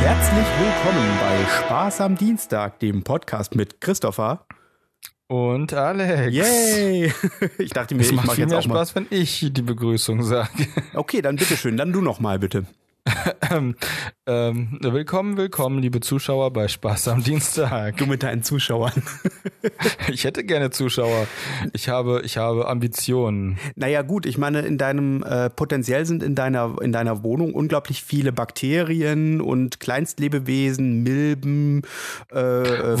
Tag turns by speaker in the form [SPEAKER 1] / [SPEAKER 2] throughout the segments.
[SPEAKER 1] Herzlich willkommen bei Spaß am Dienstag, dem Podcast mit Christopher.
[SPEAKER 2] Und Alex.
[SPEAKER 1] Yay! Ich dachte mir,
[SPEAKER 2] Es
[SPEAKER 1] ich
[SPEAKER 2] macht
[SPEAKER 1] mache
[SPEAKER 2] viel
[SPEAKER 1] jetzt
[SPEAKER 2] mehr
[SPEAKER 1] auch mal.
[SPEAKER 2] Spaß, wenn ich die Begrüßung sage.
[SPEAKER 1] Okay, dann bitteschön, dann du nochmal bitte.
[SPEAKER 2] Ähm, ähm, willkommen, willkommen, liebe Zuschauer bei Spaß am Dienstag.
[SPEAKER 1] Du mit deinen Zuschauern.
[SPEAKER 2] Ich hätte gerne Zuschauer. Ich habe, ich habe Ambitionen.
[SPEAKER 1] Naja gut, ich meine, in deinem äh, potenziell sind in deiner in deiner Wohnung unglaublich viele Bakterien und Kleinstlebewesen, Milben, äh, äh,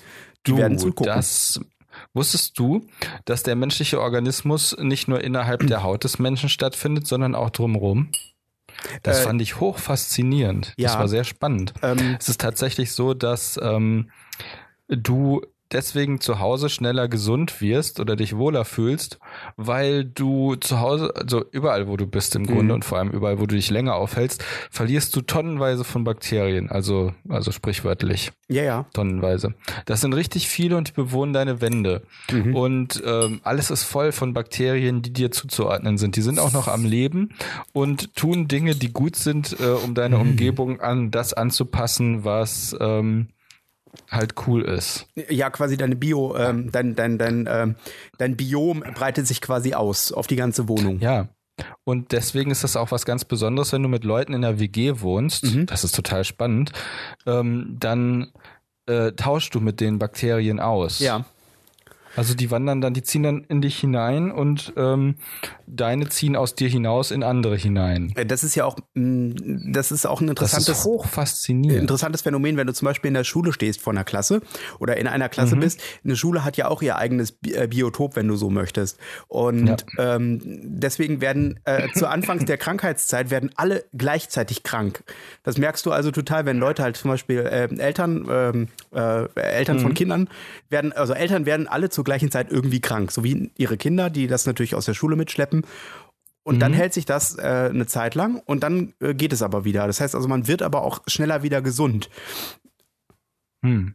[SPEAKER 1] Fliegen, die
[SPEAKER 2] du,
[SPEAKER 1] werden zugucken.
[SPEAKER 2] dass, wusstest du, dass der menschliche Organismus nicht nur innerhalb der Haut des Menschen stattfindet, sondern auch drumherum? Das
[SPEAKER 1] Äh,
[SPEAKER 2] fand ich hoch faszinierend.
[SPEAKER 1] ja.
[SPEAKER 2] Das war sehr spannend.
[SPEAKER 1] ähm,
[SPEAKER 2] Es ist tatsächlich so, dass ähm, du deswegen zu Hause schneller gesund wirst oder dich wohler fühlst, weil du zu Hause, also überall, wo du bist im Grunde und vor allem überall, wo du dich länger aufhältst, verlierst du tonnenweise von Bakterien, also, also sprichwörtlich
[SPEAKER 1] ja, ja.
[SPEAKER 2] tonnenweise. Das sind richtig viele und die bewohnen deine Wände.
[SPEAKER 1] Mhm.
[SPEAKER 2] Und ähm, alles ist voll von Bakterien, die dir zuzuordnen sind. Die sind auch noch am Leben und tun Dinge, die gut sind, äh, um
[SPEAKER 1] Mhm.
[SPEAKER 2] deine Umgebung an das anzupassen, was ähm, halt cool ist.
[SPEAKER 1] Ja, quasi deine Bio, ähm, dein, dein, dein, ähm, dein Biom breitet sich quasi aus auf die ganze Wohnung.
[SPEAKER 2] Ja. Und deswegen ist das auch was ganz Besonderes, wenn du mit Leuten in der WG wohnst,
[SPEAKER 1] Mhm.
[SPEAKER 2] das ist total spannend, ähm, dann äh, tauschst du mit den Bakterien aus.
[SPEAKER 1] Ja.
[SPEAKER 2] Also die wandern dann, die ziehen dann in dich hinein und ähm, deine ziehen aus dir hinaus in andere hinein.
[SPEAKER 1] Äh, Das ist ja auch, mh, das ist auch ein
[SPEAKER 2] Das
[SPEAKER 1] interessantes,
[SPEAKER 2] ist hoch faszinierend.
[SPEAKER 1] interessantes Phänomen, wenn du zum Beispiel in der Schule stehst vor einer Klasse oder in einer
[SPEAKER 2] Mhm.
[SPEAKER 1] Klasse bist. Eine Schule hat ja auch ihr eigenes Bi äh, Biotop, wenn du so möchtest. Und ähm, deswegen werden äh, zu Anfangs der Krankheitszeit werden alle gleichzeitig krank. Das merkst du also total, wenn Leute halt zum Beispiel äh, Eltern, ähm, äh, Eltern
[SPEAKER 2] Mhm.
[SPEAKER 1] von Kindern werden, also Eltern werden alle zur gleichen Zeit irgendwie krank, so wie ihre Kinder, die das natürlich aus der Schule mitschleppen. Und dann hält sich das äh, eine Zeit lang und dann äh, geht es aber wieder. Das heißt also, man wird aber auch schneller wieder gesund.
[SPEAKER 2] Hm.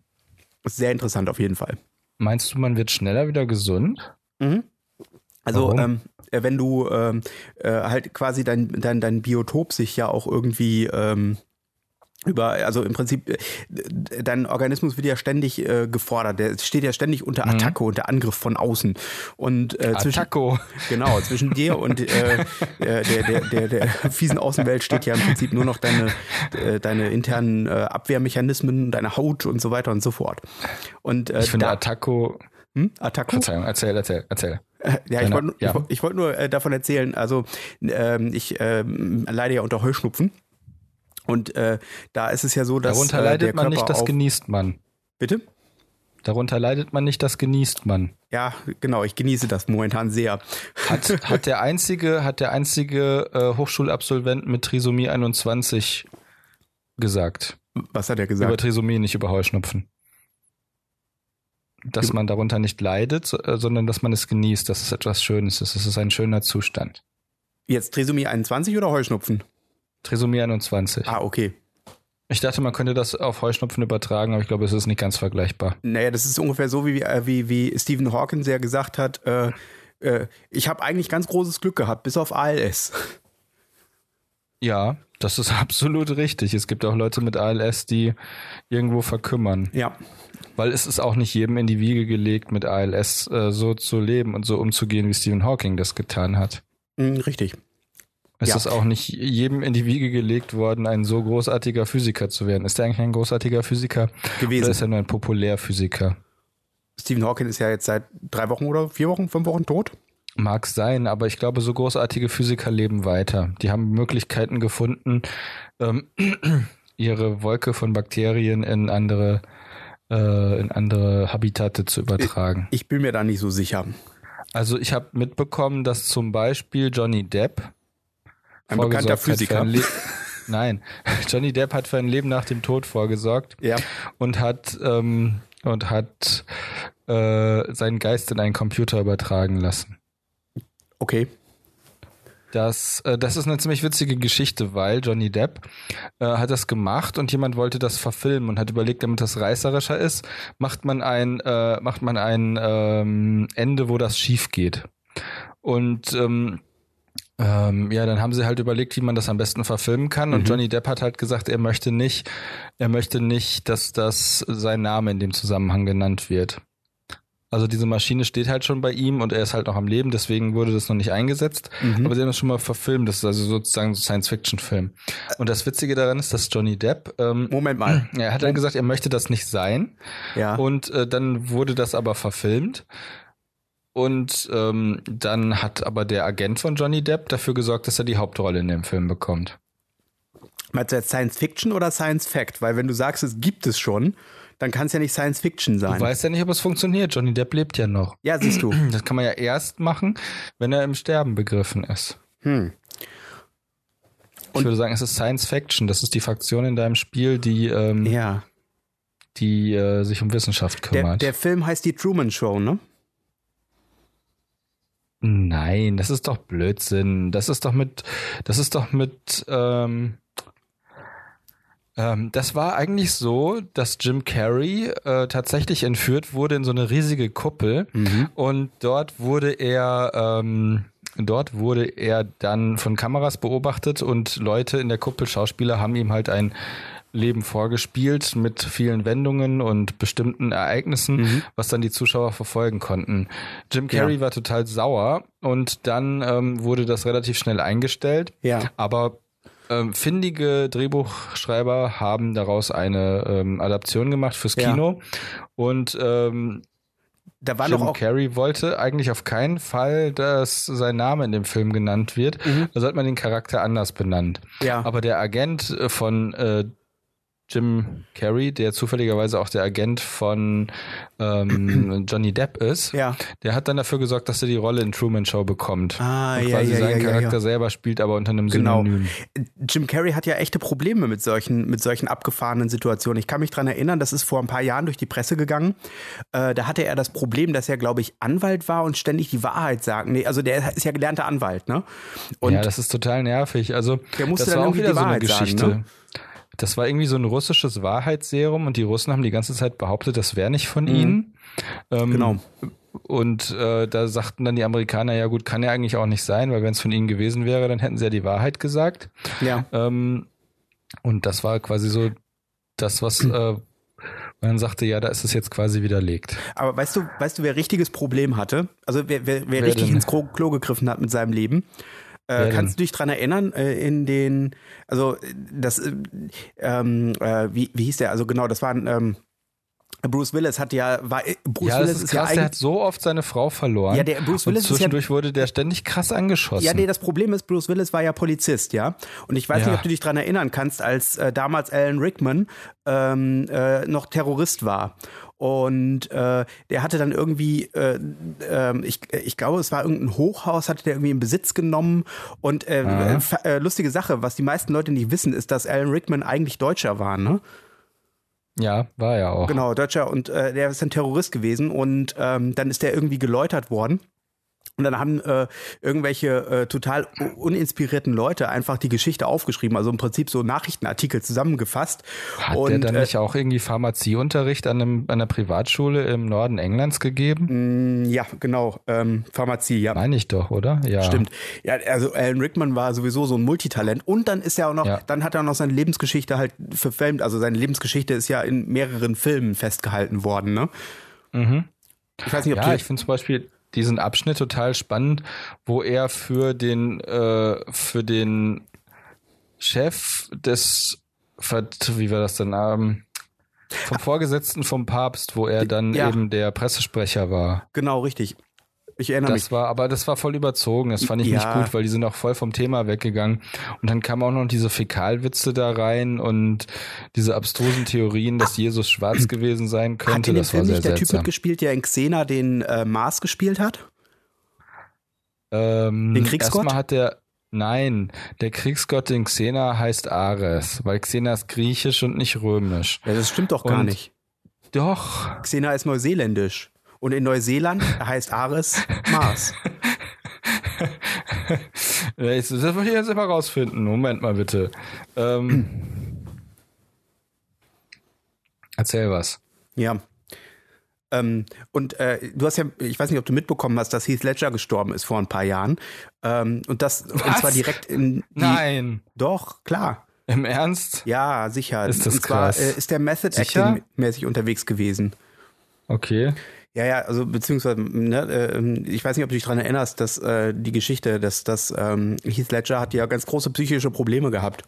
[SPEAKER 1] Ist sehr interessant auf jeden Fall.
[SPEAKER 2] Meinst du, man wird schneller wieder gesund?
[SPEAKER 1] Also
[SPEAKER 2] Warum?
[SPEAKER 1] ähm, äh, wenn du ähm, äh, halt quasi dein, dein, dein Biotop sich ja auch irgendwie ähm, über, also im Prinzip, äh, d- dein Organismus wird ja ständig äh, gefordert. Der steht ja ständig unter Attacke, unter Angriff von außen. Und äh, zwischen,
[SPEAKER 2] Attacco.
[SPEAKER 1] Genau, zwischen dir und äh, äh, der, der, der, der fiesen Außenwelt steht ja im Prinzip nur noch deine, äh, deine internen äh, Abwehrmechanismen, deine Haut und so weiter und so fort. Und äh,
[SPEAKER 2] Ich finde
[SPEAKER 1] da,
[SPEAKER 2] Attacco.
[SPEAKER 1] hm, Attacco?
[SPEAKER 2] Verzeihung, erzähl, erzähl, erzähl.
[SPEAKER 1] Ja, ich
[SPEAKER 2] Deine-
[SPEAKER 1] wollte
[SPEAKER 2] ja.
[SPEAKER 1] ich, woll- ich wollt nur äh, davon erzählen, also ähm, ich ähm, leide ja unter Heuschnupfen. Und äh, da ist es ja so, dass
[SPEAKER 2] Darunter
[SPEAKER 1] äh, der
[SPEAKER 2] leidet man
[SPEAKER 1] Körper
[SPEAKER 2] nicht, das
[SPEAKER 1] auf,
[SPEAKER 2] genießt man.
[SPEAKER 1] Bitte?
[SPEAKER 2] Darunter leidet man nicht, das genießt man.
[SPEAKER 1] Ja, genau, ich genieße das momentan sehr.
[SPEAKER 2] Hat, hat der einzige, hat der einzige äh, Hochschulabsolvent mit Trisomie 21 gesagt.
[SPEAKER 1] Was hat er
[SPEAKER 2] Über
[SPEAKER 1] gesagt?
[SPEAKER 2] Trisomie, nicht über Heuschnupfen. Dass man darunter nicht leidet, so- äh, sondern dass man es genießt, dass es etwas Schönes ist. Es ist ein schöner Zustand.
[SPEAKER 1] Jetzt Trisomie 21 oder Heuschnupfen?
[SPEAKER 2] Trisomie 21.
[SPEAKER 1] Ah, okay.
[SPEAKER 2] Ich dachte, man könnte das auf Heuschnupfen übertragen, aber ich glaube, es ist nicht ganz vergleichbar.
[SPEAKER 1] Naja, das ist ungefähr so, wie, äh, wie, wie Stephen Hawkins ja gesagt hat, äh, äh, ich habe eigentlich ganz großes Glück gehabt, bis auf ALS.
[SPEAKER 2] Ja, das ist absolut richtig. Es gibt auch Leute mit ALS, die irgendwo verkümmern,
[SPEAKER 1] Ja.
[SPEAKER 2] weil es ist auch nicht jedem in die Wiege gelegt, mit ALS äh, so zu leben und so umzugehen, wie Stephen Hawking das getan hat.
[SPEAKER 1] Mm, richtig.
[SPEAKER 2] Es
[SPEAKER 1] Ja.
[SPEAKER 2] ist auch nicht jedem in die Wiege gelegt worden, ein so großartiger Physiker zu werden. Ist er eigentlich ein großartiger Physiker?
[SPEAKER 1] Gewesen.
[SPEAKER 2] Oder ist er nur ein Populärphysiker?
[SPEAKER 1] Stephen Hawking ist ja jetzt seit drei Wochen oder vier Wochen, fünf Wochen tot.
[SPEAKER 2] Mag sein, aber ich glaube, so großartige Physiker leben weiter. Die haben Möglichkeiten gefunden, ähm, ihre Wolke von Bakterien in andere, äh, in andere Habitate zu übertragen.
[SPEAKER 1] Ich bin mir da nicht so sicher.
[SPEAKER 2] Also ich habe mitbekommen, dass zum Beispiel Johnny Depp
[SPEAKER 1] Ein
[SPEAKER 2] vorgesorgt
[SPEAKER 1] bekannter
[SPEAKER 2] hat für
[SPEAKER 1] Physiker.
[SPEAKER 2] ein Le- Nein, Johnny Depp hat für ein Leben nach dem Tod vorgesorgt
[SPEAKER 1] Ja.
[SPEAKER 2] und hat ähm, und hat äh, seinen Geist in einen Computer übertragen lassen.
[SPEAKER 1] Okay.
[SPEAKER 2] Das, äh, das ist eine ziemlich witzige Geschichte, weil Johnny Depp äh, hat das gemacht und jemand wollte das verfilmen und hat überlegt, damit das reißerischer ist, macht man ein, äh, macht man ein ähm, Ende, wo das schief geht. Und ähm, Ähm, ja, dann haben sie halt überlegt, wie man das am besten verfilmen kann. Und mhm. Johnny Depp hat halt gesagt, er möchte nicht, er möchte nicht, dass das sein Name in dem Zusammenhang genannt wird. Also diese Maschine steht halt schon bei ihm und er ist halt noch am Leben, deswegen wurde das noch nicht eingesetzt.
[SPEAKER 1] Hm?
[SPEAKER 2] Mhm. Aber sie haben das schon mal verfilmt, das ist also sozusagen so Science-Fiction-Film. Und das Witzige daran ist, dass Johnny Depp. Ähm,
[SPEAKER 1] Moment mal.
[SPEAKER 2] Er hat dann gesagt, er möchte das nicht sein.
[SPEAKER 1] Ja.
[SPEAKER 2] Und äh, dann wurde das aber verfilmt. Und ähm, dann hat aber der Agent von Johnny Depp dafür gesorgt, dass er die Hauptrolle in dem Film bekommt.
[SPEAKER 1] Meinst du jetzt Science Fiction oder Science Fact? Weil wenn du sagst, es gibt es schon, dann kann es ja nicht Science Fiction sein.
[SPEAKER 2] Du weißt ja nicht, ob es funktioniert. Johnny Depp lebt ja noch.
[SPEAKER 1] Ja, siehst du.
[SPEAKER 2] Das kann man ja erst machen, wenn er im Sterben begriffen ist.
[SPEAKER 1] Hm.
[SPEAKER 2] Und ich würde sagen, es ist Science Fiction. Das ist die Fraktion in deinem Spiel, die ähm,
[SPEAKER 1] ja.
[SPEAKER 2] die äh, sich um Wissenschaft kümmert.
[SPEAKER 1] Der, der Film heißt die Truman Show, ne?
[SPEAKER 2] Nein, das ist doch Blödsinn. Das ist doch mit, das ist doch mit, ähm, ähm, das war eigentlich so, dass Jim Carrey äh, tatsächlich entführt wurde in so eine riesige Kuppel
[SPEAKER 1] Mhm.
[SPEAKER 2] und dort wurde er, ähm, dort wurde er dann von Kameras beobachtet und Leute in der Kuppel, Schauspieler, haben ihm halt ein Leben vorgespielt mit vielen Wendungen und bestimmten Ereignissen,
[SPEAKER 1] Mhm.
[SPEAKER 2] was dann die Zuschauer verfolgen konnten. Jim Carrey
[SPEAKER 1] Ja.
[SPEAKER 2] war total sauer und dann ähm, wurde das relativ schnell eingestellt.
[SPEAKER 1] Ja.
[SPEAKER 2] Aber ähm, findige Drehbuchschreiber haben daraus eine ähm, Adaption gemacht fürs
[SPEAKER 1] Ja.
[SPEAKER 2] Kino und ähm,
[SPEAKER 1] Da war
[SPEAKER 2] Jim
[SPEAKER 1] noch auch.
[SPEAKER 2] Carrey wollte eigentlich auf keinen Fall, dass sein Name in dem Film genannt wird.
[SPEAKER 1] Mhm.
[SPEAKER 2] Also hat man den Charakter anders benannt.
[SPEAKER 1] Ja.
[SPEAKER 2] Aber der Agent äh, von äh, Jim Carrey, der zufälligerweise auch der Agent von ähm, Johnny Depp ist,
[SPEAKER 1] Ja.
[SPEAKER 2] der hat dann dafür gesorgt, dass er die Rolle in Truman Show bekommt.
[SPEAKER 1] Ah,
[SPEAKER 2] und
[SPEAKER 1] ja,
[SPEAKER 2] quasi
[SPEAKER 1] ja, ja,
[SPEAKER 2] seinen
[SPEAKER 1] ja,
[SPEAKER 2] Charakter
[SPEAKER 1] ja.
[SPEAKER 2] selber spielt, aber unter einem
[SPEAKER 1] Genau.
[SPEAKER 2] Synonym.
[SPEAKER 1] Jim Carrey hat ja echte Probleme mit solchen, mit solchen abgefahrenen Situationen. Ich kann mich dran erinnern, das ist vor ein paar Jahren durch die Presse gegangen. Äh, da hatte er das Problem, dass er, glaube ich, Anwalt war und ständig die Wahrheit sagen. Nee, also der ist ja gelernter Anwalt, ne? Und
[SPEAKER 2] ja, das ist total nervig. Also,
[SPEAKER 1] Der musste
[SPEAKER 2] das
[SPEAKER 1] dann
[SPEAKER 2] war auch
[SPEAKER 1] irgendwie
[SPEAKER 2] wieder
[SPEAKER 1] die
[SPEAKER 2] so eine
[SPEAKER 1] Wahrheit sagen,
[SPEAKER 2] Geschichte.
[SPEAKER 1] ne?
[SPEAKER 2] Das war irgendwie so ein russisches Wahrheitsserum und die Russen haben die ganze Zeit behauptet, das wäre nicht von ihnen. Ähm,
[SPEAKER 1] Mhm. Genau.
[SPEAKER 2] Und äh, da sagten dann die Amerikaner, ja gut, kann ja eigentlich auch nicht sein, weil wenn es von ihnen gewesen wäre, dann hätten sie ja die Wahrheit gesagt.
[SPEAKER 1] ja.
[SPEAKER 2] Ähm, und das war quasi so das, was äh, man sagte, ja, da ist es jetzt quasi widerlegt.
[SPEAKER 1] Aber weißt du, weißt du, wer richtiges Problem hatte? Also wer, wer, wer,
[SPEAKER 2] Wer
[SPEAKER 1] richtig
[SPEAKER 2] denn?
[SPEAKER 1] ins Klo, Klo gegriffen hat mit seinem Leben?
[SPEAKER 2] Wer
[SPEAKER 1] Äh,
[SPEAKER 2] denn?
[SPEAKER 1] kannst du dich dran erinnern, äh, in den, also äh, das, äh, ähm, äh, wie, wie hieß der? Also genau, das waren ähm, Bruce Willis hat ja, war, äh, Bruce
[SPEAKER 2] ja,
[SPEAKER 1] Willis
[SPEAKER 2] das ist
[SPEAKER 1] ja
[SPEAKER 2] krass, der
[SPEAKER 1] eigentlich-
[SPEAKER 2] hat so oft seine Frau verloren.
[SPEAKER 1] Ja, der Bruce Willis ist
[SPEAKER 2] und
[SPEAKER 1] ja-
[SPEAKER 2] zwischendurch wurde der ständig krass angeschossen.
[SPEAKER 1] Ja, nee, das Problem ist, Bruce Willis war ja Polizist, ja. Und ich weiß
[SPEAKER 2] Ja.
[SPEAKER 1] nicht, ob du dich dran erinnern kannst, als äh, damals Alan Rickman ähm, äh, noch Terrorist war. Und äh, der hatte dann irgendwie, äh, ähm, ich, ich glaube, es war irgendein Hochhaus, hatte der irgendwie in Besitz genommen. Und äh,
[SPEAKER 2] Ja.
[SPEAKER 1] äh, fa- äh, lustige Sache, was die meisten Leute nicht wissen, ist, dass Alan Rickman eigentlich Deutscher war, ne?
[SPEAKER 2] Ja, war ja auch.
[SPEAKER 1] Genau, Deutscher und äh, der ist ein Terrorist gewesen und ähm, dann ist der irgendwie geläutert worden. Und dann haben äh, irgendwelche äh, total u- uninspirierten Leute einfach die Geschichte aufgeschrieben, also im Prinzip so Nachrichtenartikel zusammengefasst.
[SPEAKER 2] Hat
[SPEAKER 1] und
[SPEAKER 2] der dann
[SPEAKER 1] äh,
[SPEAKER 2] nicht auch irgendwie Pharmazieunterricht an, einem, an einer Privatschule im Norden Englands gegeben?
[SPEAKER 1] mh, ja, genau, ähm, Pharmazie, ja.
[SPEAKER 2] Meine ich doch, oder? Ja.
[SPEAKER 1] Stimmt. Ja, also Alan Rickman war sowieso so ein Multitalent. Und dann ist er auch noch,
[SPEAKER 2] Ja.
[SPEAKER 1] dann hat er auch noch seine Lebensgeschichte halt verfilmt. Also seine Lebensgeschichte ist ja in mehreren Filmen festgehalten worden, ne? Ich weiß nicht, ob
[SPEAKER 2] Mhm. Ja,
[SPEAKER 1] du
[SPEAKER 2] ich finde zum Beispiel diesen Abschnitt total spannend, wo er für den, äh, für den Chef des, Vert- wie war das denn, ähm, vom Vorgesetzten vom Papst, wo er dann
[SPEAKER 1] Ja.
[SPEAKER 2] eben der Pressesprecher war.
[SPEAKER 1] genau richtig. Ich erinnere mich.
[SPEAKER 2] Das war, aber das war voll überzogen. Das fand ich nicht
[SPEAKER 1] Ja.
[SPEAKER 2] gut, weil die sind auch voll vom Thema weggegangen. Und dann kamen auch noch diese Fäkalwitze da rein und diese abstrusen Theorien, dass Jesus schwarz gewesen sein
[SPEAKER 1] Hat
[SPEAKER 2] könnte.
[SPEAKER 1] in dem
[SPEAKER 2] Das war
[SPEAKER 1] Film
[SPEAKER 2] sehr
[SPEAKER 1] nicht der Typ
[SPEAKER 2] seltsam.
[SPEAKER 1] mitgespielt, der in Xena den äh, Mars gespielt hat?
[SPEAKER 2] Ähm,
[SPEAKER 1] Den Kriegsgott?
[SPEAKER 2] Erstmal hat der, nein, der Kriegsgott in Xena heißt Ares, weil Xena ist griechisch und nicht römisch.
[SPEAKER 1] Ja, das stimmt doch gar
[SPEAKER 2] Und-
[SPEAKER 1] nicht.
[SPEAKER 2] Doch,
[SPEAKER 1] Xena ist neuseeländisch. Und in Neuseeland heißt Ares Mars.
[SPEAKER 2] das das will ich jetzt immer rausfinden. Moment mal bitte. Ähm, erzähl was.
[SPEAKER 1] Ja. Ähm, und äh, du hast ja, ich weiß nicht, ob du mitbekommen hast, dass Heath Ledger gestorben ist vor ein paar Jahren. Ähm, und das, Was? und zwar direkt in.
[SPEAKER 2] Die, Nein.
[SPEAKER 1] Doch, klar.
[SPEAKER 2] Im Ernst?
[SPEAKER 1] Ja, sicher.
[SPEAKER 2] Ist das
[SPEAKER 1] und zwar,
[SPEAKER 2] krass.
[SPEAKER 1] Äh, ist der Method
[SPEAKER 2] Sicher?
[SPEAKER 1] Acting mäßig unterwegs gewesen.
[SPEAKER 2] Okay.
[SPEAKER 1] Ja, ja, also beziehungsweise, ne, äh, ich weiß nicht, ob du dich daran erinnerst, dass äh, die Geschichte, dass, dass ähm, Heath Ledger hat ja ganz große psychische Probleme gehabt.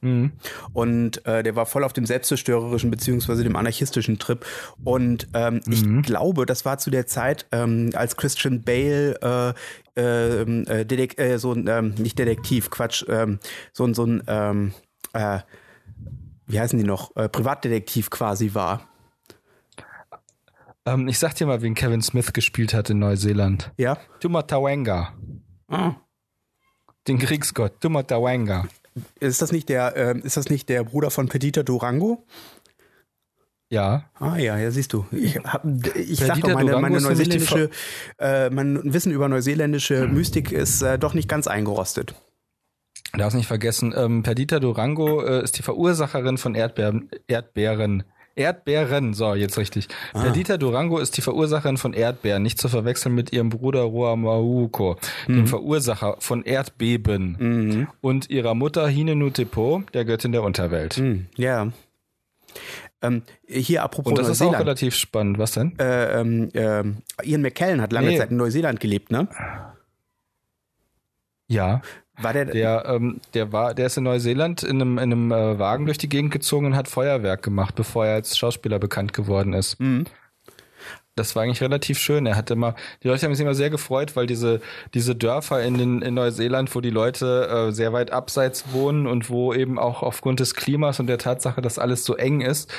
[SPEAKER 2] Mhm.
[SPEAKER 1] Und äh, der war voll auf dem selbstzerstörerischen beziehungsweise dem anarchistischen Trip. Und ähm, ich glaube, das war zu der Zeit, ähm, als Christian Bale äh, ähm, äh, Dedek äh, so ein, ähm, nicht Detektiv, Quatsch, ähm, so ein, so ein ähm, äh, wie heißen die noch, äh, Privatdetektiv quasi war.
[SPEAKER 2] Ähm, ich sag dir mal, wen Kevin Smith gespielt hat in Neuseeland.
[SPEAKER 1] Ja?
[SPEAKER 2] Tumatawenga. Den Kriegsgott, Tumatawenga.
[SPEAKER 1] Ist das nicht der, ähm, ist das nicht der Bruder von Perdita Durango?
[SPEAKER 2] Ja.
[SPEAKER 1] Ah ja, ja, siehst du. Ich, hab, ich sag
[SPEAKER 2] Perdita
[SPEAKER 1] doch, meine,
[SPEAKER 2] Durango
[SPEAKER 1] meine
[SPEAKER 2] ist für mich die
[SPEAKER 1] neuseeländische, äh, mein Wissen über neuseeländische
[SPEAKER 2] Hm.
[SPEAKER 1] Mystik ist äh, doch nicht ganz eingerostet.
[SPEAKER 2] Du darfst nicht vergessen, ähm, Perdita Durango äh, ist die Verursacherin von Erdbeeren. Erdbeeren. Erdbeeren, so, jetzt richtig. Perdita Durango ist die Verursacherin von Erdbeeren, nicht zu verwechseln mit ihrem Bruder Ruamahuko, dem Verursacher von Erdbeben und ihrer Mutter Hinenu Tepo, der Göttin der Unterwelt.
[SPEAKER 1] Hm, ja. Ähm, hier apropos
[SPEAKER 2] Und das ist auch
[SPEAKER 1] Neuseeland.
[SPEAKER 2] relativ spannend. Was denn?
[SPEAKER 1] äh, ähm, ähm, Ian McKellen hat lange
[SPEAKER 2] Nee.
[SPEAKER 1] Zeit in Neuseeland gelebt, ne?
[SPEAKER 2] ja.
[SPEAKER 1] War der,
[SPEAKER 2] Der, ähm, der war, der ist in Neuseeland in einem, in einem äh, Wagen durch die Gegend gezogen und hat Feuerwerk gemacht, bevor er als Schauspieler bekannt geworden ist. Das war eigentlich relativ schön. Er hat immer, die Leute haben sich immer sehr gefreut, weil diese, diese Dörfer in, den, in Neuseeland, wo die Leute äh, sehr weit abseits wohnen und wo eben auch aufgrund des Klimas und der Tatsache, dass alles so eng ist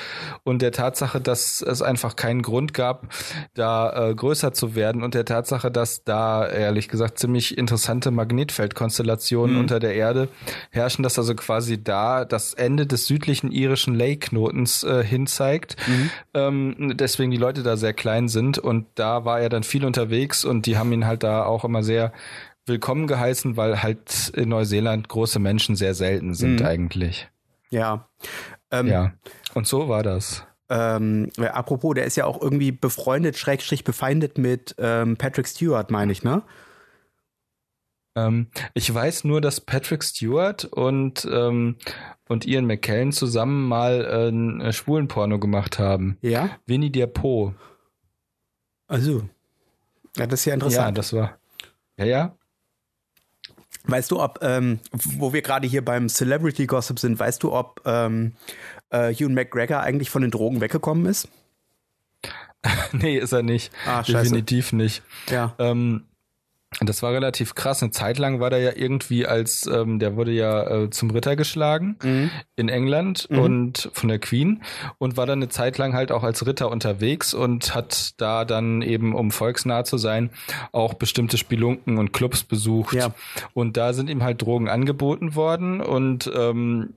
[SPEAKER 2] und der Tatsache, dass es einfach keinen Grund gab, da äh, größer zu werden und der Tatsache, dass da ehrlich gesagt ziemlich interessante Magnetfeldkonstellationen unter der Erde herrschen, dass also quasi da das Ende des südlichen irischen Ley-Knotens äh, hinzeigt. Ähm, deswegen die Leute da sehr klein sind und da war er dann viel unterwegs und die haben ihn halt da auch immer sehr willkommen geheißen, weil halt in Neuseeland große Menschen sehr selten sind eigentlich.
[SPEAKER 1] ja. Mhm. Ähm,
[SPEAKER 2] Ja. Und so war das.
[SPEAKER 1] Ähm, äh, apropos, der ist ja auch irgendwie befreundet, schrägstrich befeindet mit ähm, Patrick Stewart, meine ich, ne?
[SPEAKER 2] Ähm, ich weiß nur, dass Patrick Stewart und, ähm, und Ian McKellen zusammen mal äh, ein äh, Schwulenporno gemacht haben.
[SPEAKER 1] Ja.
[SPEAKER 2] Winnie der Po.
[SPEAKER 1] Also. Ja, das ist ja
[SPEAKER 2] Ja,
[SPEAKER 1] interessant.
[SPEAKER 2] das war. Ja, ja.
[SPEAKER 1] weißt du, ob, ähm, wo wir gerade hier beim Celebrity Gossip sind, weißt du, ob ähm, äh, Hugh McGregor eigentlich von den Drogen weggekommen ist?
[SPEAKER 2] nee, ist er nicht.
[SPEAKER 1] Ah, scheiße.
[SPEAKER 2] Definitiv nicht.
[SPEAKER 1] Ja.
[SPEAKER 2] Ähm, das war relativ krass. Eine Zeit lang war der ja irgendwie als, ähm, der wurde ja äh, zum Ritter geschlagen
[SPEAKER 1] Mhm.
[SPEAKER 2] in England und von der Queen und war dann eine Zeit lang halt auch als Ritter unterwegs und hat da dann eben, um volksnah zu sein, auch bestimmte Spelunken und Clubs besucht.
[SPEAKER 1] Ja.
[SPEAKER 2] Und da sind ihm halt Drogen angeboten worden und ähm,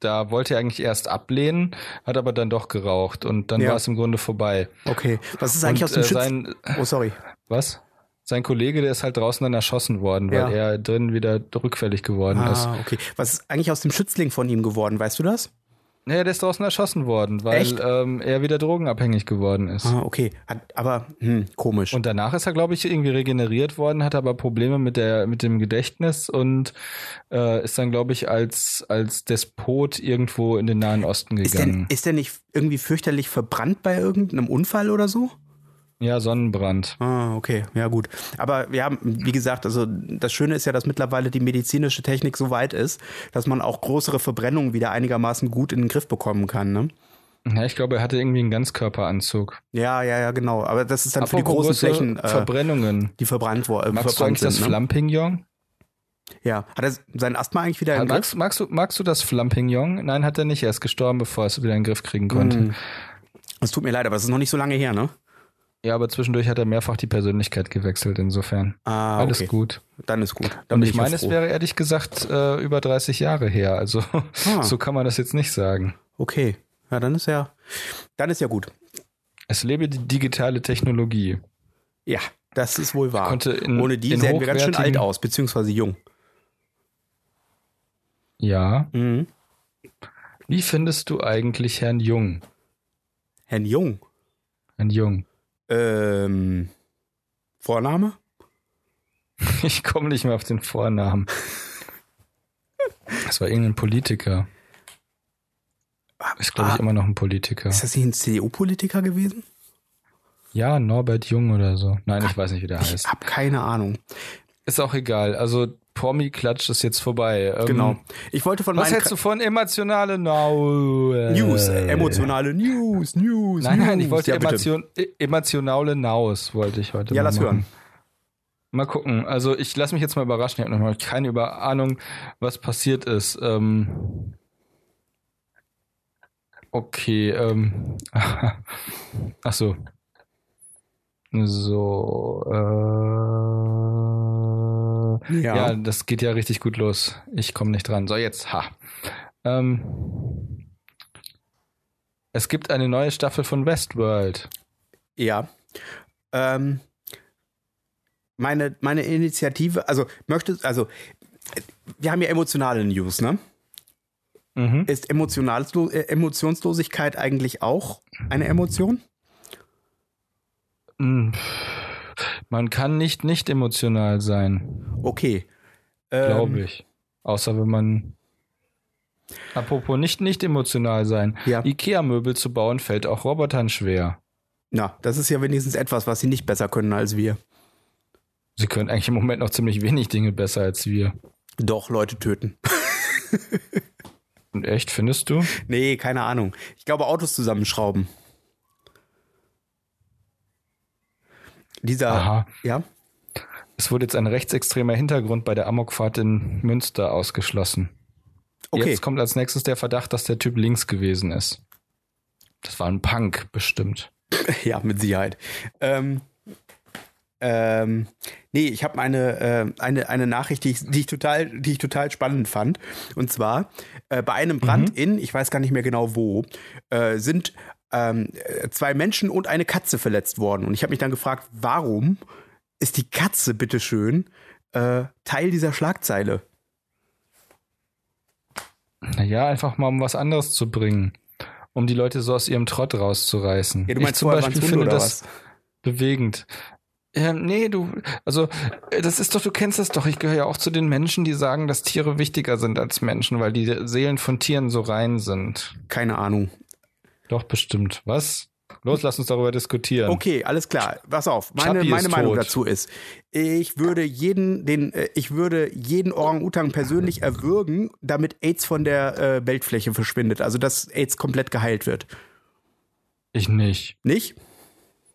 [SPEAKER 2] da wollte er eigentlich erst ablehnen, hat aber dann doch geraucht und dann
[SPEAKER 1] Ja.
[SPEAKER 2] war es im Grunde vorbei.
[SPEAKER 1] Okay. Was ist eigentlich
[SPEAKER 2] Und,
[SPEAKER 1] aus dem
[SPEAKER 2] äh,
[SPEAKER 1] Schütz?
[SPEAKER 2] sein,
[SPEAKER 1] Oh, sorry.
[SPEAKER 2] was? Sein Kollege, der ist halt draußen dann erschossen worden, weil
[SPEAKER 1] Ja.
[SPEAKER 2] er drin wieder rückfällig geworden ist.
[SPEAKER 1] Ah, okay. Was ist eigentlich aus dem Schützling von ihm geworden, weißt du das?
[SPEAKER 2] Naja, der ist draußen erschossen worden, weil
[SPEAKER 1] Echt?
[SPEAKER 2] ähm, er wieder drogenabhängig geworden ist.
[SPEAKER 1] Ah, okay. Hat, aber, hm, komisch.
[SPEAKER 2] Und danach ist er, glaube ich, irgendwie regeneriert worden, hat aber Probleme mit, der, mit dem Gedächtnis und äh, ist dann, glaube ich, als, als Despot irgendwo in den Nahen Osten
[SPEAKER 1] ist, der,
[SPEAKER 2] gegangen.
[SPEAKER 1] ist der nicht irgendwie fürchterlich verbrannt bei irgendeinem Unfall oder so?
[SPEAKER 2] ja, Sonnenbrand.
[SPEAKER 1] Ah, okay, ja gut. Aber wir haben, wie gesagt, also das Schöne ist ja, dass mittlerweile die medizinische Technik so weit ist, dass man auch größere Verbrennungen wieder einigermaßen gut in den Griff bekommen kann. Ne?
[SPEAKER 2] Ja, ich glaube, er hatte irgendwie einen Ganzkörperanzug.
[SPEAKER 1] Ja, ja, ja, genau. Aber das ist dann für die großen
[SPEAKER 2] Apropos große
[SPEAKER 1] Flächen, äh,
[SPEAKER 2] Verbrennungen.
[SPEAKER 1] die verbrannt, wo, äh,
[SPEAKER 2] Magst du
[SPEAKER 1] verbrannt
[SPEAKER 2] eigentlich das
[SPEAKER 1] sind. Ne?
[SPEAKER 2] Flampignon?
[SPEAKER 1] Ja, hat er sein Asthma eigentlich wieder im Griff?
[SPEAKER 2] Magst, magst, du, magst du das Flampignon? Nein, hat er nicht. Er ist gestorben, bevor er es wieder in den Griff
[SPEAKER 1] Mm.
[SPEAKER 2] kriegen konnte.
[SPEAKER 1] Hm. Es tut mir leid, aber es ist noch nicht so lange her, ne?
[SPEAKER 2] Ja, aber zwischendurch hat er mehrfach die Persönlichkeit gewechselt, insofern.
[SPEAKER 1] Ah,
[SPEAKER 2] Alles
[SPEAKER 1] okay.
[SPEAKER 2] gut.
[SPEAKER 1] Dann ist gut. Dann
[SPEAKER 2] Und
[SPEAKER 1] bin
[SPEAKER 2] ich meine,
[SPEAKER 1] ja
[SPEAKER 2] es
[SPEAKER 1] froh.
[SPEAKER 2] wäre ehrlich gesagt äh, über 30 Jahre her. Also
[SPEAKER 1] Ah.
[SPEAKER 2] so kann man das jetzt nicht sagen.
[SPEAKER 1] Okay, ja, dann ist ja, dann ist ja gut.
[SPEAKER 2] Es lebe die digitale Technologie.
[SPEAKER 1] Ja, das ist wohl wahr.
[SPEAKER 2] Konnte in-
[SPEAKER 1] Ohne die
[SPEAKER 2] in
[SPEAKER 1] sähen wir ganz schön alt
[SPEAKER 2] hochwertigen-
[SPEAKER 1] aus, beziehungsweise jung.
[SPEAKER 2] Ja.
[SPEAKER 1] Mhm.
[SPEAKER 2] Wie findest du eigentlich Herrn Jung?
[SPEAKER 1] Herrn Jung.
[SPEAKER 2] Ein Jung.
[SPEAKER 1] Ähm, Vorname?
[SPEAKER 2] Ich komme nicht mehr auf den Vornamen. Das war irgendein Politiker. Ist, glaube ich,
[SPEAKER 1] Ah.
[SPEAKER 2] immer noch ein Politiker.
[SPEAKER 1] Ist das nicht ein CDU-Politiker gewesen?
[SPEAKER 2] Ja, Norbert Jung oder so. Nein, ich weiß nicht, wie der
[SPEAKER 1] Ich
[SPEAKER 2] heißt.
[SPEAKER 1] habe keine Ahnung.
[SPEAKER 2] Ist auch egal. Also, Promi-Klatsch ist jetzt vorbei. Ähm,
[SPEAKER 1] Genau. Ich wollte von
[SPEAKER 2] Was
[SPEAKER 1] meinen
[SPEAKER 2] hältst du von emotionale Nau?
[SPEAKER 1] News, äh, emotionale News, News.
[SPEAKER 2] Nein, nein,
[SPEAKER 1] News.
[SPEAKER 2] ich wollte
[SPEAKER 1] ja, bitte.
[SPEAKER 2] emotion, e- emotionale Naus, wollte ich heute
[SPEAKER 1] Ja,
[SPEAKER 2] mal
[SPEAKER 1] lass
[SPEAKER 2] machen.
[SPEAKER 1] hören.
[SPEAKER 2] Mal gucken. Also ich lasse mich jetzt mal überraschen. Ich habe noch mal keine Über- Ahnung, was passiert ist. Ähm okay. Ähm Ach so. So. Äh
[SPEAKER 1] Ja.
[SPEAKER 2] ja. das geht ja richtig gut los. Ich komme nicht dran. So, jetzt. Ha. Ähm, es gibt eine neue Staffel von Westworld.
[SPEAKER 1] Ja. Ähm, meine, meine Initiative, also möchtest, also äh, wir haben ja emotionale News, ne?
[SPEAKER 2] Mhm.
[SPEAKER 1] Ist Emotionalslo äh, Emotionslosigkeit eigentlich auch eine Emotion?
[SPEAKER 2] Hm. Man kann nicht nicht emotional sein,
[SPEAKER 1] Okay. Ähm,
[SPEAKER 2] glaube ich. Außer wenn man. Apropos nicht nicht emotional sein.
[SPEAKER 1] Ja.
[SPEAKER 2] Ikea-Möbel zu bauen fällt auch Robotern schwer.
[SPEAKER 1] Na, das ist ja wenigstens etwas, was sie nicht besser können als wir.
[SPEAKER 2] Sie können eigentlich im Moment noch ziemlich wenig Dinge besser als wir.
[SPEAKER 1] Doch, Leute töten.
[SPEAKER 2] Und echt, findest du?
[SPEAKER 1] Nee, keine Ahnung. Ich glaube, Autos zusammenschrauben. Dieser.
[SPEAKER 2] Aha.
[SPEAKER 1] Ja?
[SPEAKER 2] Es wurde jetzt ein rechtsextremer Hintergrund bei der Amokfahrt in Münster ausgeschlossen.
[SPEAKER 1] Okay.
[SPEAKER 2] Jetzt kommt als nächstes der Verdacht, dass der Typ links gewesen ist. Das war ein Punk, bestimmt.
[SPEAKER 1] Ja, mit Sicherheit. Ähm, ähm, nee, ich habe eine, äh, eine, eine Nachricht, die ich, die, ich total, die ich total spannend fand. Und zwar äh, bei einem Brand
[SPEAKER 2] Mhm.
[SPEAKER 1] in, ich weiß gar nicht mehr genau wo, äh, sind ähm, äh, zwei Menschen und eine Katze verletzt worden. Und ich habe mich dann gefragt, warum ist die Katze, bitteschön, äh, Teil dieser Schlagzeile?
[SPEAKER 2] Naja, einfach mal um was anderes zu bringen. Um die Leute so aus ihrem Trott rauszureißen.
[SPEAKER 1] Ja, du
[SPEAKER 2] ich
[SPEAKER 1] meinst
[SPEAKER 2] zum
[SPEAKER 1] vorher
[SPEAKER 2] Beispiel
[SPEAKER 1] waren's Hunde
[SPEAKER 2] finde
[SPEAKER 1] oder
[SPEAKER 2] das bewegend. Ähm, nee, du, also, äh, das ist doch, du kennst das doch. Ich gehöre ja auch zu den Menschen, die sagen, dass Tiere wichtiger sind als Menschen, weil die Seelen von Tieren so rein sind.
[SPEAKER 1] Keine Ahnung.
[SPEAKER 2] Doch, bestimmt. Was? Los, lass uns darüber diskutieren.
[SPEAKER 1] Okay, alles klar. Pass auf. Meine,
[SPEAKER 2] Chappi
[SPEAKER 1] meine
[SPEAKER 2] Ähm, ist
[SPEAKER 1] Meinung
[SPEAKER 2] tot.
[SPEAKER 1] dazu ist, ich würde jeden, den, äh, ich würde jeden Orang-Utang persönlich erwürgen, damit AIDS von der äh, Weltfläche verschwindet. Also, dass AIDS komplett geheilt wird.
[SPEAKER 2] Ich nicht.
[SPEAKER 1] Nicht?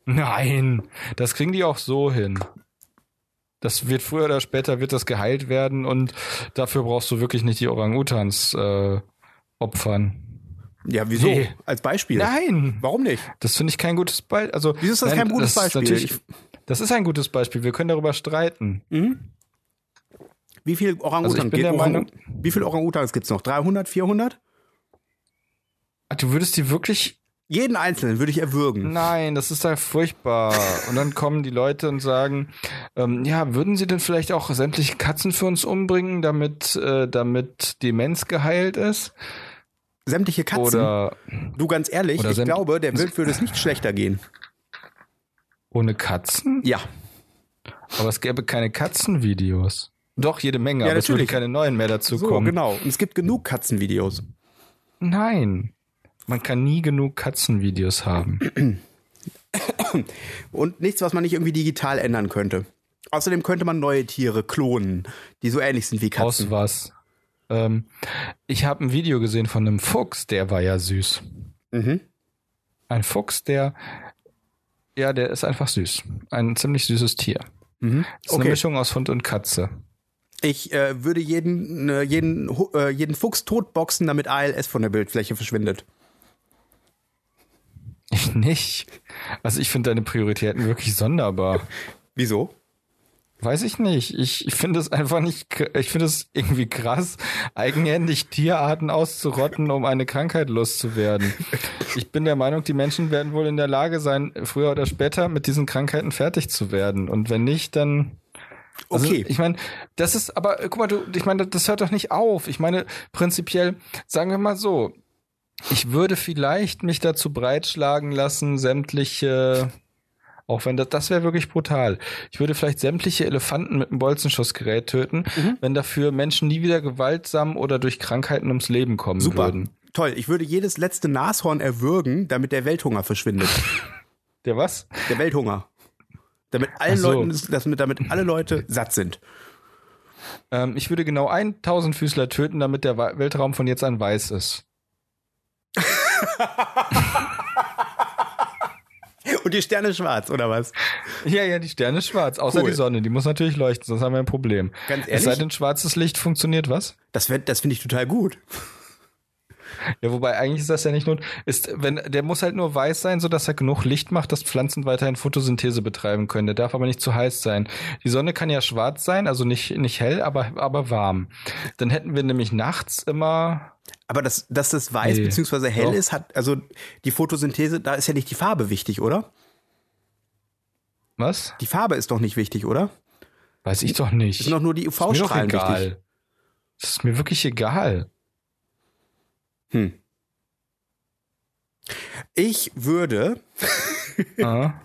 [SPEAKER 2] Nein, das kriegen die auch so hin. Das wird früher oder später wird das geheilt werden und dafür brauchst du wirklich nicht die Orang-Utans äh, opfern.
[SPEAKER 1] Ja, wieso?
[SPEAKER 2] Nee.
[SPEAKER 1] Als Beispiel.
[SPEAKER 2] Nein,
[SPEAKER 1] Warum nicht?
[SPEAKER 2] das finde ich kein gutes Beispiel. Also,
[SPEAKER 1] Wieso ist das
[SPEAKER 2] nein,
[SPEAKER 1] kein gutes
[SPEAKER 2] das ist
[SPEAKER 1] Beispiel?
[SPEAKER 2] Natürlich, das ist ein gutes Beispiel. Wir können darüber streiten.
[SPEAKER 1] Wie viel
[SPEAKER 2] Hm? Also, ich
[SPEAKER 1] Orang-Utan
[SPEAKER 2] bin der Meinung-
[SPEAKER 1] Wie viel Orang-Utans gibt es noch? 300, 400?
[SPEAKER 2] Ach, Ah, du würdest die wirklich?
[SPEAKER 1] Jeden einzelnen würde ich erwürgen.
[SPEAKER 2] Nein, das ist ja furchtbar. Und dann kommen die Leute und sagen, ähm, ja, würden Sie denn vielleicht auch sämtliche Katzen für uns umbringen, damit äh, damit Demenz geheilt ist?
[SPEAKER 1] Sämtliche Katzen.
[SPEAKER 2] Oder
[SPEAKER 1] du, ganz ehrlich,
[SPEAKER 2] oder
[SPEAKER 1] ich
[SPEAKER 2] sämt-
[SPEAKER 1] glaube, der Welt würde es nicht schlechter gehen.
[SPEAKER 2] Ohne Katzen?
[SPEAKER 1] Ja.
[SPEAKER 2] Aber es gäbe keine Katzenvideos. Doch, jede Menge,
[SPEAKER 1] Ja,
[SPEAKER 2] aber es würden
[SPEAKER 1] natürlich.
[SPEAKER 2] keine neuen mehr dazu
[SPEAKER 1] So,
[SPEAKER 2] kommen.
[SPEAKER 1] genau. Und es gibt genug Katzenvideos.
[SPEAKER 2] Nein. Man kann nie genug Katzenvideos haben.
[SPEAKER 1] Und nichts, was man nicht irgendwie digital ändern könnte. Außerdem könnte man neue Tiere klonen, die so ähnlich sind wie Katzen.
[SPEAKER 2] Aus was? Ähm, ich habe ein Video gesehen von einem Fuchs, der war ja süß.
[SPEAKER 1] Mhm.
[SPEAKER 2] Ein Fuchs, der. Ja, der ist einfach süß. Ein ziemlich süßes Tier.
[SPEAKER 1] Mhm.
[SPEAKER 2] Das ist eine
[SPEAKER 1] Okay.
[SPEAKER 2] Mischung aus Hund und Katze.
[SPEAKER 1] Ich äh, würde jeden, äh, jeden, Hu- äh, jeden Fuchs totboxen, damit ALS von der Bildfläche verschwindet.
[SPEAKER 2] Ich nicht. Also, ich finde deine Prioritäten wirklich sonderbar.
[SPEAKER 1] Wieso?
[SPEAKER 2] Weiß ich nicht. Ich ich finde es einfach nicht, k- ich finde es irgendwie krass, eigenhändig Tierarten auszurotten, um eine Krankheit loszuwerden. Ich bin der Meinung, die Menschen werden wohl in der Lage sein, früher oder später mit diesen Krankheiten fertig zu werden. Und wenn nicht, dann. Also,
[SPEAKER 1] Okay.
[SPEAKER 2] Ich meine, das ist, aber äh, guck mal, du, ich meine, das hört doch nicht auf. Ich meine, prinzipiell, sagen wir mal so, Ich würde vielleicht mich dazu breitschlagen lassen, sämtliche, auch wenn das, das wäre wirklich brutal. Ich würde vielleicht sämtliche Elefanten mit einem Bolzenschussgerät töten,
[SPEAKER 1] Mhm.
[SPEAKER 2] wenn dafür Menschen nie wieder gewaltsam oder durch Krankheiten ums Leben kommen
[SPEAKER 1] Super.
[SPEAKER 2] würden.
[SPEAKER 1] Toll, ich würde jedes letzte Nashorn erwürgen, damit der Welthunger verschwindet.
[SPEAKER 2] Der was?
[SPEAKER 1] Der Welthunger. Damit allen
[SPEAKER 2] Ach so.
[SPEAKER 1] Leuten, damit, damit alle Leute satt sind.
[SPEAKER 2] Ähm, ich würde genau 1000 Füßler töten, damit der Wa- Weltraum von jetzt an weiß ist.
[SPEAKER 1] Und die Sterne schwarz, oder was?
[SPEAKER 2] Ja, ja, die Sterne ist schwarz, außer
[SPEAKER 1] Cool.
[SPEAKER 2] die Sonne, die muss natürlich leuchten, sonst haben wir ein Problem.
[SPEAKER 1] Ganz
[SPEAKER 2] Es sei
[SPEAKER 1] ehrlich?
[SPEAKER 2] denn, schwarzes Licht funktioniert was?
[SPEAKER 1] Das, wär- das finde ich total gut.
[SPEAKER 2] Ja, wobei eigentlich ist das ja nicht not. Ist, wenn, der muss halt nur weiß sein, sodass er genug Licht macht, dass Pflanzen weiterhin Photosynthese betreiben können. Der darf aber nicht zu heiß sein. Die Sonne kann ja schwarz sein, also nicht, nicht hell, aber, aber warm. Dann hätten wir nämlich nachts immer.
[SPEAKER 1] Aber dass, dass das weiß
[SPEAKER 2] Nee.
[SPEAKER 1] beziehungsweise hell
[SPEAKER 2] Doch.
[SPEAKER 1] ist, hat, also die Photosynthese, da ist ja nicht die Farbe wichtig, oder?
[SPEAKER 2] Was?
[SPEAKER 1] Die Farbe ist doch nicht wichtig, oder?
[SPEAKER 2] Weiß ich doch nicht.
[SPEAKER 1] Sind doch nur die
[SPEAKER 2] mir doch
[SPEAKER 1] UV-Strahlen wichtig.
[SPEAKER 2] egal. Das ist mir wirklich egal.
[SPEAKER 1] Hm. Ich würde,
[SPEAKER 2] Ja.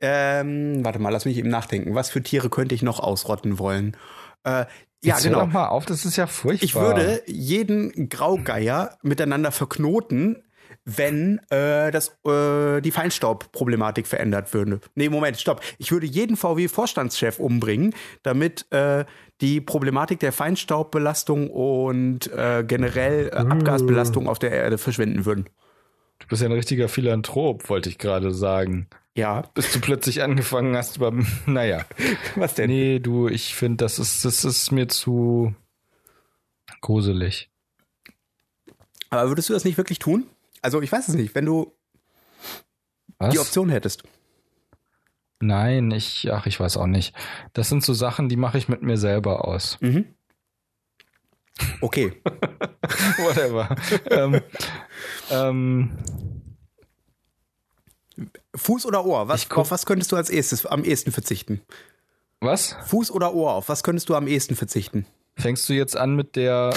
[SPEAKER 1] ähm, warte mal, lass mich eben nachdenken. Was für Tiere könnte ich noch ausrotten wollen? Äh, ja,
[SPEAKER 2] Jetzt hör
[SPEAKER 1] genau.
[SPEAKER 2] doch mal auf, das ist ja furchtbar.
[SPEAKER 1] Ich würde jeden Graugeier miteinander verknoten, wenn äh, das, äh, die Feinstaubproblematik verändert würde. Nee, Moment, stopp. Ich würde jeden VW-Vorstandschef umbringen, damit äh, die Problematik der Feinstaubbelastung und äh, generell äh,
[SPEAKER 2] Hm.
[SPEAKER 1] Abgasbelastung auf der Erde verschwinden würden.
[SPEAKER 2] Du bist ja ein richtiger Philanthrop, wollte ich gerade sagen.
[SPEAKER 1] Ja.
[SPEAKER 2] Bis du plötzlich angefangen hast, aber naja.
[SPEAKER 1] Was denn?
[SPEAKER 2] Nee, du, ich finde, das ist, das ist mir zu gruselig.
[SPEAKER 1] Aber würdest du das nicht wirklich tun? Also, ich weiß es nicht, wenn du die
[SPEAKER 2] Was?
[SPEAKER 1] Option hättest.
[SPEAKER 2] Nein, ich, ach, ich weiß auch nicht. Das sind so Sachen, die mache ich mit mir selber aus.
[SPEAKER 1] Mhm. Okay.
[SPEAKER 2] Whatever. ähm, ähm,
[SPEAKER 1] Fuß oder Ohr? Was,
[SPEAKER 2] Ich guck-
[SPEAKER 1] auf was könntest du als erstes, am ehesten verzichten?
[SPEAKER 2] was?
[SPEAKER 1] Fuß oder Ohr? Auf was könntest du am ehesten verzichten?
[SPEAKER 2] Fängst du jetzt an mit der,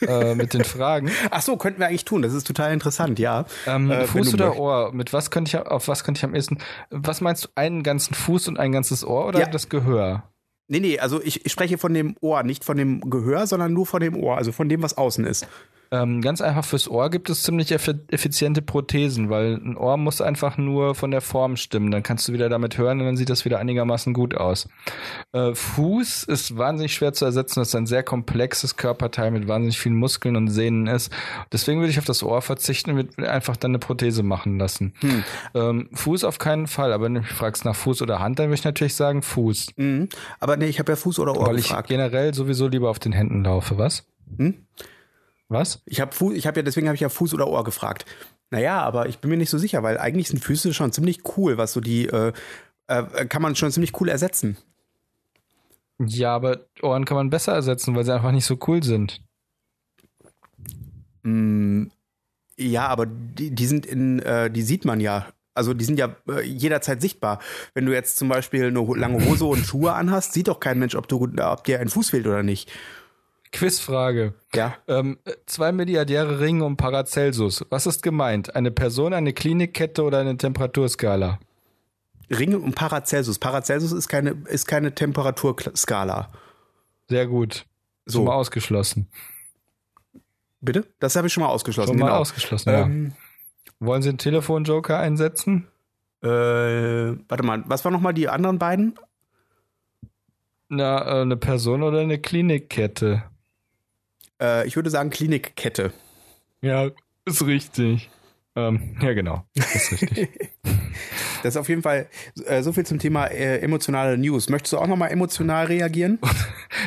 [SPEAKER 2] äh, mit den Fragen?
[SPEAKER 1] Ach so, könnten wir eigentlich tun. Das ist total interessant, ja.
[SPEAKER 2] Ähm,
[SPEAKER 1] Äh, wenn
[SPEAKER 2] Fuß
[SPEAKER 1] du
[SPEAKER 2] oder
[SPEAKER 1] möchtest.
[SPEAKER 2] Ohr? Mit was könnte ich, auf was könnte ich am ehesten? Was meinst du, einen ganzen Fuß und ein ganzes Ohr oder
[SPEAKER 1] Ja.
[SPEAKER 2] das Gehör?
[SPEAKER 1] Nee, nee, also ich, ich spreche von dem Ohr, nicht von dem Gehör, sondern nur von dem Ohr, also von dem, was außen ist.
[SPEAKER 2] Ähm, ganz einfach fürs Ohr gibt es ziemlich effi effiziente Prothesen, weil ein Ohr muss einfach nur von der Form stimmen. Dann kannst du wieder damit hören und dann sieht das wieder einigermaßen gut aus. Äh, Fuß ist wahnsinnig schwer zu ersetzen, das ist ein sehr komplexes Körperteil mit wahnsinnig vielen Muskeln und Sehnen ist. Deswegen würde ich auf das Ohr verzichten und würd mir einfach dann eine Prothese machen lassen. Ähm, Fuß auf keinen Fall, aber wenn du mich fragst nach Fuß oder Hand, dann würde ich natürlich sagen Fuß.
[SPEAKER 1] Mhm. Aber nee, ich habe ja Fuß oder Ohr
[SPEAKER 2] weil ich
[SPEAKER 1] gefragt.
[SPEAKER 2] generell sowieso lieber auf den Händen laufe, was?
[SPEAKER 1] Hm?
[SPEAKER 2] Was?
[SPEAKER 1] Ich habe Fuß, ich habe ja, deswegen habe ich ja Fuß oder Ohr gefragt. Naja, aber ich bin mir nicht so sicher, weil eigentlich sind Füße schon ziemlich cool, was so die, äh, äh, kann man schon ziemlich cool ersetzen.
[SPEAKER 2] Ja, aber Ohren kann man besser ersetzen, weil sie einfach nicht so cool sind.
[SPEAKER 1] Hm, Ja, aber die, die sind in, äh, die sieht man ja. Also die sind ja äh, jederzeit sichtbar. Wenn du jetzt zum Beispiel eine ho- lange Hose und Schuhe anhast, sieht doch kein Mensch, ob, du, ob dir ein Fuß fehlt oder nicht.
[SPEAKER 2] Quizfrage.
[SPEAKER 1] Ja.
[SPEAKER 2] Ähm, zwei Milliardäre ringen um Paracelsus. Was ist gemeint? Eine Person, eine Klinikkette oder eine Temperaturskala?
[SPEAKER 1] Ringe und Paracelsus. Paracelsus ist keine, ist keine Temperaturskala.
[SPEAKER 2] Sehr gut. So. Schon mal
[SPEAKER 1] So,
[SPEAKER 2] ausgeschlossen.
[SPEAKER 1] bitte? Das habe ich schon mal ausgeschlossen.
[SPEAKER 2] Schon mal
[SPEAKER 1] genau.
[SPEAKER 2] ausgeschlossen, ja.
[SPEAKER 1] ähm,
[SPEAKER 2] Wollen Sie einen Telefonjoker einsetzen?
[SPEAKER 1] äh, warte mal, was waren nochmal die anderen beiden?
[SPEAKER 2] Na, äh, eine Person oder eine Klinikkette?
[SPEAKER 1] Äh, ich würde sagen Klinikkette.
[SPEAKER 2] Ja, ist richtig. Ähm, ja, genau. Ist richtig.
[SPEAKER 1] Das ist auf jeden Fall äh, so viel zum Thema äh, emotionale News. Möchtest du auch nochmal emotional reagieren?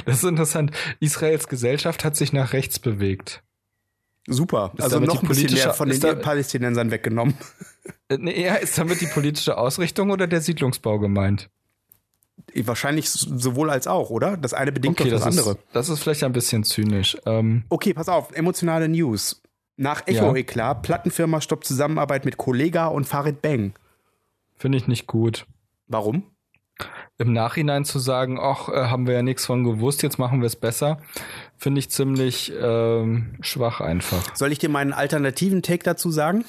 [SPEAKER 2] das ist interessant. Israels Gesellschaft hat sich nach rechts bewegt.
[SPEAKER 1] Super.
[SPEAKER 2] Ist
[SPEAKER 1] also
[SPEAKER 2] damit
[SPEAKER 1] noch
[SPEAKER 2] die
[SPEAKER 1] ein bisschen
[SPEAKER 2] politische-
[SPEAKER 1] mehr von den
[SPEAKER 2] ist da-
[SPEAKER 1] Palästinensern weggenommen.
[SPEAKER 2] Äh, Nee, ja, ist damit die politische Ausrichtung oder der Siedlungsbau gemeint?
[SPEAKER 1] Wahrscheinlich s- sowohl als auch, oder? Das eine bedingt doch das, andere.
[SPEAKER 2] ist, das ist vielleicht ein bisschen zynisch. Ähm,
[SPEAKER 1] Okay, pass auf. Emotionale News. Nach
[SPEAKER 2] Ja.
[SPEAKER 1] Echo-Eklat, Plattenfirma stoppt Zusammenarbeit mit Kollega und Farid Bang.
[SPEAKER 2] Finde ich nicht gut.
[SPEAKER 1] Warum?
[SPEAKER 2] Im Nachhinein zu sagen, ach, äh, haben wir ja nichts von gewusst, jetzt machen wir es besser, Finde ich ziemlich ähm, schwach einfach.
[SPEAKER 1] Soll ich dir meinen alternativen Take dazu sagen?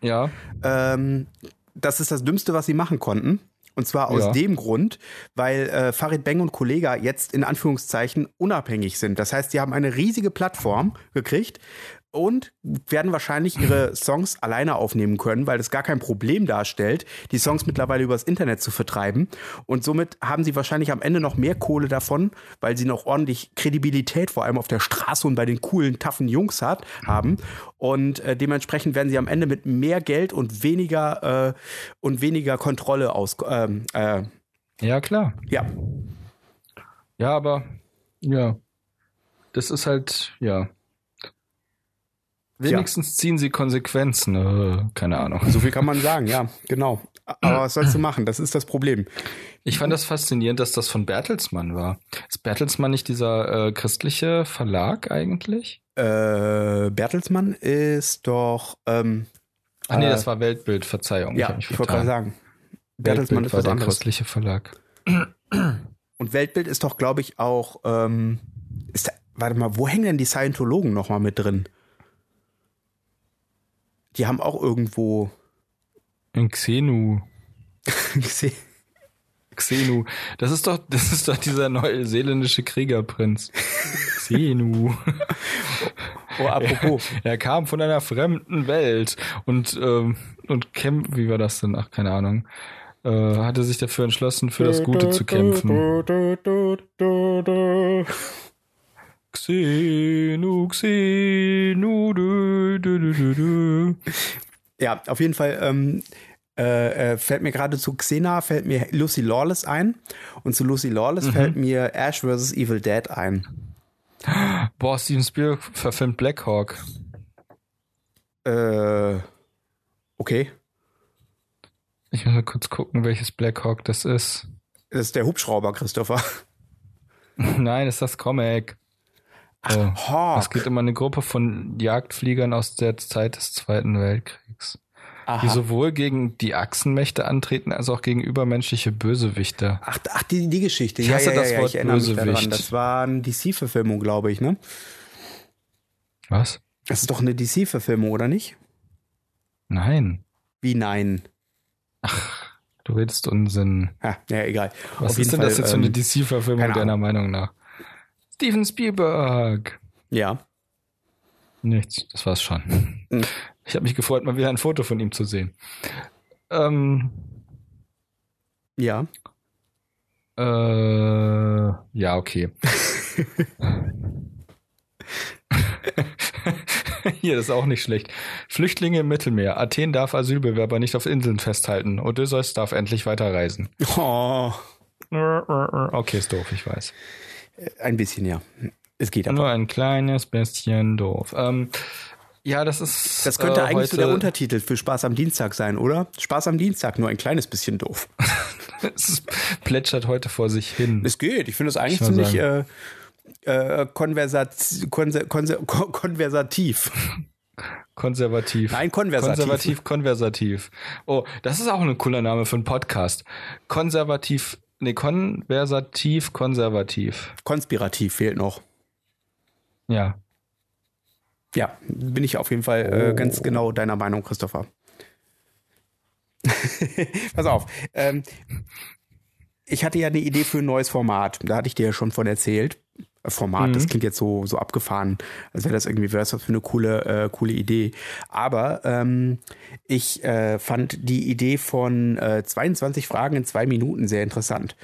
[SPEAKER 2] Ja.
[SPEAKER 1] Ähm, das ist das Dümmste, was sie machen konnten. Und zwar aus
[SPEAKER 2] Ja.
[SPEAKER 1] dem Grund, weil äh, Farid Beng und Kollega jetzt in Anführungszeichen unabhängig sind. Das heißt, sie haben eine riesige Plattform gekriegt und werden wahrscheinlich ihre Songs alleine aufnehmen können, weil es gar kein Problem darstellt, die Songs mittlerweile übers Internet zu vertreiben. Und somit haben sie wahrscheinlich am Ende noch mehr Kohle davon, weil sie noch ordentlich Kredibilität vor allem auf der Straße und bei den coolen, taffen Jungs hat, haben. Und äh, dementsprechend werden sie am Ende mit mehr Geld und weniger äh, und weniger Kontrolle aus. Ähm, äh,
[SPEAKER 2] Ja, klar.
[SPEAKER 1] ja,
[SPEAKER 2] Ja, aber ja. Das ist halt, ja. Wenigstens ziehen sie Konsequenzen. Äh, keine Ahnung.
[SPEAKER 1] so viel kann man sagen, ja, genau. Aber was sollst du machen? Das ist das Problem.
[SPEAKER 2] Ich fand das faszinierend, dass das von Bertelsmann war. Ist Bertelsmann nicht dieser äh, christliche Verlag eigentlich?
[SPEAKER 1] Äh, Bertelsmann ist doch. Ähm,
[SPEAKER 2] Ah nee,
[SPEAKER 1] Äh,
[SPEAKER 2] das war Weltbild, Verzeihung.
[SPEAKER 1] ja,
[SPEAKER 2] hab mich
[SPEAKER 1] ich wollte gerade
[SPEAKER 2] vertan.
[SPEAKER 1] sagen. Bertelsmann
[SPEAKER 2] Weltbild
[SPEAKER 1] ist
[SPEAKER 2] war
[SPEAKER 1] was
[SPEAKER 2] der
[SPEAKER 1] anderes.
[SPEAKER 2] christliche Verlag.
[SPEAKER 1] Und Weltbild ist doch, glaube ich, auch. Ähm, ist da, warte mal, wo hängen denn die Scientologen nochmal mit drin? Die haben auch irgendwo
[SPEAKER 2] In Xenu.
[SPEAKER 1] gesehen.
[SPEAKER 2] Xenu. Das ist doch, das ist doch dieser neuseeländische Kriegerprinz. Xenu.
[SPEAKER 1] Oh, apropos.
[SPEAKER 2] Er kam von einer fremden Welt und, ähm, und kämpft, wie war das denn? Ach, keine Ahnung. Äh, hatte sich dafür entschlossen, für das Gute zu kämpfen. Xenu, Xenu, dü, dü, dü, dü, dü.
[SPEAKER 1] Ja, auf jeden Fall ähm, äh, äh, fällt mir gerade zu Xena, fällt mir Lucy Lawless ein. Und zu Lucy
[SPEAKER 2] Mhm.
[SPEAKER 1] Lawless fällt mir Ash vs. Evil Dead ein.
[SPEAKER 2] Boah, Steven Spielberg verfilmt Black Hawk.
[SPEAKER 1] Äh, okay.
[SPEAKER 2] Ich muss mal kurz gucken, welches Black Hawk das ist.
[SPEAKER 1] Das ist der Hubschrauber, Christopher.
[SPEAKER 2] Nein, ist das Comic. Oh. Es
[SPEAKER 1] Hawk.
[SPEAKER 2] geht um eine Gruppe von Jagdfliegern aus der Zeit des Zweiten Weltkriegs, die
[SPEAKER 1] Aha.
[SPEAKER 2] sowohl gegen die Achsenmächte antreten, als auch gegen übermenschliche Bösewichter.
[SPEAKER 1] Ach, ach die, die Geschichte.
[SPEAKER 2] Ich
[SPEAKER 1] Ja,
[SPEAKER 2] hasse
[SPEAKER 1] ja, ja,
[SPEAKER 2] das
[SPEAKER 1] ja,
[SPEAKER 2] Wort
[SPEAKER 1] ich erinnere mich daran.
[SPEAKER 2] Bösewicht.
[SPEAKER 1] Das war eine DC-Verfilmung, glaube ich, ne?
[SPEAKER 2] Was?
[SPEAKER 1] Das ist doch eine DC-Verfilmung, oder nicht?
[SPEAKER 2] Nein.
[SPEAKER 1] Wie nein?
[SPEAKER 2] Du redest Unsinn.
[SPEAKER 1] Ja, ja egal.
[SPEAKER 2] Was
[SPEAKER 1] Auf
[SPEAKER 2] ist
[SPEAKER 1] jeden
[SPEAKER 2] denn
[SPEAKER 1] Fall,
[SPEAKER 2] das jetzt für eine
[SPEAKER 1] ähm,
[SPEAKER 2] DC-Verfilmung
[SPEAKER 1] keine
[SPEAKER 2] deiner Meinung nach? Steven Spielberg.
[SPEAKER 1] Ja.
[SPEAKER 2] Nichts, das war's schon.
[SPEAKER 1] Mhm.
[SPEAKER 2] Ich habe mich gefreut, mal wieder ein Foto von ihm zu sehen. Ähm,
[SPEAKER 1] Ja.
[SPEAKER 2] äh, ja, okay. Hier, das ist auch nicht schlecht. Flüchtlinge im Mittelmeer. Athen darf Asylbewerber nicht auf Inseln festhalten. Odysseus darf endlich weiterreisen.
[SPEAKER 1] Oh,
[SPEAKER 2] Okay, ist doof, ich weiß.
[SPEAKER 1] ein bisschen, ja. Es geht aber.
[SPEAKER 2] Nur ein kleines bisschen doof. Ähm, ja, das ist.
[SPEAKER 1] Das könnte
[SPEAKER 2] äh,
[SPEAKER 1] eigentlich so der
[SPEAKER 2] heute-
[SPEAKER 1] Untertitel für Spaß am Dienstag sein, oder? Spaß am Dienstag, nur ein kleines bisschen doof.
[SPEAKER 2] Es plätschert heute vor sich hin.
[SPEAKER 1] Es geht, ich finde es eigentlich
[SPEAKER 2] Ich würd
[SPEAKER 1] ziemlich äh, äh, konversat konse konse kon konversativ.
[SPEAKER 2] Konservativ.
[SPEAKER 1] Nein, konversativ.
[SPEAKER 2] Konservativ, konversativ. Oh, das ist auch ein cooler Name für einen Podcast. Konservativ, nee, konversativ, konservativ.
[SPEAKER 1] Konspirativ fehlt noch.
[SPEAKER 2] Ja.
[SPEAKER 1] Ja, bin ich auf jeden Fall äh, ganz genau deiner Meinung, Christopher. Pass auf. Ähm, ich hatte ja eine Idee für ein neues Format. Da hatte ich dir ja schon von erzählt. Äh, Format, das klingt jetzt so, so abgefahren, als wäre das irgendwie wäre das für eine coole, äh, coole Idee. Aber ähm, ich äh, fand die Idee von äh, 22 Fragen in zwei Minuten sehr interessant.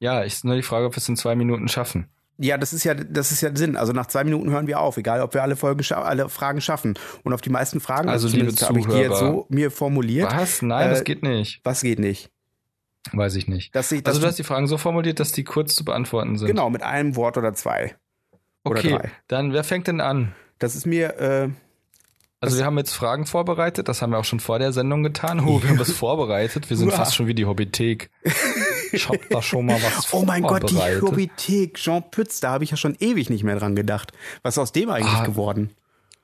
[SPEAKER 2] Ja, ist nur die Frage, ob wir es in zwei Minuten schaffen.
[SPEAKER 1] Ja, das ist ja, das ist ja der Sinn. Also nach zwei Minuten hören wir auf, egal ob wir alle Folgen, scha- alle Fragen schaffen. Und auf die meisten Fragen,
[SPEAKER 2] Also,
[SPEAKER 1] zumindest
[SPEAKER 2] liebe
[SPEAKER 1] habe ich die jetzt
[SPEAKER 2] Zuhörer.
[SPEAKER 1] so mir formuliert.
[SPEAKER 2] Was? Nein,
[SPEAKER 1] Äh,
[SPEAKER 2] das geht nicht.
[SPEAKER 1] Was geht nicht?
[SPEAKER 2] Weiß ich nicht.
[SPEAKER 1] Dass ich, dass
[SPEAKER 2] Also du hast die Fragen so formuliert, dass die kurz zu beantworten sind.
[SPEAKER 1] genau mit einem Wort oder zwei. oder
[SPEAKER 2] Okay,
[SPEAKER 1] drei.
[SPEAKER 2] dann wer fängt denn an?
[SPEAKER 1] Das ist mir äh,
[SPEAKER 2] Also wir haben jetzt Fragen vorbereitet, das haben wir auch schon vor der Sendung getan. Oh, wir haben das vorbereitet. Wir sind
[SPEAKER 1] Uah.
[SPEAKER 2] fast schon wie die Hobbythek. Ich hab da schon mal was
[SPEAKER 1] Oh mein Gott, die
[SPEAKER 2] vorbereitet.
[SPEAKER 1] Hobbythek, Jean Pütz, da habe ich ja schon ewig nicht mehr dran gedacht. Was ist aus dem eigentlich
[SPEAKER 2] Ah.
[SPEAKER 1] geworden?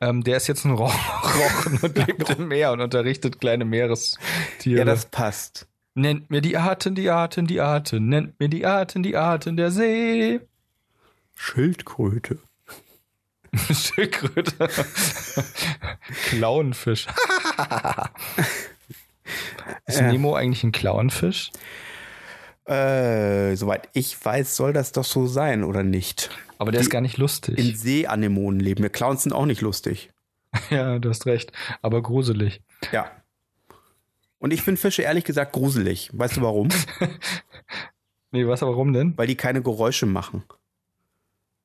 [SPEAKER 2] Ähm, der ist jetzt ein Ro- Rochen und lebt im Meer und unterrichtet kleine Meerestiere.
[SPEAKER 1] Ja, das passt.
[SPEAKER 2] nennt mir die Arten, die Arten, die Arten, nennt mir die Arten, die Arten der See.
[SPEAKER 1] Schildkröte.
[SPEAKER 2] Schildkröte. Clownfisch. Ist
[SPEAKER 1] Ja.
[SPEAKER 2] Nemo eigentlich ein Clownfisch?
[SPEAKER 1] Äh, soweit ich weiß, soll das doch so sein, oder nicht?
[SPEAKER 2] Aber der ist gar nicht lustig.
[SPEAKER 1] In Seeanemonen leben. Wir Clowns sind auch nicht lustig.
[SPEAKER 2] ja, du hast recht. Aber gruselig.
[SPEAKER 1] Ja. Und ich finde Fische ehrlich gesagt gruselig. Weißt du warum?
[SPEAKER 2] Nee, was aber warum denn?
[SPEAKER 1] Weil die keine Geräusche machen.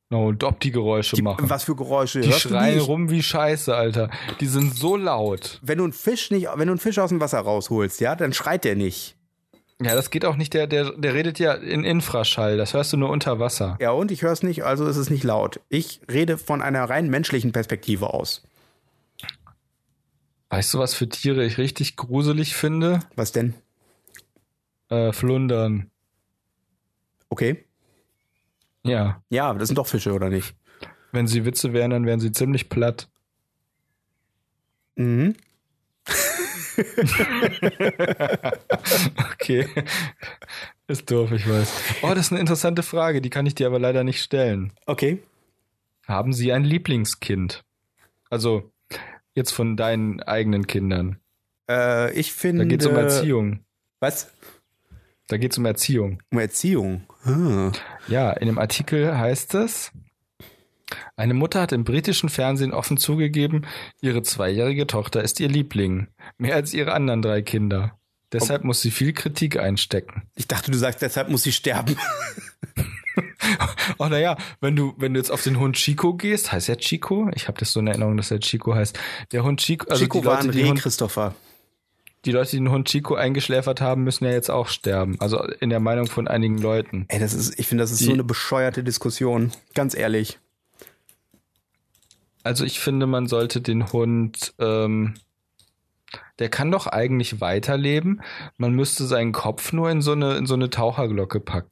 [SPEAKER 2] No, und ob die Geräusche
[SPEAKER 1] Die,
[SPEAKER 2] machen.
[SPEAKER 1] was für Geräusche?
[SPEAKER 2] die
[SPEAKER 1] hörst du
[SPEAKER 2] schreien
[SPEAKER 1] nicht?
[SPEAKER 2] rum wie Scheiße, Alter. Die sind so laut.
[SPEAKER 1] Wenn du einen Fisch nicht, wenn du einen Fisch aus dem Wasser rausholst, ja, dann schreit der nicht.
[SPEAKER 2] Ja, das geht auch nicht. Der, der, der redet ja in Infraschall. Das hörst du nur unter Wasser.
[SPEAKER 1] Ja, und ich höre es nicht, also ist es nicht laut. Ich rede von einer rein menschlichen Perspektive aus.
[SPEAKER 2] Weißt du, was für Tiere ich richtig gruselig finde?
[SPEAKER 1] Was denn?
[SPEAKER 2] Äh, Flundern.
[SPEAKER 1] Okay.
[SPEAKER 2] Ja.
[SPEAKER 1] Ja, aber das sind doch Fische, oder nicht?
[SPEAKER 2] Wenn sie Witze wären, dann wären sie ziemlich platt.
[SPEAKER 1] Mhm.
[SPEAKER 2] Okay. Ist doof, ich weiß. Oh, das ist eine interessante Frage, die kann ich dir aber leider nicht stellen.
[SPEAKER 1] Okay.
[SPEAKER 2] Haben Sie ein Lieblingskind? Also, jetzt von deinen eigenen Kindern.
[SPEAKER 1] Äh, ich finde.
[SPEAKER 2] Da geht es um Erziehung.
[SPEAKER 1] Was?
[SPEAKER 2] Da geht es um Erziehung.
[SPEAKER 1] Um Erziehung. Hm.
[SPEAKER 2] Ja, in dem Artikel heißt es, eine Mutter hat im britischen Fernsehen offen zugegeben, ihre zweijährige Tochter ist ihr Liebling. Mehr als ihre anderen drei Kinder. Deshalb muss sie viel Kritik einstecken.
[SPEAKER 1] Ich dachte, du sagst, deshalb muss sie sterben.
[SPEAKER 2] Oh naja, wenn du, wenn du jetzt auf den Hund Chico gehst, heißt er Chico? Ich habe das so in Erinnerung, dass er Chico heißt. Der Hund Chico, also
[SPEAKER 1] Chico
[SPEAKER 2] die,
[SPEAKER 1] war
[SPEAKER 2] Leute,
[SPEAKER 1] ein
[SPEAKER 2] die,
[SPEAKER 1] Reh,
[SPEAKER 2] Hund,
[SPEAKER 1] Christopher.
[SPEAKER 2] die Leute, die den Hund Chico eingeschläfert haben, müssen ja jetzt auch sterben. Also in der Meinung von einigen Leuten.
[SPEAKER 1] Ey, das ist, ich finde, das ist so
[SPEAKER 2] Die-
[SPEAKER 1] eine bescheuerte Diskussion. Ganz ehrlich.
[SPEAKER 2] Also ich finde, man sollte den Hund, ähm, der kann doch eigentlich weiterleben. Man müsste seinen Kopf nur in so eine, in so eine Taucherglocke packen.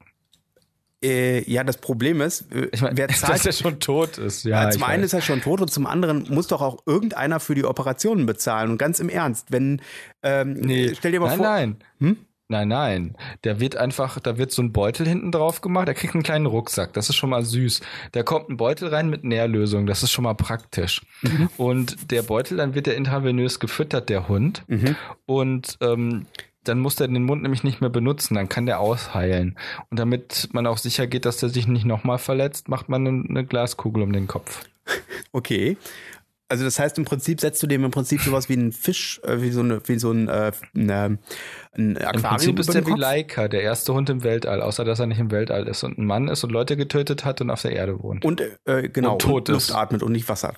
[SPEAKER 1] Äh, ja, das Problem ist, äh,
[SPEAKER 2] Ich meine,
[SPEAKER 1] wer
[SPEAKER 2] dass
[SPEAKER 1] zahlt.
[SPEAKER 2] er schon tot ist. Ja,
[SPEAKER 1] Ja, zum
[SPEAKER 2] ich
[SPEAKER 1] einen
[SPEAKER 2] weiß.
[SPEAKER 1] ist er schon tot und zum anderen muss doch auch irgendeiner für die Operationen bezahlen. Und ganz im Ernst, wenn, ähm,
[SPEAKER 2] Nee.
[SPEAKER 1] stell dir mal
[SPEAKER 2] nein,
[SPEAKER 1] vor, Hm?
[SPEAKER 2] Nein, nein. Nein, nein. Der wird einfach, da wird so ein Beutel hinten drauf gemacht, er kriegt einen kleinen Rucksack, das ist schon mal süß. Da kommt ein Beutel rein mit Nährlösung, das ist schon mal praktisch.
[SPEAKER 1] Mhm.
[SPEAKER 2] Und der Beutel, dann wird der intravenös gefüttert, der Hund.
[SPEAKER 1] Mhm.
[SPEAKER 2] Und ähm, dann muss der den Mund nämlich nicht mehr benutzen, dann kann der ausheilen. Und damit man auch sicher geht, dass der sich nicht nochmal verletzt, macht man eine, eine Glaskugel um den Kopf.
[SPEAKER 1] Okay. Also das heißt im Prinzip setzt du dem im Prinzip sowas wie einen Fisch, äh, wie so eine, wie so ein, äh, eine, ein Aquarium
[SPEAKER 2] Im Prinzip ist
[SPEAKER 1] über den
[SPEAKER 2] der wie
[SPEAKER 1] Kopf?
[SPEAKER 2] Laika, der erste Hund im Weltall, außer dass er nicht im Weltall ist und ein Mann ist und Leute getötet hat und auf der Erde wohnt.
[SPEAKER 1] und äh, genau
[SPEAKER 2] Und tot
[SPEAKER 1] Luft
[SPEAKER 2] ist.
[SPEAKER 1] atmet und nicht Wasser.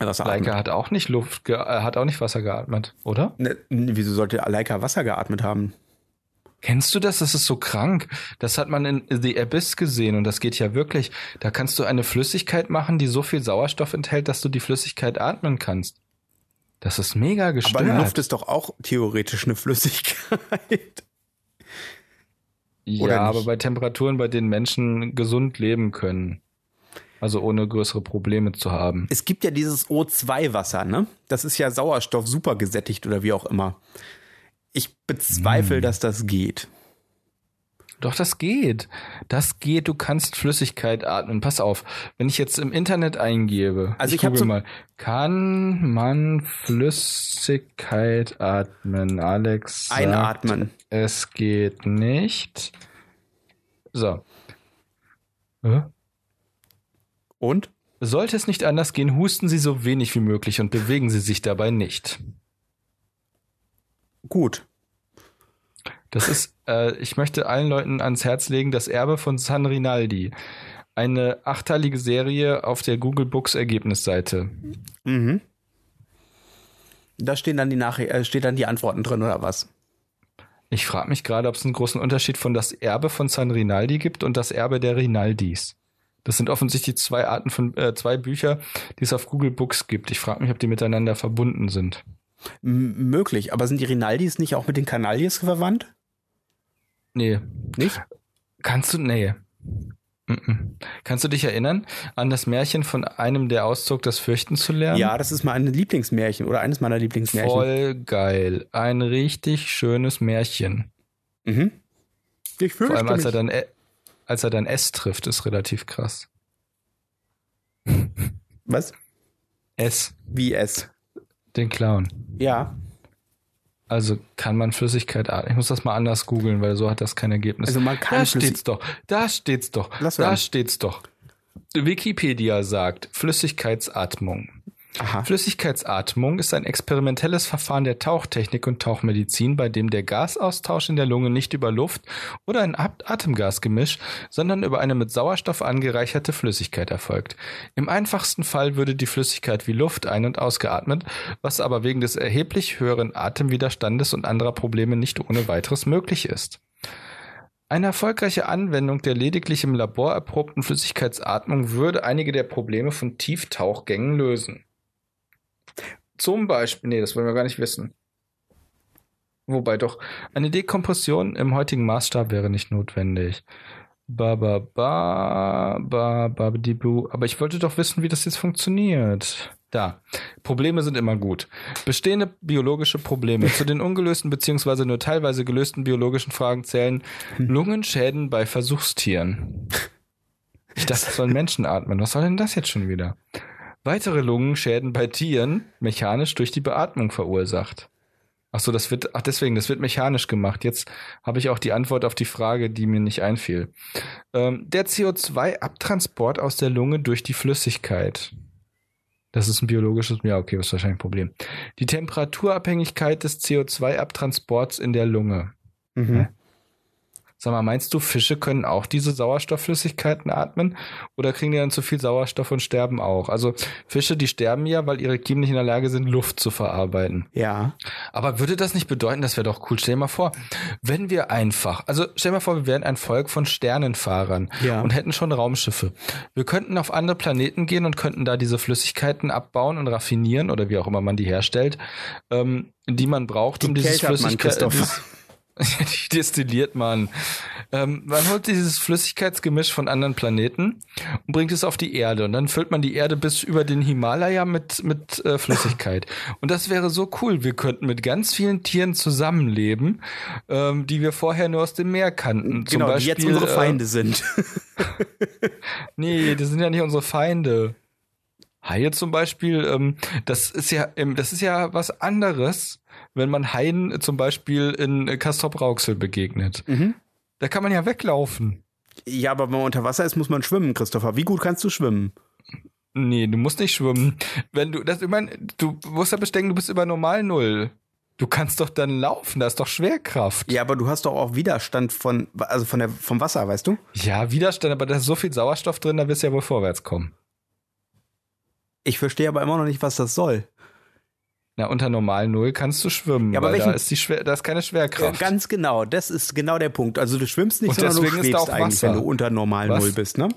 [SPEAKER 1] Äh, Wasser
[SPEAKER 2] Laika
[SPEAKER 1] atmet.
[SPEAKER 2] hat auch nicht Luft, ge äh, hat auch nicht Wasser geatmet, oder?
[SPEAKER 1] Ne, n- wieso sollte Leica Wasser geatmet haben?
[SPEAKER 2] Kennst du das? Das ist so krank. Das hat man in The Abyss gesehen und das geht ja wirklich. Da kannst du eine Flüssigkeit machen, die so viel Sauerstoff enthält, dass du die Flüssigkeit atmen kannst. Das ist mega
[SPEAKER 1] Aber
[SPEAKER 2] gestört.
[SPEAKER 1] Luft ist doch auch theoretisch eine Flüssigkeit.
[SPEAKER 2] ja,
[SPEAKER 1] oder nicht?
[SPEAKER 2] aber bei Temperaturen, bei denen Menschen gesund leben können. Also ohne größere Probleme zu haben.
[SPEAKER 1] Es gibt ja dieses O2-Wasser, ne? Das ist ja Sauerstoff super gesättigt oder wie auch immer. Ich bezweifle, dass das geht.
[SPEAKER 2] Doch, das geht. Das geht. Du kannst Flüssigkeit atmen. Pass auf. Wenn ich jetzt im Internet eingebe,
[SPEAKER 1] Also ich hab
[SPEAKER 2] google
[SPEAKER 1] so-
[SPEAKER 2] mal, kann man Flüssigkeit atmen? Alex sagt,
[SPEAKER 1] Einatmen.
[SPEAKER 2] es geht nicht. So. Hä?
[SPEAKER 1] Und?
[SPEAKER 2] Sollte es nicht anders gehen, husten Sie so wenig wie möglich und bewegen Sie sich dabei nicht.
[SPEAKER 1] Gut.
[SPEAKER 2] Das ist, äh, ich möchte allen Leuten ans Herz legen, das Erbe von San Rinaldi. Eine achteilige Serie auf der Google Books Ergebnisseite.
[SPEAKER 1] Mhm. Da stehen dann die Nach äh, steht dann die Antworten drin oder was?
[SPEAKER 2] Ich frage mich gerade, ob es einen großen Unterschied von das Erbe von San Rinaldi gibt und das Erbe der Rinaldis. Das sind offensichtlich zwei Arten von äh, zwei Bücher, die es auf Google Books gibt. Ich frage mich, ob die miteinander verbunden sind.
[SPEAKER 1] M möglich, aber sind die Rinaldis nicht auch mit den Canalies verwandt?
[SPEAKER 2] Nee,
[SPEAKER 1] Nicht?
[SPEAKER 2] Kannst du, nee. Mm-mm. Kannst du dich erinnern an das Märchen von einem, der auszog, das Fürchten zu lernen?
[SPEAKER 1] Ja, das ist mein Lieblingsmärchen oder eines meiner Lieblingsmärchen.
[SPEAKER 2] Voll geil. Ein richtig schönes Märchen.
[SPEAKER 1] Mhm. Ich
[SPEAKER 2] Vor
[SPEAKER 1] fürchte
[SPEAKER 2] allem, als er
[SPEAKER 1] mich.
[SPEAKER 2] dann, e- als er dann S trifft, ist relativ krass.
[SPEAKER 1] Was?
[SPEAKER 2] S,
[SPEAKER 1] Wie es?
[SPEAKER 2] den Clown.
[SPEAKER 1] Ja.
[SPEAKER 2] Also kann man Flüssigkeit atmen. Ich muss das mal anders googeln, weil so hat das kein Ergebnis.
[SPEAKER 1] Also man kann
[SPEAKER 2] da
[SPEAKER 1] Flüssi-
[SPEAKER 2] steht's doch. Da steht's doch.
[SPEAKER 1] Lass
[SPEAKER 2] da
[SPEAKER 1] hören.
[SPEAKER 2] steht's doch. Wikipedia sagt Flüssigkeitsatmung.
[SPEAKER 1] Aha.
[SPEAKER 2] Flüssigkeitsatmung ist ein experimentelles Verfahren der Tauchtechnik und Tauchmedizin, bei dem der Gasaustausch in der Lunge nicht über Luft oder ein At- Atemgasgemisch, sondern über eine mit Sauerstoff angereicherte Flüssigkeit erfolgt. Im einfachsten Fall würde die Flüssigkeit wie Luft ein- und ausgeatmet, was aber wegen des erheblich höheren Atemwiderstandes und anderer Probleme nicht ohne weiteres möglich ist. Eine erfolgreiche Anwendung der lediglich im Labor erprobten Flüssigkeitsatmung würde einige der Probleme von Tieftauchgängen lösen. Zum Beispiel, nee, das wollen wir gar nicht wissen. Wobei doch, eine Dekompression im heutigen Maßstab wäre nicht notwendig. Ba, ba, ba, ba, ba, di, bu. Aber ich wollte doch wissen, wie das jetzt funktioniert. Da. Probleme sind immer gut. Bestehende biologische Probleme. Zu den ungelösten bzw. nur teilweise gelösten biologischen Fragen zählen Lungenschäden bei Versuchstieren. Ich dachte, das sollen Menschen atmen. Was soll denn das jetzt schon wieder? Weitere Lungenschäden bei Tieren mechanisch durch die Beatmung verursacht. Ach so, das wird, ach deswegen, das wird mechanisch gemacht. Jetzt habe ich auch die Antwort auf die Frage, die mir nicht einfiel. Ähm, der CO2-Abtransport aus der Lunge durch die Flüssigkeit. Das ist ein biologisches, ja, okay, das ist wahrscheinlich ein Problem. Die Temperaturabhängigkeit des CO2-Abtransports in der Lunge.
[SPEAKER 1] Mhm.
[SPEAKER 2] Sag mal, meinst du, Fische können auch diese Sauerstoffflüssigkeiten atmen? Oder kriegen die dann zu viel Sauerstoff und sterben auch? Also Fische, die sterben ja, weil ihre Kiemen nicht in der Lage sind, Luft zu verarbeiten.
[SPEAKER 1] Ja.
[SPEAKER 2] Aber würde das nicht bedeuten, das wäre doch cool. Stell dir mal vor, wenn wir einfach, also stell dir mal vor, wir wären ein Volk von Sternenfahrern
[SPEAKER 1] Ja.
[SPEAKER 2] und hätten schon Raumschiffe. Wir könnten auf andere Planeten gehen und könnten da diese Flüssigkeiten abbauen und raffinieren oder wie auch immer man die herstellt, ähm, die man braucht, um dieses
[SPEAKER 1] Kältert man,
[SPEAKER 2] Flüssigkeit.
[SPEAKER 1] Christoph.
[SPEAKER 2] dieses- die destilliert man. Ähm, man holt dieses Flüssigkeitsgemisch von anderen Planeten und bringt es auf die Erde. Und dann füllt man die Erde bis über den Himalaya mit, mit äh, Flüssigkeit. Und das wäre so cool. Wir könnten mit ganz vielen Tieren zusammenleben, ähm, die wir vorher nur aus dem Meer kannten. Zum
[SPEAKER 1] Genau, die
[SPEAKER 2] Beispiel,
[SPEAKER 1] jetzt unsere
[SPEAKER 2] äh,
[SPEAKER 1] Feinde sind.
[SPEAKER 2] Nee, das sind ja nicht unsere Feinde. Haie zum Beispiel, ähm, das ist ja, ähm, das ist ja was anderes, wenn man Haien äh, zum Beispiel in äh, Castrop-Rauxel begegnet.
[SPEAKER 1] Mhm.
[SPEAKER 2] Da kann man ja weglaufen.
[SPEAKER 1] Ja, aber wenn man unter Wasser ist, muss man schwimmen, Christopher. Wie gut kannst du schwimmen?
[SPEAKER 2] Nee, du musst nicht schwimmen. Wenn du, das, ich mein, du musst ja bedenken, du bist über Normal Null. Du kannst doch dann laufen, da ist doch Schwerkraft.
[SPEAKER 1] Ja, aber du hast doch auch Widerstand von, also von der, vom Wasser, weißt du?
[SPEAKER 2] Ja, Widerstand, aber da ist so viel Sauerstoff drin, da wirst du ja wohl vorwärts kommen.
[SPEAKER 1] Ich verstehe aber immer noch nicht, was das soll.
[SPEAKER 2] Na, unter Normal Null kannst du schwimmen,
[SPEAKER 1] Ja, aber
[SPEAKER 2] weil da
[SPEAKER 1] welchen-
[SPEAKER 2] ist, die Schwer, da ist keine Schwerkraft.
[SPEAKER 1] Ganz genau, das ist genau der Punkt. Also du schwimmst nicht,
[SPEAKER 2] Und
[SPEAKER 1] sondern du
[SPEAKER 2] deswegen ist da
[SPEAKER 1] schwebst
[SPEAKER 2] auch
[SPEAKER 1] eigentlich,
[SPEAKER 2] Wasser.
[SPEAKER 1] wenn du unter normal
[SPEAKER 2] Was?
[SPEAKER 1] Null bist, ne?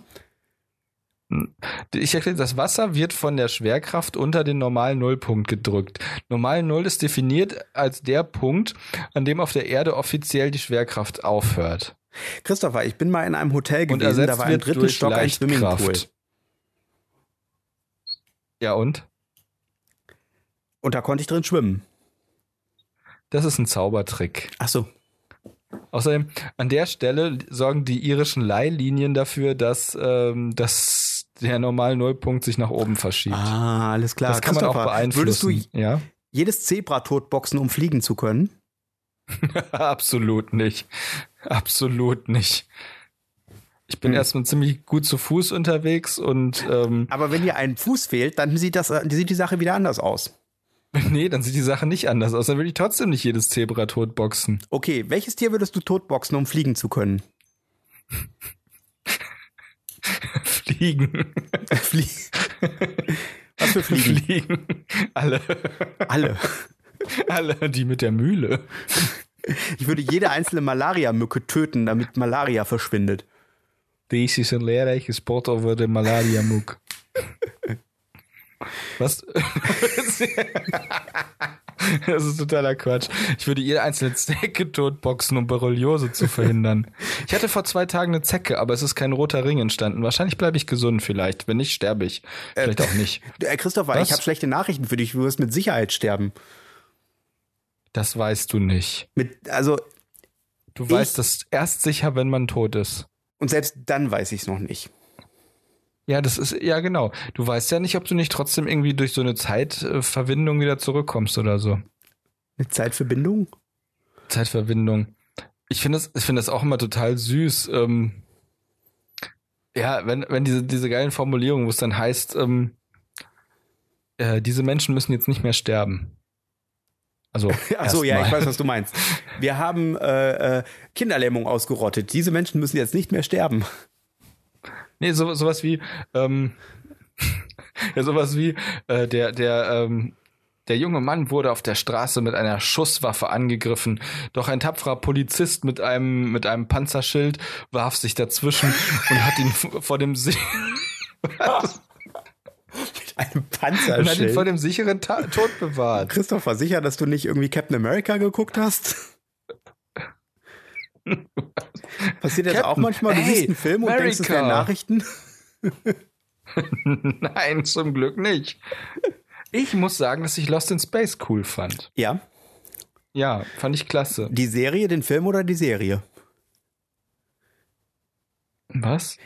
[SPEAKER 2] Ich erkläre, das Wasser wird von der Schwerkraft unter den normalen Nullpunkt gedrückt. Normal Null ist definiert als der Punkt, an dem auf der Erde offiziell die Schwerkraft aufhört.
[SPEAKER 1] Christopher, ich bin mal in einem Hotel
[SPEAKER 2] Und
[SPEAKER 1] gewesen, da
[SPEAKER 2] ersetzt
[SPEAKER 1] war im
[SPEAKER 2] wird
[SPEAKER 1] dritten
[SPEAKER 2] durch
[SPEAKER 1] Stock ein Swimmingpool.
[SPEAKER 2] Leichtkraft. Ja und?
[SPEAKER 1] Und da konnte ich drin schwimmen.
[SPEAKER 2] Das ist ein Zaubertrick.
[SPEAKER 1] Ach so.
[SPEAKER 2] Außerdem, an der Stelle sorgen die irischen Leihlinien dafür, dass, ähm, dass der normale Nullpunkt sich nach oben verschiebt.
[SPEAKER 1] Ah, alles klar.
[SPEAKER 2] das kann man auch
[SPEAKER 1] Christopher, Würdest
[SPEAKER 2] beeinflussen.
[SPEAKER 1] du
[SPEAKER 2] ja?
[SPEAKER 1] jedes Zebra totboxen, um fliegen zu können?
[SPEAKER 2] Absolut nicht. Absolut nicht. Ich bin
[SPEAKER 1] Hm.
[SPEAKER 2] erstmal ziemlich gut zu Fuß unterwegs und ähm,
[SPEAKER 1] Aber wenn dir ein Fuß fehlt, dann sieht, das, äh, sieht die Sache wieder anders aus.
[SPEAKER 2] nee, dann sieht die Sache nicht anders aus. Dann will ich trotzdem nicht jedes Zebra totboxen.
[SPEAKER 1] Okay, welches Tier würdest du totboxen, um fliegen zu können?
[SPEAKER 2] Fliegen.
[SPEAKER 1] Flie Was für Fliegen?
[SPEAKER 2] Fliegen. Alle.
[SPEAKER 1] Alle.
[SPEAKER 2] Alle, die mit der Mühle.
[SPEAKER 1] Ich würde jede einzelne Malaria-Mücke töten, damit Malaria verschwindet.
[SPEAKER 2] Dies ist ein lehrreiches Sport over the Malaria Muck. Was? Das ist totaler Quatsch. Ich würde jede einzelne Zecke totboxen, um Borreliose zu verhindern. Ich hatte vor zwei Tagen eine Zecke, aber es ist kein roter Ring entstanden. Wahrscheinlich bleibe ich gesund vielleicht. Wenn nicht, sterbe ich. Vielleicht auch nicht.
[SPEAKER 1] Äh, Christopher,
[SPEAKER 2] Was?
[SPEAKER 1] ich habe schlechte Nachrichten für dich. Du wirst mit Sicherheit sterben.
[SPEAKER 2] Das weißt du nicht.
[SPEAKER 1] Mit, also,
[SPEAKER 2] Du weißt das erst sicher, wenn man tot ist.
[SPEAKER 1] Und selbst dann weiß ich es noch nicht.
[SPEAKER 2] Ja, das ist, ja genau. Du weißt ja nicht, ob du nicht trotzdem irgendwie durch so eine Zeitverbindung wieder zurückkommst oder so.
[SPEAKER 1] Eine Zeitverbindung?
[SPEAKER 2] Zeitverbindung. Ich finde das, ich finde das auch immer total süß. Ähm, ja, wenn, wenn diese, diese geilen Formulierungen, wo es dann heißt, ähm, äh, diese Menschen müssen jetzt nicht mehr sterben. Also,
[SPEAKER 1] Achso, ja, ich weiß, was du meinst. Wir haben äh, äh, Kinderlähmung ausgerottet. Diese Menschen müssen jetzt nicht mehr sterben.
[SPEAKER 2] Nee, so, sowas wie, ähm, ja, sowas wie, äh, der, der, ähm, der junge Mann wurde auf der Straße mit einer Schusswaffe angegriffen, doch ein tapferer Polizist mit einem, mit einem Panzerschild warf sich dazwischen und hat ihn vor dem See.
[SPEAKER 1] Mit einem
[SPEAKER 2] und hat ihn
[SPEAKER 1] Panzerschild.
[SPEAKER 2] vor dem sicheren Ta Tod bewahrt.
[SPEAKER 1] Christopher, sicher, dass du nicht irgendwie Captain America geguckt hast? Passiert das auch
[SPEAKER 2] Captain,
[SPEAKER 1] manchmal? Du
[SPEAKER 2] hey,
[SPEAKER 1] siehst einen Film und denkst, es wären
[SPEAKER 2] America.
[SPEAKER 1] Nachrichten?
[SPEAKER 2] Nein, zum Glück nicht. Ich muss sagen, dass ich Lost in Space cool fand.
[SPEAKER 1] Ja.
[SPEAKER 2] Ja, fand ich klasse.
[SPEAKER 1] Die Serie, den Film oder die Serie?
[SPEAKER 2] Was?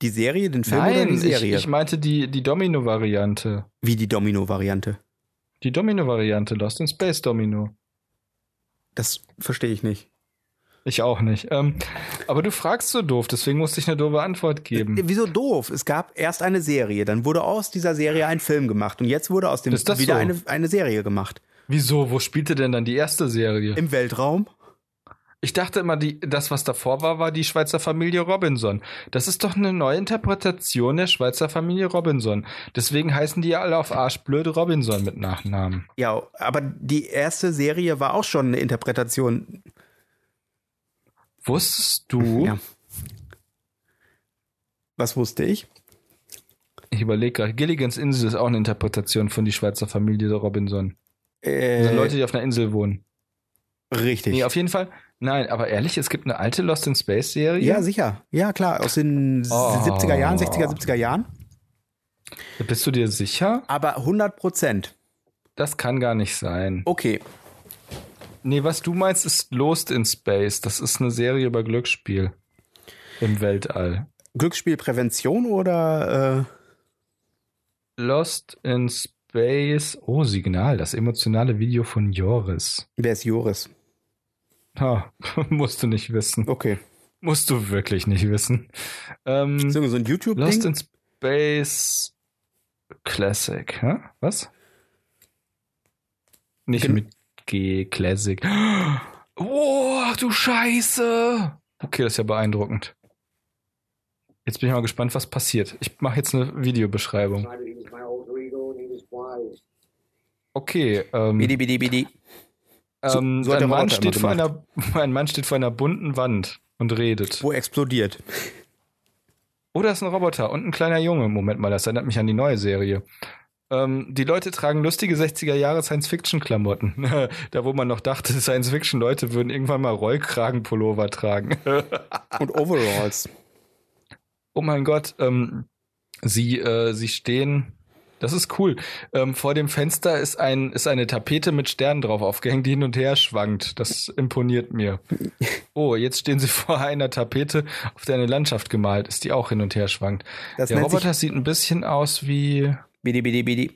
[SPEAKER 1] Die Serie, den Film oder
[SPEAKER 2] Nein,
[SPEAKER 1] die
[SPEAKER 2] ich,
[SPEAKER 1] Serie?
[SPEAKER 2] ich meinte die, die Domino-Variante.
[SPEAKER 1] Wie die Domino-Variante.
[SPEAKER 2] Die Domino-Variante, Lost in Space Domino.
[SPEAKER 1] Das verstehe ich nicht.
[SPEAKER 2] Ich auch nicht. Ähm, aber du fragst so doof, deswegen musste ich eine doofe Antwort geben.
[SPEAKER 1] Äh, Wieso doof? Es gab erst eine Serie, dann wurde aus dieser Serie ein Film gemacht und jetzt wurde aus dem
[SPEAKER 2] Ist das
[SPEAKER 1] wieder
[SPEAKER 2] so?
[SPEAKER 1] eine, eine Serie gemacht.
[SPEAKER 2] Wieso? Wo spielte denn dann die erste Serie?
[SPEAKER 1] Im Weltraum?
[SPEAKER 2] Ich dachte immer, die, das, was davor war, war die Schweizer Familie Robinson. Das ist doch eine Neuinterpretation der Schweizer Familie Robinson. Deswegen heißen die ja alle auf Arschblöde Robinson mit Nachnamen.
[SPEAKER 1] Ja, aber die erste Serie war auch schon eine Interpretation.
[SPEAKER 2] Wusstest du?
[SPEAKER 1] Ja. Was wusste ich?
[SPEAKER 2] Ich überlege gerade, Gilligans Insel ist auch eine Interpretation von die Schweizer Familie Robinson. Das
[SPEAKER 1] Äh,
[SPEAKER 2] sind Also Leute, die auf einer Insel wohnen.
[SPEAKER 1] richtig.
[SPEAKER 2] Nee, auf jeden Fall. Nein, aber ehrlich, es gibt eine alte Lost in Space Serie.
[SPEAKER 1] Ja, sicher. Ja, klar. Aus den
[SPEAKER 2] Oh.
[SPEAKER 1] 70er Jahren, 60er, 70er Jahren.
[SPEAKER 2] Bist du dir sicher?
[SPEAKER 1] Aber 100 Prozent.
[SPEAKER 2] Das kann gar nicht sein.
[SPEAKER 1] Okay.
[SPEAKER 2] Nee, was du meinst, ist Lost in Space. Das ist eine Serie über Glücksspiel im Weltall.
[SPEAKER 1] Glücksspielprävention oder äh,
[SPEAKER 2] Lost in Space. Oh, Signal, das emotionale Video von Joris.
[SPEAKER 1] äh, wer ist Joris?
[SPEAKER 2] Ha, musst du nicht wissen.
[SPEAKER 1] Okay.
[SPEAKER 2] Musst du wirklich nicht wissen. Ähm,
[SPEAKER 1] Ist irgendwie so ein YouTube-Ding?
[SPEAKER 2] Lost in Space Classic. Hä? Was? Nicht
[SPEAKER 1] Gen-
[SPEAKER 2] mit G Classic. Oh, ach du Scheiße. Okay, das ist ja beeindruckend. Jetzt bin ich mal gespannt, was passiert. Ich mache jetzt eine Videobeschreibung.
[SPEAKER 3] decided he was my alter ego and he was wise.
[SPEAKER 2] Okay, ähm,
[SPEAKER 1] Bidi, bidi, bidi. so-
[SPEAKER 2] ähm,
[SPEAKER 1] so hat der
[SPEAKER 2] ein, Mann
[SPEAKER 1] Roboter
[SPEAKER 2] steht
[SPEAKER 1] immer
[SPEAKER 2] vor einer, ein Mann steht vor einer bunten Wand und redet.
[SPEAKER 1] Wo explodiert?
[SPEAKER 2] Oh, da ist ein Roboter und ein kleiner Junge. Moment mal, das erinnert mich an die neue Serie. Ähm, die Leute tragen lustige 60er-Jahre-Science-Fiction-Klamotten. da, wo man noch dachte, Science-Fiction-Leute würden irgendwann mal Rollkragenpullover tragen.
[SPEAKER 1] Und Overalls.
[SPEAKER 2] oh mein Gott, ähm, sie, äh, sie stehen. Das ist cool. Ähm, vor dem Fenster ist, ein, ist eine Tapete mit Sternen drauf aufgehängt, die hin und her schwankt. Das imponiert mir. Oh, jetzt stehen sie vor einer Tapete, auf der eine Landschaft gemalt ist, die auch hin und her schwankt.
[SPEAKER 1] Das
[SPEAKER 2] der
[SPEAKER 1] nennt sich-
[SPEAKER 2] Roboter sieht ein bisschen aus wie.
[SPEAKER 1] Bidi, bidi, bidi.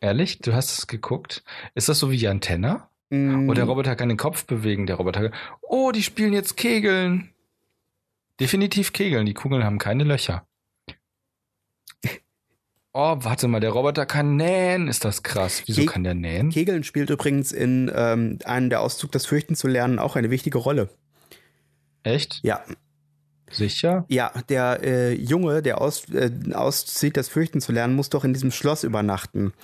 [SPEAKER 2] Ehrlich? Du hast es geguckt? Ist das so wie Jan Tenner?
[SPEAKER 1] Mm,
[SPEAKER 2] Oh, der Roboter kann den Kopf bewegen, der Roboter. Oh, die spielen jetzt Kegeln. Definitiv Kegeln, die Kugeln haben keine Löcher. Oh, warte mal, der Roboter kann nähen. Ist das krass? Wieso
[SPEAKER 1] Ke-
[SPEAKER 2] kann der nähen?
[SPEAKER 1] Kegeln spielt übrigens in ähm, einem der Auszug, das Fürchten zu lernen, auch eine wichtige Rolle.
[SPEAKER 2] Echt?
[SPEAKER 1] Ja,
[SPEAKER 2] Sicher?
[SPEAKER 1] ja, der äh, Junge, der aus, äh, auszieht, das Fürchten zu lernen, muss doch in diesem Schloss übernachten.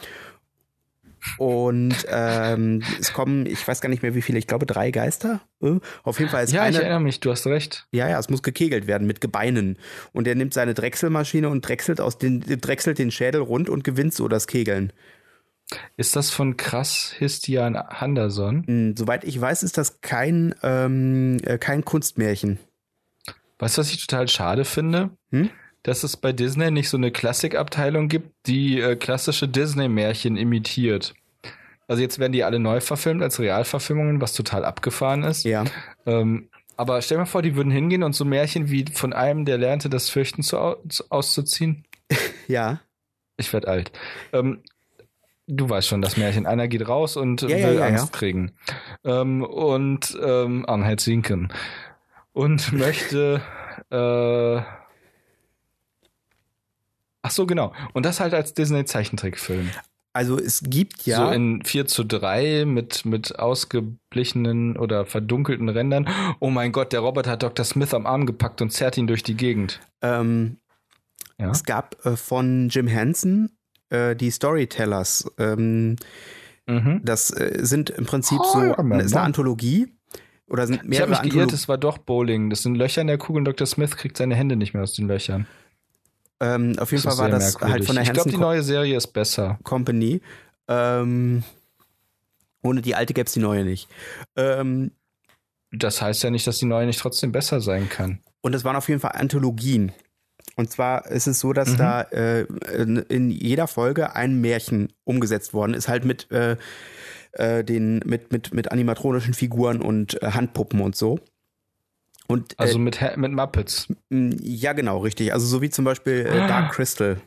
[SPEAKER 1] Und ähm, es kommen, ich weiß gar nicht mehr wie viele, ich glaube drei Geister. Äh, auf jeden Fall ist
[SPEAKER 2] Ja, ich
[SPEAKER 1] eine.
[SPEAKER 2] erinnere mich, du hast recht.
[SPEAKER 1] Ja, ja, es muss gekegelt werden mit Gebeinen. Und er nimmt seine Drechselmaschine und drechselt, aus den, drechselt den Schädel rund und gewinnt so das Kegeln.
[SPEAKER 2] Ist das von krass Histian Anderson?
[SPEAKER 1] Hm, Soweit ich weiß, ist das kein, ähm, äh, kein Kunstmärchen.
[SPEAKER 2] Weißt du, was ich total schade finde?
[SPEAKER 1] Hm?
[SPEAKER 2] Dass es bei Disney nicht so eine Klassikabteilung gibt, die äh, klassische Disney-Märchen imitiert. Also jetzt werden die alle neu verfilmt als Realverfilmungen, was total abgefahren ist.
[SPEAKER 1] Ja.
[SPEAKER 2] Ähm, Aber stell mal vor, die würden hingehen und so Märchen wie von einem, der lernte, das Fürchten zu, au- zu- auszuziehen.
[SPEAKER 1] Ja.
[SPEAKER 2] Ich werd alt. Ähm, du weißt schon, das Märchen. Einer geht raus und
[SPEAKER 1] Ja,
[SPEAKER 2] will
[SPEAKER 1] ja, ja,
[SPEAKER 2] Angst kriegen. Ähm, und ähm, Angst sinken. Und möchte. Äh, ach so, genau. Und das halt als Disney-Zeichentrickfilm.
[SPEAKER 1] Also es gibt ja.
[SPEAKER 2] So in 4 zu 3 mit, mit ausgeblichenen oder verdunkelten Rändern. Oh mein Gott, der Roboter hat Dr. Smith am Arm gepackt und zerrt ihn durch die Gegend.
[SPEAKER 1] ähm,
[SPEAKER 2] Ja.
[SPEAKER 1] Es gab äh, von Jim Henson äh, die Storytellers. Ähm,
[SPEAKER 2] Mhm.
[SPEAKER 1] das äh, sind im Prinzip
[SPEAKER 2] Oh,
[SPEAKER 1] so
[SPEAKER 2] ja, man,
[SPEAKER 1] ist
[SPEAKER 2] man.
[SPEAKER 1] eine Anthologie. Oder sind
[SPEAKER 2] Ich habe
[SPEAKER 1] mehrere
[SPEAKER 2] mich geirrt,
[SPEAKER 1] Anthologien.
[SPEAKER 2] es war doch Bowling. Das sind Löcher in der Kugel und Dr. Smith kriegt seine Hände nicht mehr aus den Löchern.
[SPEAKER 1] Ähm, auf jeden
[SPEAKER 2] Das
[SPEAKER 1] Fall
[SPEAKER 2] ist
[SPEAKER 1] war
[SPEAKER 2] sehr
[SPEAKER 1] das halt
[SPEAKER 2] merkwürdig.
[SPEAKER 1] von der
[SPEAKER 2] Ich glaube,
[SPEAKER 1] Henson
[SPEAKER 2] die neue Serie ist besser.
[SPEAKER 1] Company. Ähm, ohne die alte gäbe es die neue nicht. Ähm,
[SPEAKER 2] Das heißt ja nicht, dass die neue nicht trotzdem besser sein kann.
[SPEAKER 1] Und es waren auf jeden Fall Anthologien. Und zwar ist es so, dass
[SPEAKER 2] Mhm.
[SPEAKER 1] da äh, in, in jeder Folge ein Märchen umgesetzt worden ist, halt mit, äh, äh, den, mit, mit, mit animatronischen Figuren und äh, Handpuppen und so. Und äh,
[SPEAKER 2] Also mit, Ha- mit Muppets.
[SPEAKER 1] m, ja, genau, richtig. Also so wie zum Beispiel äh,
[SPEAKER 2] Ah.
[SPEAKER 1] Dark Crystal.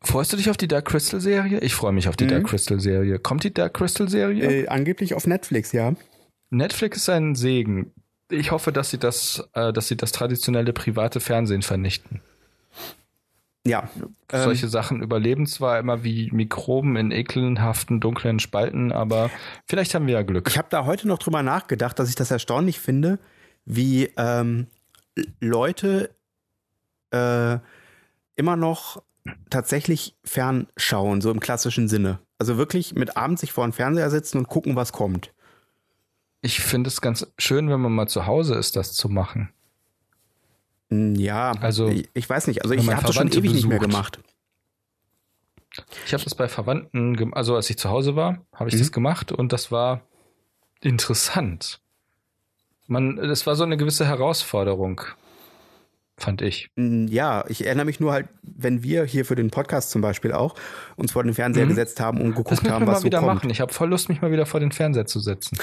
[SPEAKER 2] Freust du dich auf die Dark Crystal Serie? Ich freue mich auf die
[SPEAKER 1] Mhm.
[SPEAKER 2] Dark Crystal Serie. Kommt die Dark Crystal Serie?
[SPEAKER 1] Äh, angeblich auf Netflix, ja.
[SPEAKER 2] Netflix ist ein Segen. Ich hoffe, dass sie das, äh, dass sie das traditionelle private Fernsehen vernichten.
[SPEAKER 1] Ja. Ähm,
[SPEAKER 2] Solche Sachen überleben zwar immer wie Mikroben in ekelhaften, dunklen Spalten, aber vielleicht haben wir ja Glück.
[SPEAKER 1] Ich habe da heute noch drüber nachgedacht, dass ich das erstaunlich finde, wie ähm, Leute äh, immer noch tatsächlich fernschauen, so im klassischen Sinne. Also wirklich mit Abend sich vor den Fernseher setzen und gucken, was kommt.
[SPEAKER 2] Ich finde es ganz schön, wenn man mal zu Hause ist, das zu machen.
[SPEAKER 1] Hm, Ja,
[SPEAKER 2] Also,
[SPEAKER 1] ich, ich weiß nicht. Also
[SPEAKER 2] wenn
[SPEAKER 1] ich
[SPEAKER 2] man
[SPEAKER 1] habe das schon
[SPEAKER 2] Verwandte
[SPEAKER 1] ewig nicht mehr
[SPEAKER 2] besucht.
[SPEAKER 1] gemacht.
[SPEAKER 2] Ich habe das bei Verwandten, gem- also als ich zu Hause war, habe ich
[SPEAKER 1] Mhm.
[SPEAKER 2] das gemacht und das war interessant. Man, das war so eine gewisse Herausforderung, fand ich.
[SPEAKER 1] Hm, Ja, ich erinnere mich nur halt, wenn wir hier für den Podcast zum Beispiel auch uns vor den Fernseher
[SPEAKER 2] Mhm.
[SPEAKER 1] gesetzt haben und
[SPEAKER 2] Das
[SPEAKER 1] geguckt
[SPEAKER 2] müssen wir
[SPEAKER 1] haben, was
[SPEAKER 2] mal
[SPEAKER 1] so
[SPEAKER 2] wieder
[SPEAKER 1] kommt.
[SPEAKER 2] machen. Ich habe voll Lust, mich mal wieder vor den Fernseher zu setzen.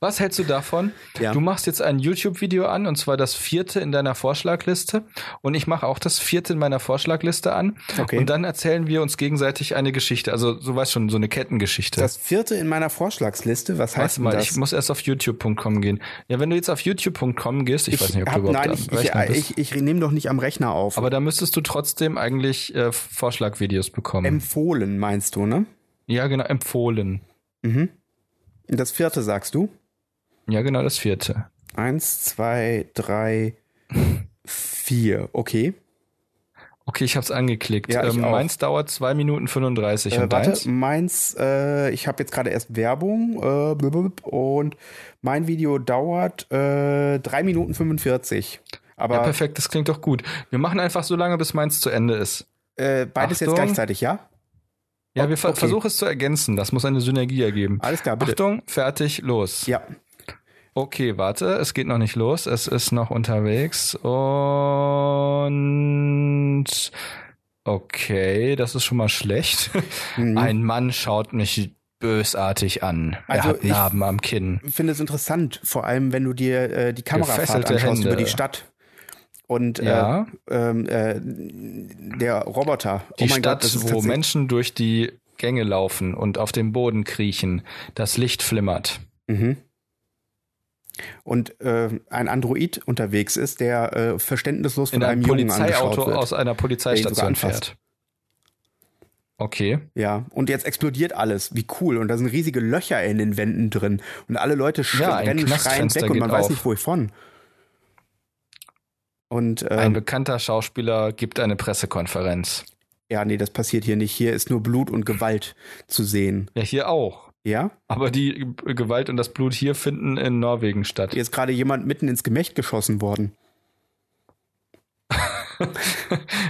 [SPEAKER 2] Was hältst du davon?
[SPEAKER 1] Ja.
[SPEAKER 2] Du machst jetzt ein YouTube-Video an, und zwar das vierte in deiner Vorschlagliste. Und ich mache auch das vierte in meiner Vorschlagliste an.
[SPEAKER 1] Okay.
[SPEAKER 2] Und dann erzählen wir uns gegenseitig eine Geschichte. Also, du weißt schon, so eine Kettengeschichte.
[SPEAKER 1] Das vierte in meiner Vorschlagsliste, was heißt
[SPEAKER 2] Warte
[SPEAKER 1] denn
[SPEAKER 2] mal,
[SPEAKER 1] das?
[SPEAKER 2] ich muss erst auf youtube.com gehen. Ja, wenn du jetzt auf youtube.com gehst, ich, weiß nicht, ob du
[SPEAKER 1] hab-
[SPEAKER 2] überhaupt
[SPEAKER 1] nein,
[SPEAKER 2] am
[SPEAKER 1] ich, ich,
[SPEAKER 2] Rechner bist.
[SPEAKER 1] ich, ich nehme doch nicht am Rechner auf.
[SPEAKER 2] aber da müsstest du trotzdem eigentlich äh, Vorschlagvideos bekommen.
[SPEAKER 1] Empfohlen meinst du, ne?
[SPEAKER 2] ja, genau, empfohlen.
[SPEAKER 1] Mhm. Das vierte sagst du?
[SPEAKER 2] Ja, genau, das vierte.
[SPEAKER 1] Eins, zwei, drei, vier. Okay.
[SPEAKER 2] Okay, ich hab's angeklickt.
[SPEAKER 1] Ja, ich
[SPEAKER 2] ähm,
[SPEAKER 1] auch.
[SPEAKER 2] meins dauert 2 Minuten 35
[SPEAKER 1] Äh,
[SPEAKER 2] und
[SPEAKER 1] warte,
[SPEAKER 2] deins?
[SPEAKER 1] meins, äh, ich habe jetzt gerade erst Werbung äh, blub, blub, und mein Video dauert äh, 3 Minuten 45.
[SPEAKER 2] Ja,
[SPEAKER 1] Aber
[SPEAKER 2] perfekt, das klingt doch gut. Wir machen einfach so lange, bis meins zu Ende ist.
[SPEAKER 1] äh, beides jetzt
[SPEAKER 2] Achtung.
[SPEAKER 1] gleichzeitig, ja?
[SPEAKER 2] Ja,
[SPEAKER 1] Oh,
[SPEAKER 2] wir ver
[SPEAKER 1] okay.
[SPEAKER 2] versuchen es zu ergänzen. Das muss eine Synergie ergeben.
[SPEAKER 1] Alles klar, bitte.
[SPEAKER 2] Achtung, fertig, los.
[SPEAKER 1] Ja.
[SPEAKER 2] Okay, warte, es geht noch nicht los. Es ist noch unterwegs. Und. Okay, das ist schon mal schlecht.
[SPEAKER 1] Mhm.
[SPEAKER 2] Ein Mann schaut mich bösartig an. er
[SPEAKER 1] Also
[SPEAKER 2] hat
[SPEAKER 1] ich-
[SPEAKER 2] Narben am Kinn.
[SPEAKER 1] finde es interessant, vor allem wenn du dir äh, die Kamerafahrt
[SPEAKER 2] Gefesselte
[SPEAKER 1] anschaust
[SPEAKER 2] Hände.
[SPEAKER 1] über die Stadt. Und
[SPEAKER 2] Ja.
[SPEAKER 1] äh, ähm, äh, der Roboter.
[SPEAKER 2] Die
[SPEAKER 1] oh mein
[SPEAKER 2] Stadt,
[SPEAKER 1] Gott, das ist
[SPEAKER 2] wo
[SPEAKER 1] tatsächlich-
[SPEAKER 2] Menschen durch die Gänge laufen und auf dem Boden kriechen. Das Licht flimmert.
[SPEAKER 1] Mhm. Und äh, ein Android unterwegs ist, der äh, verständnislos von
[SPEAKER 2] In
[SPEAKER 1] einem
[SPEAKER 2] einem
[SPEAKER 1] Jungen
[SPEAKER 2] Polizeiauto
[SPEAKER 1] angeschaut wird.
[SPEAKER 2] aus einer
[SPEAKER 1] sogar
[SPEAKER 2] Polizeistation
[SPEAKER 1] anfasst.
[SPEAKER 2] fährt. Okay.
[SPEAKER 1] Ja, und jetzt explodiert alles. Wie cool. Und da sind riesige Löcher in den Wänden drin. Und alle Leute sch
[SPEAKER 2] Ja, ein
[SPEAKER 1] rennen schreiend
[SPEAKER 2] Knastfenster
[SPEAKER 1] weg und man
[SPEAKER 2] geht
[SPEAKER 1] weiß
[SPEAKER 2] auf.
[SPEAKER 1] nicht, wovon. Und
[SPEAKER 2] Ein
[SPEAKER 1] ähm,
[SPEAKER 2] bekannter Schauspieler gibt eine Pressekonferenz.
[SPEAKER 1] ja, nee, das passiert hier nicht. Hier ist nur Blut und Gewalt zu sehen.
[SPEAKER 2] Ja, hier auch.
[SPEAKER 1] Ja?
[SPEAKER 2] Aber die G- Gewalt und das Blut hier finden in Norwegen statt.
[SPEAKER 1] Hier ist gerade jemand mitten ins Gemächt geschossen worden.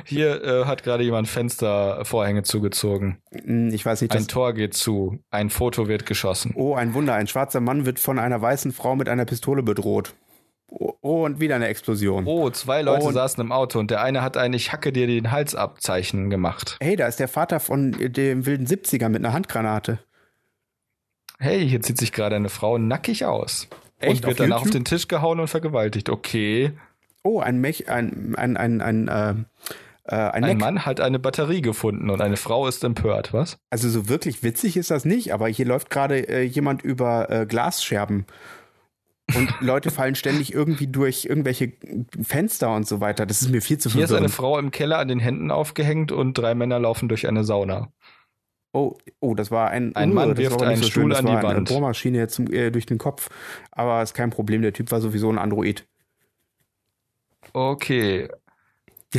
[SPEAKER 2] Hier äh, hat gerade jemand Fenstervorhänge zugezogen.
[SPEAKER 1] Hm, Ich weiß nicht,
[SPEAKER 2] Ein
[SPEAKER 1] das.
[SPEAKER 2] Tor geht zu. Ein Foto wird geschossen.
[SPEAKER 1] Oh, ein Wunder. Ein schwarzer Mann wird von einer weißen Frau mit einer Pistole bedroht. Oh, oh und wieder eine Explosion.
[SPEAKER 2] Oh, zwei Leute
[SPEAKER 1] Und-
[SPEAKER 2] saßen im Auto und der eine hat ein Ich hacke dir den Hals ab Zeichen gemacht.
[SPEAKER 1] Hey, da ist der Vater von äh, dem wilden 70er mit einer Handgranate.
[SPEAKER 2] Hey, hier zieht sich gerade eine Frau nackig aus.
[SPEAKER 1] Echt?
[SPEAKER 2] und wird
[SPEAKER 1] Auf
[SPEAKER 2] danach auf
[SPEAKER 1] YouTube?
[SPEAKER 2] den Tisch gehauen und vergewaltigt. Okay.
[SPEAKER 1] Oh, ein Mech, ein, ein, ein, ein, äh, äh, ein, Mac.
[SPEAKER 2] Ein Mann hat eine Batterie gefunden und eine Frau ist empört, was?
[SPEAKER 1] Also so wirklich witzig ist das nicht, aber hier läuft gerade äh, jemand über äh, Glasscherben. Und Leute fallen ständig irgendwie durch irgendwelche Fenster und so weiter. Das ist mir viel zu
[SPEAKER 2] Hier ist eine
[SPEAKER 1] verwirrend.
[SPEAKER 2] Frau im Keller an den Händen aufgehängt und drei Männer laufen durch eine Sauna.
[SPEAKER 1] Oh, oh, das war ein,
[SPEAKER 2] Ein
[SPEAKER 1] uh,
[SPEAKER 2] Mann
[SPEAKER 1] das
[SPEAKER 2] wirft
[SPEAKER 1] war aber nicht
[SPEAKER 2] einen
[SPEAKER 1] so schön.
[SPEAKER 2] Stuhl
[SPEAKER 1] Das
[SPEAKER 2] an die
[SPEAKER 1] war Eine
[SPEAKER 2] Wand.
[SPEAKER 1] Bohrmaschine jetzt zum, äh, durch den Kopf. Aber ist kein Problem, der Typ war sowieso ein Android.
[SPEAKER 2] Okay.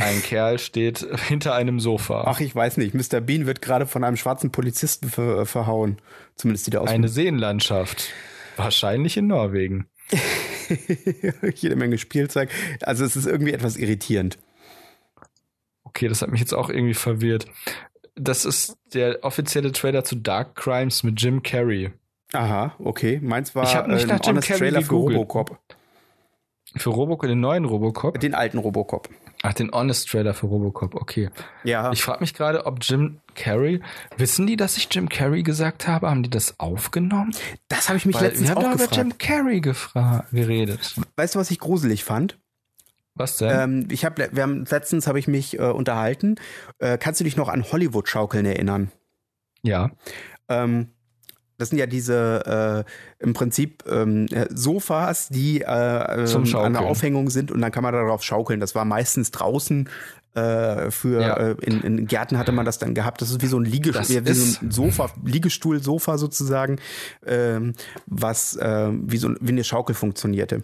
[SPEAKER 2] Ein Kerl steht hinter einem Sofa.
[SPEAKER 1] Ach, ich weiß nicht. Mr. Bean wird gerade von einem schwarzen Polizisten ver, äh, verhauen. Zumindest sieht er aus. wie-
[SPEAKER 2] eine Seenlandschaft. Wahrscheinlich in Norwegen.
[SPEAKER 1] jede Menge Spielzeug. Also es ist irgendwie etwas irritierend.
[SPEAKER 2] Okay, das hat mich jetzt auch irgendwie verwirrt. Das ist der offizielle Trailer zu Dark Crimes mit Jim Carrey.
[SPEAKER 1] Aha, okay. Meins war
[SPEAKER 2] Ich hab nicht
[SPEAKER 1] ein
[SPEAKER 2] nach Jim
[SPEAKER 1] Honest
[SPEAKER 2] Carrey
[SPEAKER 1] Trailer für
[SPEAKER 2] gegoogelt.
[SPEAKER 1] Robocop.
[SPEAKER 2] Für Robocop, den neuen Robocop?
[SPEAKER 1] Den alten Robocop.
[SPEAKER 2] Ach, den Honest Trailer für Robocop, okay.
[SPEAKER 1] Ja.
[SPEAKER 2] Ich frage mich gerade, ob Jim Carrey, wissen die, dass ich Jim Carrey gesagt habe? Haben die das aufgenommen?
[SPEAKER 1] das habe ich mich
[SPEAKER 2] Weil
[SPEAKER 1] letztens
[SPEAKER 2] wir haben
[SPEAKER 1] auch
[SPEAKER 2] doch über
[SPEAKER 1] gefragt.
[SPEAKER 2] Jim Carrey gefra- geredet.
[SPEAKER 1] Weißt du, was ich gruselig fand?
[SPEAKER 2] Was denn?
[SPEAKER 1] Ähm, ich hab, wir haben, letztens habe ich mich äh, unterhalten. Äh, kannst du dich noch an Hollywood-Schaukeln erinnern?
[SPEAKER 2] ja.
[SPEAKER 1] Ähm, das sind ja diese äh, im Prinzip ähm, äh, Sofas, die äh, ähm,
[SPEAKER 2] Zum
[SPEAKER 1] an
[SPEAKER 2] Schaukeln.
[SPEAKER 1] der Aufhängung sind und dann kann man darauf schaukeln. Das war meistens draußen äh, für
[SPEAKER 2] Ja.
[SPEAKER 1] äh, in, in Gärten hatte man das dann gehabt. Das ist wie so ein
[SPEAKER 2] Das
[SPEAKER 1] Liegestuhl, wie so
[SPEAKER 2] ist-
[SPEAKER 1] ein Sofa, Liegestuhl-Sofa sozusagen, ähm, was äh, wie so ein- wie eine Schaukel funktionierte.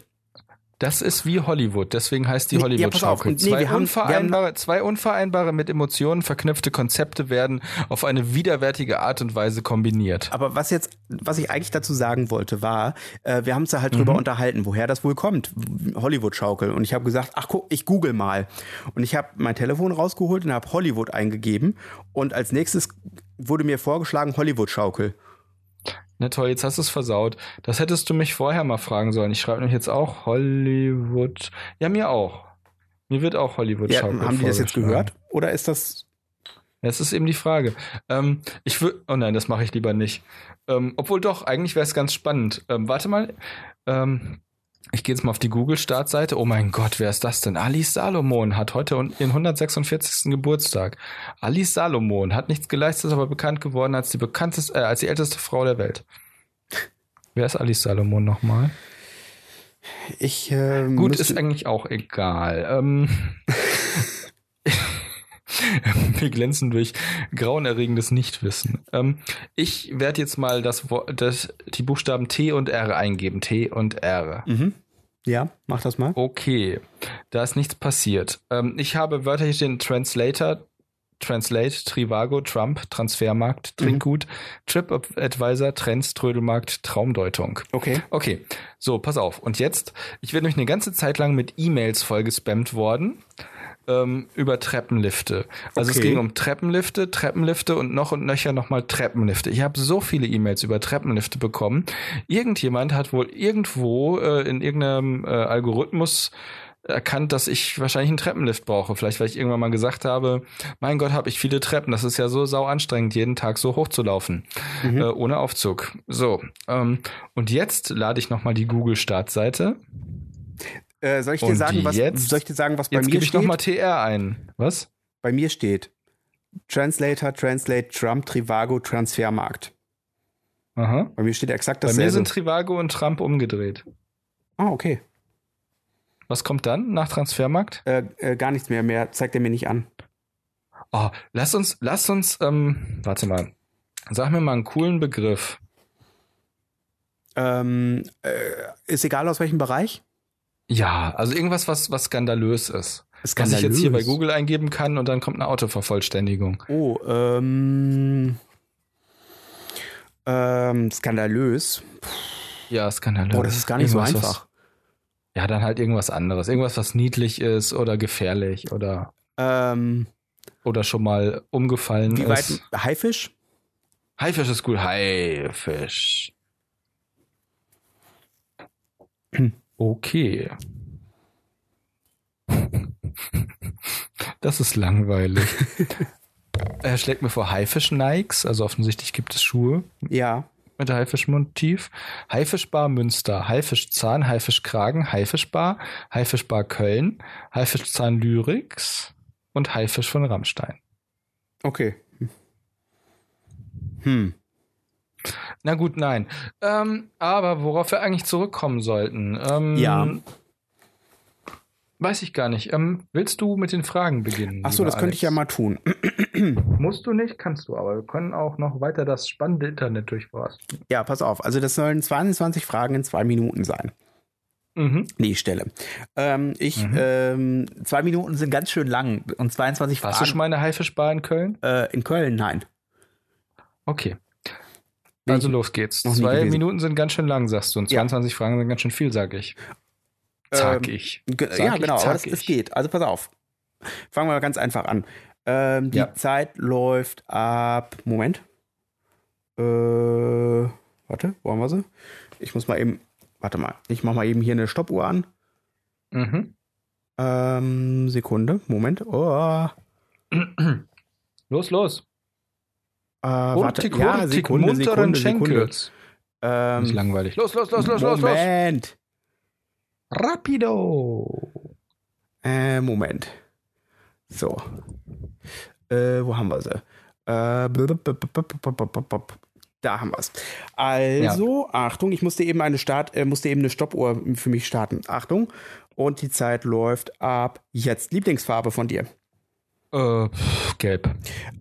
[SPEAKER 2] Das ist wie Hollywood, deswegen heißt die
[SPEAKER 1] Nee, ja, pass auf,
[SPEAKER 2] Hollywood-Schaukel.
[SPEAKER 1] und nee,
[SPEAKER 2] zwei,
[SPEAKER 1] wir haben-
[SPEAKER 2] unvereinbare, zwei unvereinbare mit Emotionen verknüpfte Konzepte werden auf eine widerwärtige Art und Weise kombiniert.
[SPEAKER 1] Aber was jetzt, was ich eigentlich dazu sagen wollte, war, äh, wir haben uns da halt
[SPEAKER 2] Mhm.
[SPEAKER 1] drüber unterhalten, woher das wohl kommt, Hollywood-Schaukel. Und ich habe gesagt, ach guck, ich google mal. Und ich habe mein Telefon rausgeholt und habe Hollywood eingegeben. Und als nächstes wurde mir vorgeschlagen Hollywood-Schaukel.
[SPEAKER 2] Na Ne, toll, jetzt hast du es versaut. Das hättest du mich vorher mal fragen sollen. Ich schreibe nämlich jetzt auch Hollywood. Ja, mir auch. Mir wird auch
[SPEAKER 1] Ja,
[SPEAKER 2] Hollywood-Schaukel.
[SPEAKER 1] haben die das jetzt
[SPEAKER 2] vorgeschlagen.
[SPEAKER 1] gehört? Oder ist das
[SPEAKER 2] Das ist eben die Frage. Ähm, ich würde. Oh nein, das mache ich lieber nicht. Ähm, obwohl doch, eigentlich wäre es ganz spannend. Ähm, warte mal. Ähm, ich gehe jetzt mal auf die Google-Startseite. Oh mein Gott, wer ist das denn? Alice Salomon hat heute un- ihren 146. Geburtstag. Alice Salomon hat nichts geleistet, ist aber bekannt geworden als die bekannteste, äh, als die älteste Frau der Welt. Wer ist Alice Salomon nochmal?
[SPEAKER 1] ich? Äh,
[SPEAKER 2] Gut,
[SPEAKER 1] müsste-
[SPEAKER 2] ist eigentlich auch egal. Ähm, wir glänzen durch grauenerregendes Nichtwissen. Ähm, ich werde jetzt mal das, Wo- das, die Buchstaben T und R eingeben. T und R.
[SPEAKER 1] mhm. ja, mach das mal.
[SPEAKER 2] Okay, da ist nichts passiert. Ähm, ich habe Wörter hier stehen: Translator, Translate, Trivago, Trump, Transfermarkt, Trinkgut, TripAdvisor, Trends, Trödelmarkt, Traumdeutung.
[SPEAKER 1] Okay.
[SPEAKER 2] Okay, so, pass auf. Und jetzt, ich werde nämlich eine ganze Zeit lang mit E-Mails vollgespammt worden ähm, über Treppenlifte. Also es
[SPEAKER 1] Okay.
[SPEAKER 2] ging um Treppenlifte, Treppenlifte und noch und nöcher nochmal Treppenlifte. Ich habe so viele E-Mails über Treppenlifte bekommen. Irgendjemand hat wohl irgendwo äh, in irgendeinem äh, Algorithmus erkannt, dass ich wahrscheinlich einen Treppenlift brauche. Vielleicht, weil ich irgendwann mal gesagt habe, mein Gott, habe ich viele Treppen. Das ist ja so sau anstrengend, jeden Tag so hoch zu laufen,
[SPEAKER 1] Mhm.
[SPEAKER 2] äh, ohne Aufzug. So, ähm, und jetzt lade ich nochmal die Google-Startseite.
[SPEAKER 1] Äh, soll ich dir
[SPEAKER 2] Und
[SPEAKER 1] sagen, was
[SPEAKER 2] jetzt-
[SPEAKER 1] soll ich dir sagen, was bei
[SPEAKER 2] Jetzt
[SPEAKER 1] mir
[SPEAKER 2] gebe ich
[SPEAKER 1] steht?
[SPEAKER 2] nochmal TR ein. Was?
[SPEAKER 1] bei mir steht Translator, Translate, Trump, Trivago, Transfermarkt.
[SPEAKER 2] Aha.
[SPEAKER 1] Bei mir steht exakt
[SPEAKER 2] Bei
[SPEAKER 1] dasselbe.
[SPEAKER 2] mir sind Trivago und Trump umgedreht.
[SPEAKER 1] ah, okay.
[SPEAKER 2] Was kommt dann nach Transfermarkt?
[SPEAKER 1] Äh, äh, gar nichts mehr, mehr zeigt er mir nicht an.
[SPEAKER 2] Oh, lass uns, lass uns, ähm, warte mal. Sag mir mal einen coolen Begriff.
[SPEAKER 1] Ähm, äh, ist egal aus welchem Bereich.
[SPEAKER 2] Ja, also irgendwas, was, was skandalös ist. Was ich
[SPEAKER 1] Skandalös.
[SPEAKER 2] jetzt hier bei Google eingeben kann und dann kommt eine Autovervollständigung.
[SPEAKER 1] Oh, ähm, ähm, skandalös.
[SPEAKER 2] Ja, skandalös.
[SPEAKER 1] Boah, das ist gar nicht so
[SPEAKER 2] Irgendwas,
[SPEAKER 1] einfach.
[SPEAKER 2] Was, ja, dann halt irgendwas anderes. Irgendwas, was niedlich ist oder gefährlich oder,
[SPEAKER 1] Ähm,
[SPEAKER 2] oder schon mal umgefallen
[SPEAKER 1] wie
[SPEAKER 2] ist.
[SPEAKER 1] weit? Haifisch?
[SPEAKER 2] Haifisch ist cool. Haifisch. Okay. Das ist langweilig. er schlägt mir vor Haifisch-Nikes, also offensichtlich gibt es Schuhe.
[SPEAKER 1] Ja.
[SPEAKER 2] mit Haifischmotiv, Haifischbar Münster, Haifischzahn, Haifischkragen, Haifischbar, Haifischbar Köln, Haifischzahn Lyrics und Haifisch von Rammstein.
[SPEAKER 1] Okay. Hm.
[SPEAKER 2] Na gut, nein. Ähm, aber worauf wir eigentlich zurückkommen sollten. Ähm,
[SPEAKER 1] Ja.
[SPEAKER 2] Weiß ich gar nicht. Ähm, willst du mit den Fragen beginnen?
[SPEAKER 1] Ach so,
[SPEAKER 2] lieber
[SPEAKER 1] das könnte ich ja
[SPEAKER 2] Alex?
[SPEAKER 1] mal tun.
[SPEAKER 2] Musst du nicht, kannst du aber. Wir können auch noch weiter das spannende Internet durchforsten.
[SPEAKER 1] Ja, pass auf. Also das sollen 22 Fragen in zwei Minuten sein.
[SPEAKER 2] Mhm.
[SPEAKER 1] Nee, Stelle. Ähm, ich, ähm, zwei Minuten sind ganz schön lang und 22
[SPEAKER 2] Warst du
[SPEAKER 1] Fragen.
[SPEAKER 2] schon mal in der Haifischbar in Köln?
[SPEAKER 1] äh, in Köln, nein.
[SPEAKER 2] Okay. Also los geht's.
[SPEAKER 1] noch nie
[SPEAKER 2] Zwei
[SPEAKER 1] gewesen.
[SPEAKER 2] Minuten sind ganz schön lang, sagst du. Und
[SPEAKER 1] Ja.
[SPEAKER 2] 22 Fragen sind ganz schön viel, sag ich. Sag
[SPEAKER 1] Ähm,
[SPEAKER 2] ich.
[SPEAKER 1] Ge-
[SPEAKER 2] Sag
[SPEAKER 1] ja,
[SPEAKER 2] ich,
[SPEAKER 1] genau,
[SPEAKER 2] sag
[SPEAKER 1] aber das, das
[SPEAKER 2] ich.
[SPEAKER 1] geht. Also pass auf. Fangen wir mal ganz einfach an. Ähm, die
[SPEAKER 2] Ja.
[SPEAKER 1] Zeit läuft ab. Moment. Äh, warte, wo haben wir sie? Ich muss mal eben. Warte mal, ich mach mal eben hier eine Stoppuhr an.
[SPEAKER 2] Mhm.
[SPEAKER 1] Ähm, Sekunde, Moment. Oh,
[SPEAKER 2] Los, los.
[SPEAKER 1] äh,
[SPEAKER 2] Warte,
[SPEAKER 1] warte,
[SPEAKER 2] Hurtig,
[SPEAKER 1] ja,
[SPEAKER 2] hurtig,
[SPEAKER 1] Sekunde,
[SPEAKER 2] munteren
[SPEAKER 1] Sekunde, Sekunde.
[SPEAKER 2] Schenkels. Nicht
[SPEAKER 1] Ähm,
[SPEAKER 2] langweilig. Los, los, los, los, los, los.
[SPEAKER 1] Moment.
[SPEAKER 2] Rapido.
[SPEAKER 1] Äh, Moment. So. Äh, wo haben wir sie? Äh, blub, blub, blub, blub, blub, blub, blub, blub. da haben wir es. Also, Achtung, ich musste eben eine Start, äh, musste eben eine Stoppuhr für mich starten. Achtung. Und die Zeit läuft ab jetzt. Lieblingsfarbe von dir.
[SPEAKER 2] Äh, pff, gelb.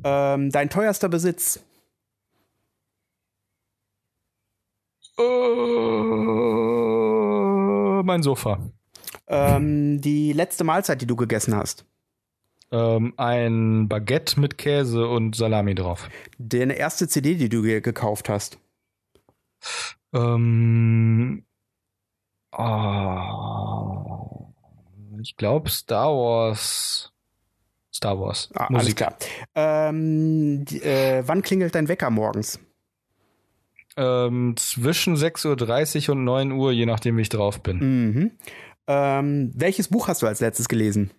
[SPEAKER 1] Ähm, dein teuerster Besitz.
[SPEAKER 2] Äh, mein Sofa.
[SPEAKER 1] Ähm, die letzte Mahlzeit, die du gegessen hast.
[SPEAKER 2] Ähm, ein Baguette mit Käse und Salami drauf.
[SPEAKER 1] Deine erste CD, die du dir gekauft hast.
[SPEAKER 2] Ähm, oh, ich glaube Star Wars. Star Wars.
[SPEAKER 1] Ah, alles
[SPEAKER 2] Musik.
[SPEAKER 1] klar. Ähm, die, äh, wann klingelt dein Wecker morgens?
[SPEAKER 2] Ähm, zwischen 6.30 Uhr und 9 Uhr, je nachdem, wie ich drauf bin.
[SPEAKER 1] Mhm. Ähm, welches Buch hast du als letztes gelesen?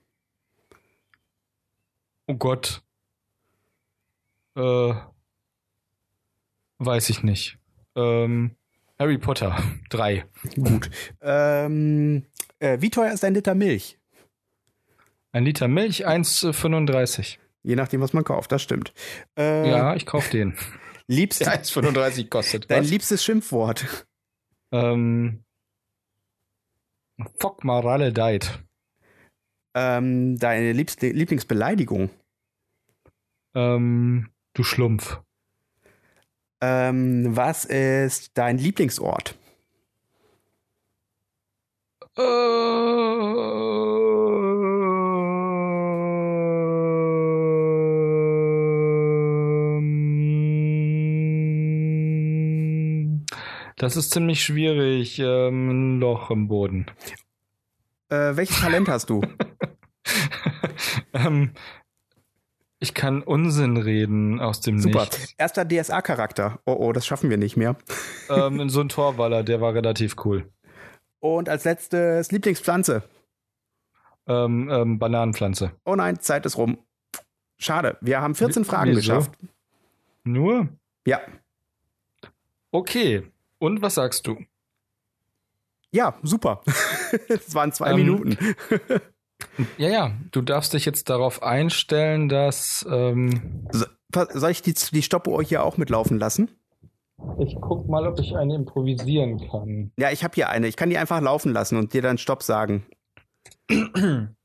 [SPEAKER 2] Oh Gott. Äh, weiß ich nicht. Ähm, Harry Potter 3.
[SPEAKER 1] Gut. ähm, äh, wie teuer ist ein Liter Milch?
[SPEAKER 2] Ein Liter Milch, 1,35.
[SPEAKER 1] Je nachdem, was man kauft, das stimmt. Äh,
[SPEAKER 2] Ja, ich kauf den.
[SPEAKER 1] Liebst,
[SPEAKER 2] Der 1,35 kostet.
[SPEAKER 1] Dein
[SPEAKER 2] was?
[SPEAKER 1] liebstes Schimpfwort.
[SPEAKER 2] Ähm, fuck Marale died.
[SPEAKER 1] Ähm, deine liebste, Lieblingsbeleidigung.
[SPEAKER 2] Ähm, du Schlumpf.
[SPEAKER 1] Ähm, was ist dein Lieblingsort?
[SPEAKER 2] Ähm, Das ist ziemlich schwierig. Ähm, ein Loch im Boden.
[SPEAKER 1] Äh, welches Talent hast du?
[SPEAKER 2] ähm, ich kann Unsinn reden aus dem
[SPEAKER 1] Super.
[SPEAKER 2] Nichts.
[SPEAKER 1] Erster DSA-Charakter. Oh, oh, das schaffen wir nicht mehr.
[SPEAKER 2] Ähm, so ein Torwaller, der war relativ cool.
[SPEAKER 1] Und als letztes Lieblingspflanze.
[SPEAKER 2] Ähm, ähm, Bananenpflanze.
[SPEAKER 1] Oh nein, Zeit ist rum. Schade, wir haben 14
[SPEAKER 2] Wie-
[SPEAKER 1] Fragen
[SPEAKER 2] wieso?
[SPEAKER 1] geschafft.
[SPEAKER 2] Nur?
[SPEAKER 1] Ja.
[SPEAKER 2] Okay. Und was sagst du?
[SPEAKER 1] Ja, super. Es waren zwei
[SPEAKER 2] Ähm,
[SPEAKER 1] Minuten.
[SPEAKER 2] Ja, ja, du darfst dich jetzt darauf einstellen, dass ähm,
[SPEAKER 1] So, pa- soll ich die, die Stoppuhr hier auch mitlaufen lassen?
[SPEAKER 2] ich guck mal, ob ich eine improvisieren kann.
[SPEAKER 1] Ja, ich habe hier eine. Ich kann die einfach laufen lassen und dir dann Stopp sagen.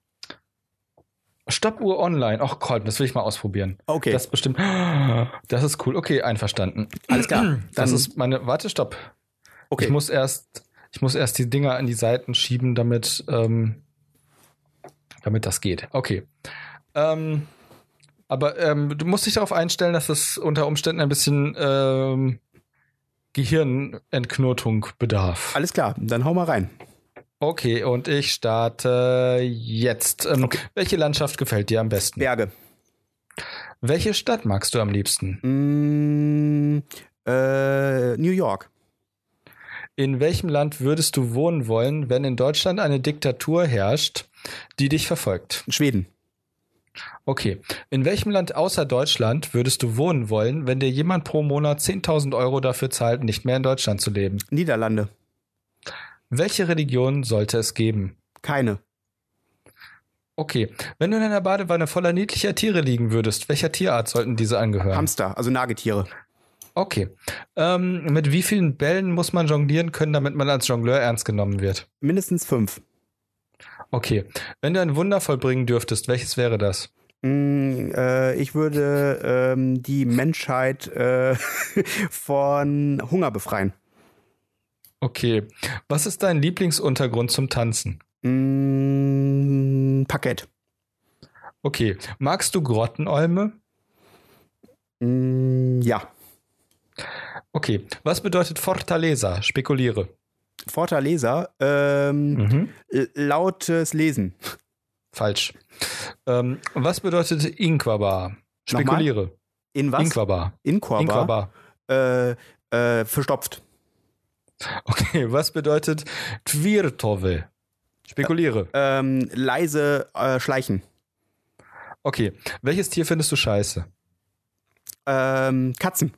[SPEAKER 2] Stoppuhr online. Ach Gott, das will ich mal ausprobieren.
[SPEAKER 1] Okay,
[SPEAKER 2] Das ist bestimmt. Das ist cool. Okay, einverstanden.
[SPEAKER 1] alles klar. Dann,
[SPEAKER 2] Das ist meine. Warte, stopp.
[SPEAKER 1] okay.
[SPEAKER 2] Ich muss erst, ich muss erst die Dinger an die Seiten schieben, damit, ähm, damit das geht. Okay. Ähm, aber ähm, du musst dich darauf einstellen, dass es unter Umständen ein bisschen ähm, Gehirnentknotung bedarf.
[SPEAKER 1] alles klar, dann hau mal rein.
[SPEAKER 2] Okay, und ich starte jetzt. Ähm, Welche Landschaft gefällt dir am besten?
[SPEAKER 1] Berge.
[SPEAKER 2] Welche Stadt magst du am liebsten?
[SPEAKER 1] Mm, äh, New York.
[SPEAKER 2] In welchem Land würdest du wohnen wollen, wenn in Deutschland eine Diktatur herrscht, die dich verfolgt?
[SPEAKER 1] Schweden.
[SPEAKER 2] Okay. In welchem Land außer Deutschland würdest du wohnen wollen, wenn dir jemand pro Monat 10.000 Euro dafür zahlt, nicht mehr in Deutschland zu leben?
[SPEAKER 1] Niederlande.
[SPEAKER 2] Welche Religion sollte es geben?
[SPEAKER 1] Keine.
[SPEAKER 2] Okay. Wenn du in einer Badewanne voller niedlicher Tiere liegen würdest, welcher Tierart sollten diese angehören?
[SPEAKER 1] Hamster, also Nagetiere.
[SPEAKER 2] Okay. Ähm, mit wie vielen Bällen muss man jonglieren können, damit man als Jongleur ernst genommen wird?
[SPEAKER 1] Mindestens fünf.
[SPEAKER 2] Okay. Wenn du ein Wunder vollbringen dürftest, welches wäre das?
[SPEAKER 1] Mm, äh, ich würde ähm, die Menschheit äh, von Hunger befreien.
[SPEAKER 2] Okay. Was ist dein Lieblingsuntergrund zum Tanzen?
[SPEAKER 1] Mm, Parkett.
[SPEAKER 2] Okay. Magst du Grottenolme?
[SPEAKER 1] Mm, ja.
[SPEAKER 2] Okay. Was bedeutet Fortaleza? Spekuliere.
[SPEAKER 1] Fortaleza, ähm,
[SPEAKER 2] Mhm.
[SPEAKER 1] l- lautes Lesen.
[SPEAKER 2] Falsch. Ähm, was bedeutet Inquabar? Spekuliere.
[SPEAKER 1] In was?
[SPEAKER 2] Inquabar.
[SPEAKER 1] Inquaba.
[SPEAKER 2] Inquabar.
[SPEAKER 1] Äh, äh, verstopft.
[SPEAKER 2] Okay, was bedeutet Twirtove? Spekuliere.
[SPEAKER 1] Ähm, leise äh, schleichen.
[SPEAKER 2] Okay, welches Tier findest du scheiße?
[SPEAKER 1] Ähm, Katzen.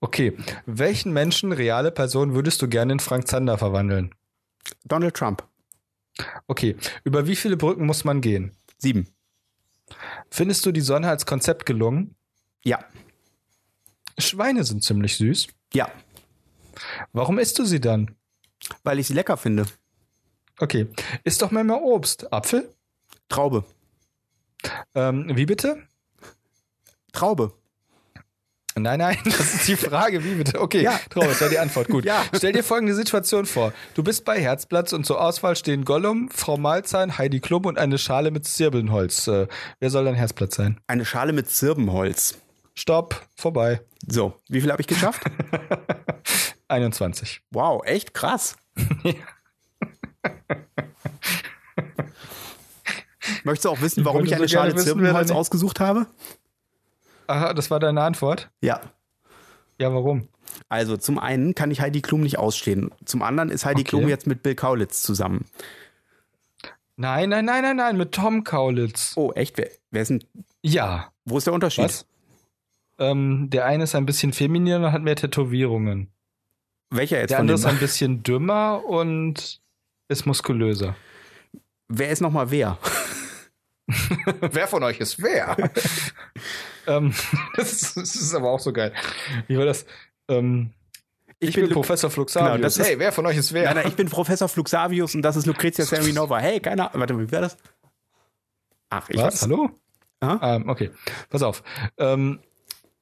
[SPEAKER 2] Okay, welchen Menschen, reale Person, würdest du gerne in Frank Zander verwandeln?
[SPEAKER 1] Donald Trump.
[SPEAKER 2] Okay, über wie viele Brücken muss man gehen?
[SPEAKER 1] Sieben.
[SPEAKER 2] Findest du die Sonne als Konzept gelungen?
[SPEAKER 1] Ja.
[SPEAKER 2] Schweine sind ziemlich süß.
[SPEAKER 1] Ja.
[SPEAKER 2] Warum isst du sie dann?
[SPEAKER 1] Weil ich sie lecker finde.
[SPEAKER 2] Okay, isst doch mal mehr Obst. Apfel?
[SPEAKER 1] Traube.
[SPEAKER 2] Ähm, wie bitte?
[SPEAKER 1] Traube.
[SPEAKER 2] Nein, nein, das ist die Frage, wie bitte? Okay,
[SPEAKER 1] Ja.
[SPEAKER 2] Traum, das war die Antwort. Gut.
[SPEAKER 1] Ja.
[SPEAKER 2] Stell dir folgende Situation vor. Du bist bei Herzplatz und zur Auswahl stehen Gollum, Frau Malzahn, Heidi Klum und eine Schale mit Zirbelnholz. Äh, wer soll dein Herzplatz sein?
[SPEAKER 1] Eine Schale mit Zirbenholz.
[SPEAKER 2] Stopp, vorbei.
[SPEAKER 1] So, wie viel habe ich geschafft?
[SPEAKER 2] 21.
[SPEAKER 1] wow, echt krass. Möchtest du auch wissen, warum
[SPEAKER 2] wollte
[SPEAKER 1] ich eine
[SPEAKER 2] so gerne
[SPEAKER 1] Schale
[SPEAKER 2] wissen, wer
[SPEAKER 1] Zirbenholz
[SPEAKER 2] deine-
[SPEAKER 1] ausgesucht habe?
[SPEAKER 2] Aha, das war deine Antwort?
[SPEAKER 1] Ja.
[SPEAKER 2] Ja, warum?
[SPEAKER 1] Also zum einen kann ich Heidi Klum nicht ausstehen. Zum anderen ist Heidi
[SPEAKER 2] Okay.
[SPEAKER 1] Klum jetzt mit Bill Kaulitz zusammen.
[SPEAKER 2] Nein, nein, nein, nein, nein, mit Tom Kaulitz.
[SPEAKER 1] Oh, echt? Wer, wer ist denn,
[SPEAKER 2] Ja.
[SPEAKER 1] wo ist der Unterschied?
[SPEAKER 2] Was? Ähm, der eine ist ein bisschen femininer und hat mehr Tätowierungen.
[SPEAKER 1] Welcher jetzt
[SPEAKER 2] Der
[SPEAKER 1] von
[SPEAKER 2] andere
[SPEAKER 1] den
[SPEAKER 2] ist ein bisschen dümmer und ist muskulöser.
[SPEAKER 1] Wer ist nochmal wer?
[SPEAKER 2] Wer von euch ist wer? ähm, das, ist, das ist aber auch so geil. Wie war das? Ähm, ich, bin,
[SPEAKER 1] Lu-
[SPEAKER 2] Professor Fluxavius.
[SPEAKER 1] Genau, das ist-
[SPEAKER 2] hey, wer von euch ist wer?
[SPEAKER 1] Nein, nein, ich bin Professor Fluxavius und das ist Lucrezia Seminova. Hey, keine Ahnung. Warte, wie war das? Ach, ich Ah?
[SPEAKER 2] was?
[SPEAKER 1] weiß.
[SPEAKER 2] Hallo?
[SPEAKER 1] Aha.
[SPEAKER 2] Ähm, okay, pass auf. Ähm,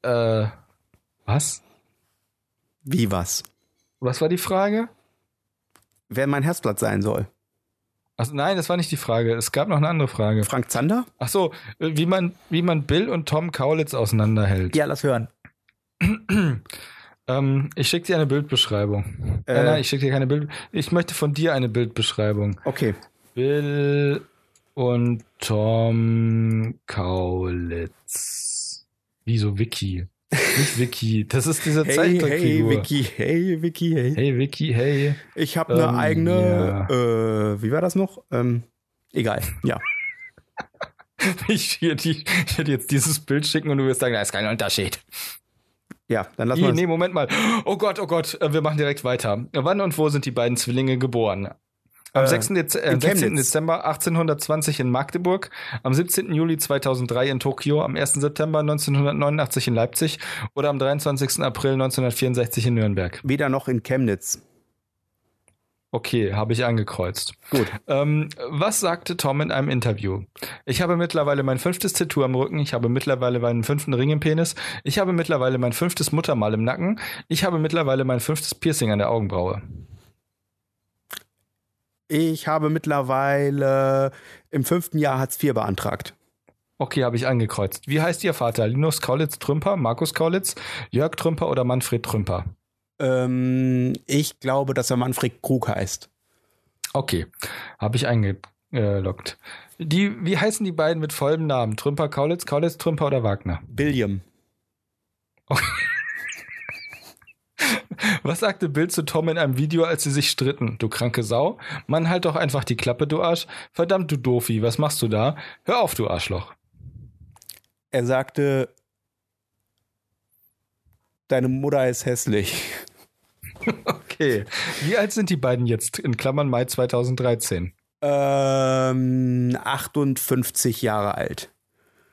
[SPEAKER 2] äh, was?
[SPEAKER 1] Wie was?
[SPEAKER 2] Was war die Frage?
[SPEAKER 1] Wer mein Herzblatt sein soll?
[SPEAKER 2] Ach, nein, das war nicht die Frage. Es gab noch eine andere Frage.
[SPEAKER 1] Frank Zander?
[SPEAKER 2] Ach so, äh, wie man, wie man Bill und Tom Kaulitz auseinanderhält.
[SPEAKER 1] Ja, lass hören.
[SPEAKER 2] Ähm, ich schicke dir eine Bildbeschreibung.
[SPEAKER 1] Äh.
[SPEAKER 2] nein, nein, ich schicke dir keine Bild. Ich möchte von dir eine Bildbeschreibung.
[SPEAKER 1] Okay.
[SPEAKER 2] Bill und Tom Kaulitz. Wieso Vicky? Nicht Vicky. Das ist diese
[SPEAKER 1] Hey, hey,
[SPEAKER 2] Zeichentrickfigur.
[SPEAKER 1] Vicky, hey, Vicky, hey.
[SPEAKER 2] Hey Vicky, hey.
[SPEAKER 1] Ich habe eine
[SPEAKER 2] Ähm,
[SPEAKER 1] eigene, äh, wie war das noch? Ähm, egal, ja.
[SPEAKER 2] Ich werde werd jetzt dieses Bild schicken und du wirst sagen, da ist kein Unterschied.
[SPEAKER 1] Ja, dann lass
[SPEAKER 2] Ih,
[SPEAKER 1] mal.
[SPEAKER 2] nee, Moment mal. Oh Gott, oh Gott, äh, wir machen direkt weiter. Wann und wo sind die beiden Zwillinge geboren? Am
[SPEAKER 1] Äh,
[SPEAKER 2] 6. Dez äh,
[SPEAKER 1] in
[SPEAKER 2] 16.
[SPEAKER 1] Chemnitz.
[SPEAKER 2] Dezember 1820 in Magdeburg, am 17. Juli 2003 in Tokio, am 1. September 1989 in Leipzig oder am 23. April 1964 in Nürnberg.
[SPEAKER 1] Weder noch in Chemnitz.
[SPEAKER 2] Okay, habe ich angekreuzt.
[SPEAKER 1] Gut.
[SPEAKER 2] Ähm, was sagte Tom in einem Interview? Ich habe mittlerweile mein fünftes Tattoo am Rücken, ich habe mittlerweile meinen fünften Ring im Penis, ich habe mittlerweile mein fünftes Muttermal im Nacken, ich habe mittlerweile mein fünftes Piercing an der Augenbraue.
[SPEAKER 1] Ich habe mittlerweile im fünften Jahr Hartz IV beantragt.
[SPEAKER 2] Okay, habe ich angekreuzt. Wie heißt Ihr Vater? Linus Kaulitz Trümper, Markus Kaulitz, Jörg Trümper oder Manfred Trümper?
[SPEAKER 1] Ähm, ich glaube, dass er Manfred Krug heißt.
[SPEAKER 2] Okay, habe ich eingeloggt. Die, wie heißen die beiden mit vollem Namen? Trümper Kaulitz, Kaulitz Trümper oder Wagner?
[SPEAKER 1] William.
[SPEAKER 2] Was sagte Bill zu Tom in einem Video, als sie sich stritten? Du kranke Sau. Mann, halt doch einfach die Klappe, du Arsch. Verdammt, du Dofi, was machst du da? Hör auf, du Arschloch.
[SPEAKER 1] Er sagte, deine Mutter ist hässlich.
[SPEAKER 2] Okay. Wie alt sind die beiden jetzt? In Klammern Mai 2013.
[SPEAKER 1] Ähm, 58 Jahre alt.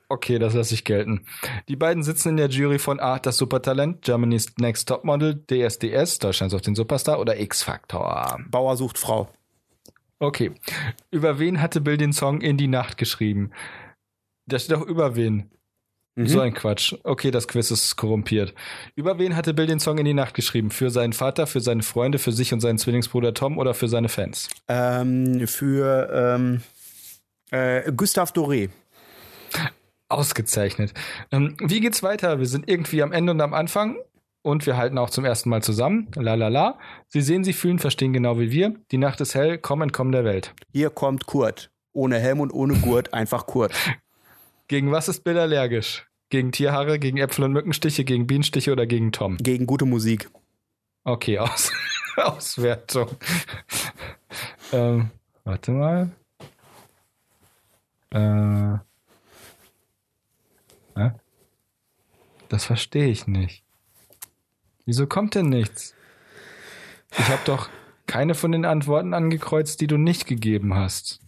[SPEAKER 2] Okay, das lasse ich gelten. Die beiden sitzen in der Jury von A, das Supertalent, Germany's Next Topmodel, DSDS, Deutschland auf den Superstar oder X-Factor.
[SPEAKER 1] Bauer sucht Frau.
[SPEAKER 2] Okay. Über wen hatte Bill den Song In die Nacht geschrieben? Da steht auch über wen.
[SPEAKER 1] Mhm.
[SPEAKER 2] So ein Quatsch. Okay, das Quiz ist korrumpiert. Über wen hatte Bill den Song in die Nacht geschrieben? Für seinen Vater, für seine Freunde, für sich und seinen Zwillingsbruder Tom oder für seine Fans?
[SPEAKER 1] Ähm, für ähm, äh, Gustave Doré.
[SPEAKER 2] Ausgezeichnet. Ähm, wie geht's weiter? Wir sind irgendwie am Ende und am Anfang und wir halten auch zum ersten Mal zusammen. La la la. Sie sehen, sie fühlen, verstehen genau wie wir. Die Nacht ist hell, komm und komm der Welt.
[SPEAKER 1] Hier kommt Kurt. Ohne Helm und ohne Gurt, einfach Kurt.
[SPEAKER 2] Gegen was ist Bill allergisch? Gegen Tierhaare, gegen Äpfel und Mückenstiche, gegen Bienenstiche oder gegen Tom?
[SPEAKER 1] Gegen gute Musik.
[SPEAKER 2] Okay, aus Auswertung. ähm, warte mal. Äh, hä? das verstehe ich nicht. Wieso kommt denn nichts? Ich habe doch keine von den Antworten angekreuzt, die du nicht gegeben hast.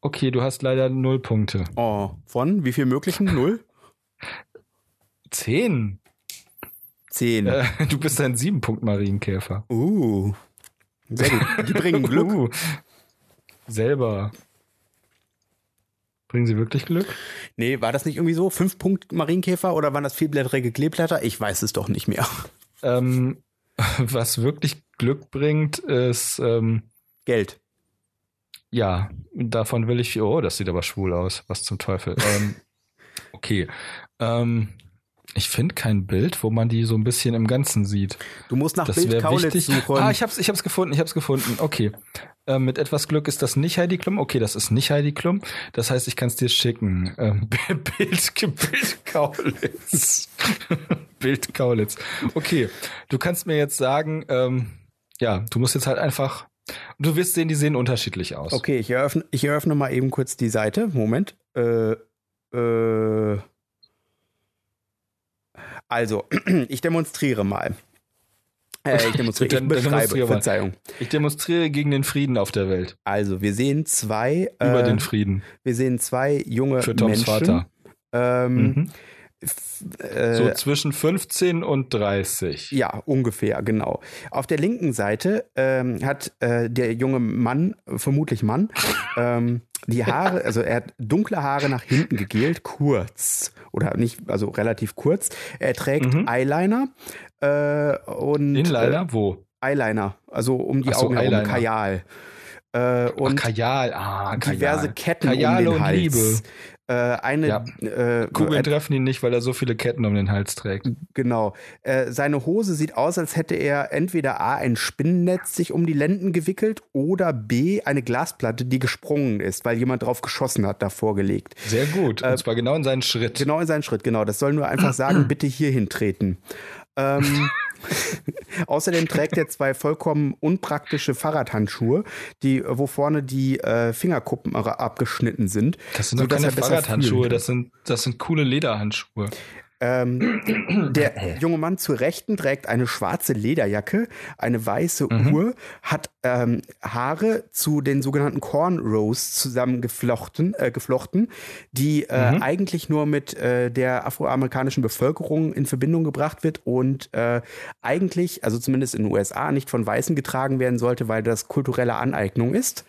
[SPEAKER 2] Okay, du hast leider null Punkte.
[SPEAKER 1] Oh, von wie viel möglichen? Null?
[SPEAKER 2] Zehn.
[SPEAKER 1] Zehn.
[SPEAKER 2] Äh, du bist ein Sieben-Punkt-Marienkäfer.
[SPEAKER 1] Uh. Sehr gut. Die bringen Glück.
[SPEAKER 2] Uh, selber. Bringen sie wirklich Glück?
[SPEAKER 1] Nee, war das nicht irgendwie so? Fünf Punkt Marienkäfer oder waren das vielblättrige Kleeblätter? Ich weiß es doch nicht mehr.
[SPEAKER 2] Ähm, was wirklich Glück bringt, ist, ähm,
[SPEAKER 1] Geld.
[SPEAKER 2] ja, davon will ich, oh, das sieht aber schwul aus. Was zum Teufel. Ähm, okay. Ähm, ich finde kein Bild, wo man die so ein bisschen im Ganzen sieht.
[SPEAKER 1] Du musst nach
[SPEAKER 2] Das
[SPEAKER 1] Bild
[SPEAKER 2] wäre
[SPEAKER 1] Kaulitz
[SPEAKER 2] wichtig.
[SPEAKER 1] suchen.
[SPEAKER 2] Ah, ich hab's, ich hab's gefunden, ich hab's gefunden. Okay. Ähm, mit etwas Glück ist das nicht Heidi Klum. Okay, das ist nicht Heidi Klum. Das heißt, ich kann's dir schicken. Ähm, Bild, Bild Kaulitz. Bild Kaulitz. Okay, du kannst mir jetzt sagen, ähm, ja, du musst jetzt halt einfach. Du wirst sehen, die sehen unterschiedlich aus.
[SPEAKER 1] okay, ich eröffne, ich eröffne mal eben kurz die Seite. Moment. Äh, äh. Also, ich demonstriere mal. Äh, ich demonstriere, ich
[SPEAKER 2] Dann- dann
[SPEAKER 1] beschreibe,
[SPEAKER 2] demonstriere mal.
[SPEAKER 1] Verzeihung.
[SPEAKER 2] Ich demonstriere gegen den Frieden auf der Welt.
[SPEAKER 1] Also, wir sehen zwei,
[SPEAKER 2] Über
[SPEAKER 1] äh,
[SPEAKER 2] den Frieden.
[SPEAKER 1] wir sehen zwei junge
[SPEAKER 2] Für Toms
[SPEAKER 1] Menschen.
[SPEAKER 2] Vater.
[SPEAKER 1] Ähm,
[SPEAKER 2] Mhm.
[SPEAKER 1] f- äh,
[SPEAKER 2] So zwischen 15 und 30.
[SPEAKER 1] Ja, ungefähr, genau. Auf der linken Seite ähm, hat äh, der junge Mann, vermutlich Mann, ähm, die Haare, also er hat dunkle Haare nach hinten gegelt, kurz. Oder nicht, also relativ kurz. Er trägt
[SPEAKER 2] Mhm.
[SPEAKER 1] Eyeliner äh, und
[SPEAKER 2] Inliner? Wo?
[SPEAKER 1] Äh, Eyeliner, also um die
[SPEAKER 2] Ach so,
[SPEAKER 1] Augen herum,
[SPEAKER 2] Eyeliner.
[SPEAKER 1] Kajal. Äh,
[SPEAKER 2] Ach,
[SPEAKER 1] und
[SPEAKER 2] Kajal, ah, Kajal.
[SPEAKER 1] diverse Ketten
[SPEAKER 2] Kajal
[SPEAKER 1] um den
[SPEAKER 2] und
[SPEAKER 1] Hals.
[SPEAKER 2] Liebe.
[SPEAKER 1] Äh, eine
[SPEAKER 2] Ja.
[SPEAKER 1] äh,
[SPEAKER 2] Kugeln
[SPEAKER 1] äh,
[SPEAKER 2] treffen ihn nicht, weil er so viele Ketten um den Hals trägt.
[SPEAKER 1] Genau. Äh, seine Hose sieht aus, als hätte er entweder A, ein Spinnennetz sich um die Lenden gewickelt oder B, eine Glasplatte, die gesprungen ist, weil jemand drauf geschossen hat, davor gelegt.
[SPEAKER 2] Sehr gut. und zwar genau in seinen Schritt.
[SPEAKER 1] Äh, Genau in seinen Schritt, genau. Das soll nur einfach sagen, bitte hierhin treten. Ähm, außerdem trägt er zwei vollkommen unpraktische Fahrradhandschuhe, die, wo vorne die äh, Fingerkuppen ra- abgeschnitten sind.
[SPEAKER 2] Das sind
[SPEAKER 1] so
[SPEAKER 2] doch
[SPEAKER 1] dass
[SPEAKER 2] keine
[SPEAKER 1] er besser
[SPEAKER 2] Fahrradhandschuhe,
[SPEAKER 1] fühlen
[SPEAKER 2] das sind, das sind coole Lederhandschuhe.
[SPEAKER 1] Ähm, der junge Mann zur Rechten trägt eine schwarze Lederjacke, eine weiße
[SPEAKER 2] Mhm.
[SPEAKER 1] Uhr, hat ähm, Haare zu den sogenannten Cornrows zusammengeflochten, äh, geflochten, die äh,
[SPEAKER 2] Mhm.
[SPEAKER 1] eigentlich nur mit äh, der afroamerikanischen Bevölkerung in Verbindung gebracht wird und äh, eigentlich, also zumindest in den USA, nicht von Weißen getragen werden sollte, weil das kulturelle Aneignung ist.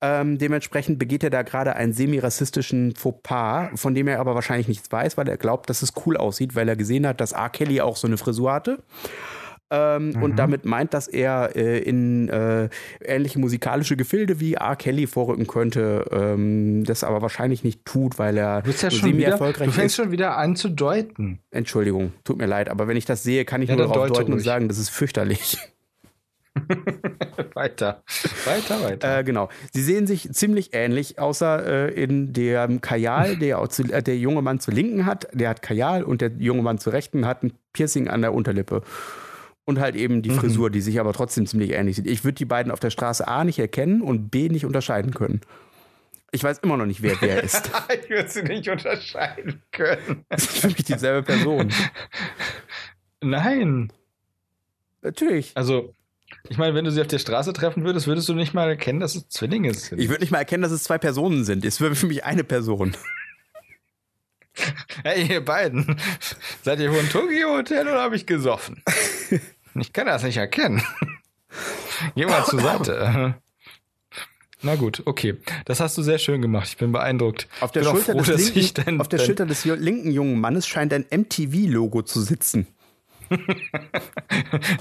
[SPEAKER 1] Ähm, dementsprechend begeht er da gerade einen semi-rassistischen Fauxpas, von dem er aber wahrscheinlich nichts weiß, weil er glaubt, dass es cool aussieht, weil er gesehen hat, dass R. Kelly auch so eine Frisur hatte. Ähm,
[SPEAKER 2] Mhm.
[SPEAKER 1] Und damit meint, dass er äh, in äh, ähnliche musikalische Gefilde wie R. Kelly vorrücken könnte, ähm, das aber wahrscheinlich nicht tut, weil er
[SPEAKER 2] du
[SPEAKER 1] semi-erfolgreich
[SPEAKER 2] fängst
[SPEAKER 1] ist.
[SPEAKER 2] schon wieder an zu deuten.
[SPEAKER 1] Entschuldigung, tut mir leid, aber wenn ich das sehe, kann ich
[SPEAKER 2] Ja,
[SPEAKER 1] nur
[SPEAKER 2] dann
[SPEAKER 1] darauf
[SPEAKER 2] deute
[SPEAKER 1] deuten und
[SPEAKER 2] ruhig.
[SPEAKER 1] sagen, das ist fürchterlich.
[SPEAKER 2] weiter, weiter, weiter.
[SPEAKER 1] Äh, genau. Sie sehen sich ziemlich ähnlich, außer äh, in dem Kajal, der, auch zu, äh, der junge Mann zur Linken hat, der hat Kajal und der junge Mann zur Rechten hat ein Piercing an der Unterlippe. Und halt eben
[SPEAKER 2] Mhm.
[SPEAKER 1] die Frisur, die sich aber trotzdem ziemlich ähnlich sieht. Ich würde die beiden auf der Straße A nicht erkennen und B nicht unterscheiden können. Ich weiß immer noch nicht, wer wer ist.
[SPEAKER 2] ich würde sie nicht unterscheiden können.
[SPEAKER 1] Das ist für mich dieselbe Person.
[SPEAKER 2] Nein.
[SPEAKER 1] Natürlich.
[SPEAKER 2] Also, ich meine, wenn du sie auf der Straße treffen würdest, würdest du nicht mal erkennen, dass es Zwillinge sind.
[SPEAKER 1] Ich würde nicht mal erkennen, dass es zwei Personen sind. Es wäre für mich eine Person.
[SPEAKER 2] Hey, ihr beiden, seid ihr wohl im Tokio-Hotel oder habe ich gesoffen? Ich kann das nicht erkennen. Geh mal zur Seite. Na gut, okay. Das hast du sehr schön gemacht. Ich bin beeindruckt.
[SPEAKER 1] Auf der,
[SPEAKER 2] bin auch
[SPEAKER 1] Schulter,
[SPEAKER 2] froh, dass
[SPEAKER 1] des,
[SPEAKER 2] ich
[SPEAKER 1] linken,
[SPEAKER 2] dein-
[SPEAKER 1] auf der
[SPEAKER 2] dein-
[SPEAKER 1] Schulter des linken jungen Mannes scheint ein MTV-Logo zu sitzen.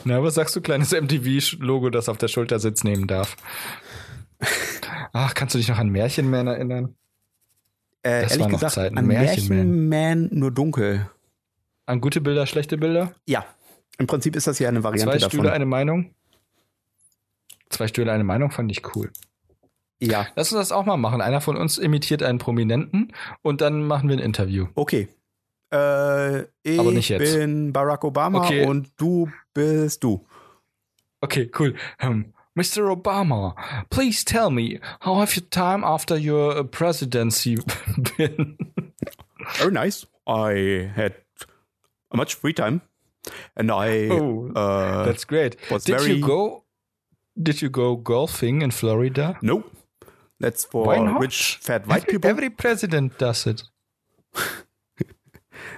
[SPEAKER 2] Na, was sagst du, kleines MTV-Logo, das auf der Schulter Sitz nehmen darf? Ach, kannst du dich noch an Märchenman erinnern?
[SPEAKER 1] Äh,
[SPEAKER 2] Das
[SPEAKER 1] ehrlich
[SPEAKER 2] waren noch
[SPEAKER 1] gesagt,
[SPEAKER 2] Zeiten.
[SPEAKER 1] an
[SPEAKER 2] Märchenman.
[SPEAKER 1] Märchenman nur dunkel.
[SPEAKER 2] An gute Bilder, schlechte Bilder?
[SPEAKER 1] Ja, im Prinzip ist das ja eine Variante
[SPEAKER 2] Zwei
[SPEAKER 1] davon.
[SPEAKER 2] Stühle, eine Meinung? Zwei Stühle, eine Meinung fand ich cool.
[SPEAKER 1] ja,
[SPEAKER 2] Lass uns das auch mal machen. Einer von uns imitiert einen Prominenten und dann machen wir ein Interview.
[SPEAKER 1] okay. Äh, ich
[SPEAKER 2] Aber nicht jetzt.
[SPEAKER 1] bin Barack Obama
[SPEAKER 2] Okay.
[SPEAKER 1] und du bist du.
[SPEAKER 2] Okay, cool. Um, Mr. Obama, please tell me, how have your time after your uh, presidency been?
[SPEAKER 1] Very nice. I had much free time. And I
[SPEAKER 2] Oh,
[SPEAKER 1] uh,
[SPEAKER 2] That's great.
[SPEAKER 1] was
[SPEAKER 2] Did
[SPEAKER 1] very-
[SPEAKER 2] you go? Did you go golfing in Florida?
[SPEAKER 1] no. That's for
[SPEAKER 2] Why not?
[SPEAKER 1] rich fat white people.
[SPEAKER 2] Every president does it.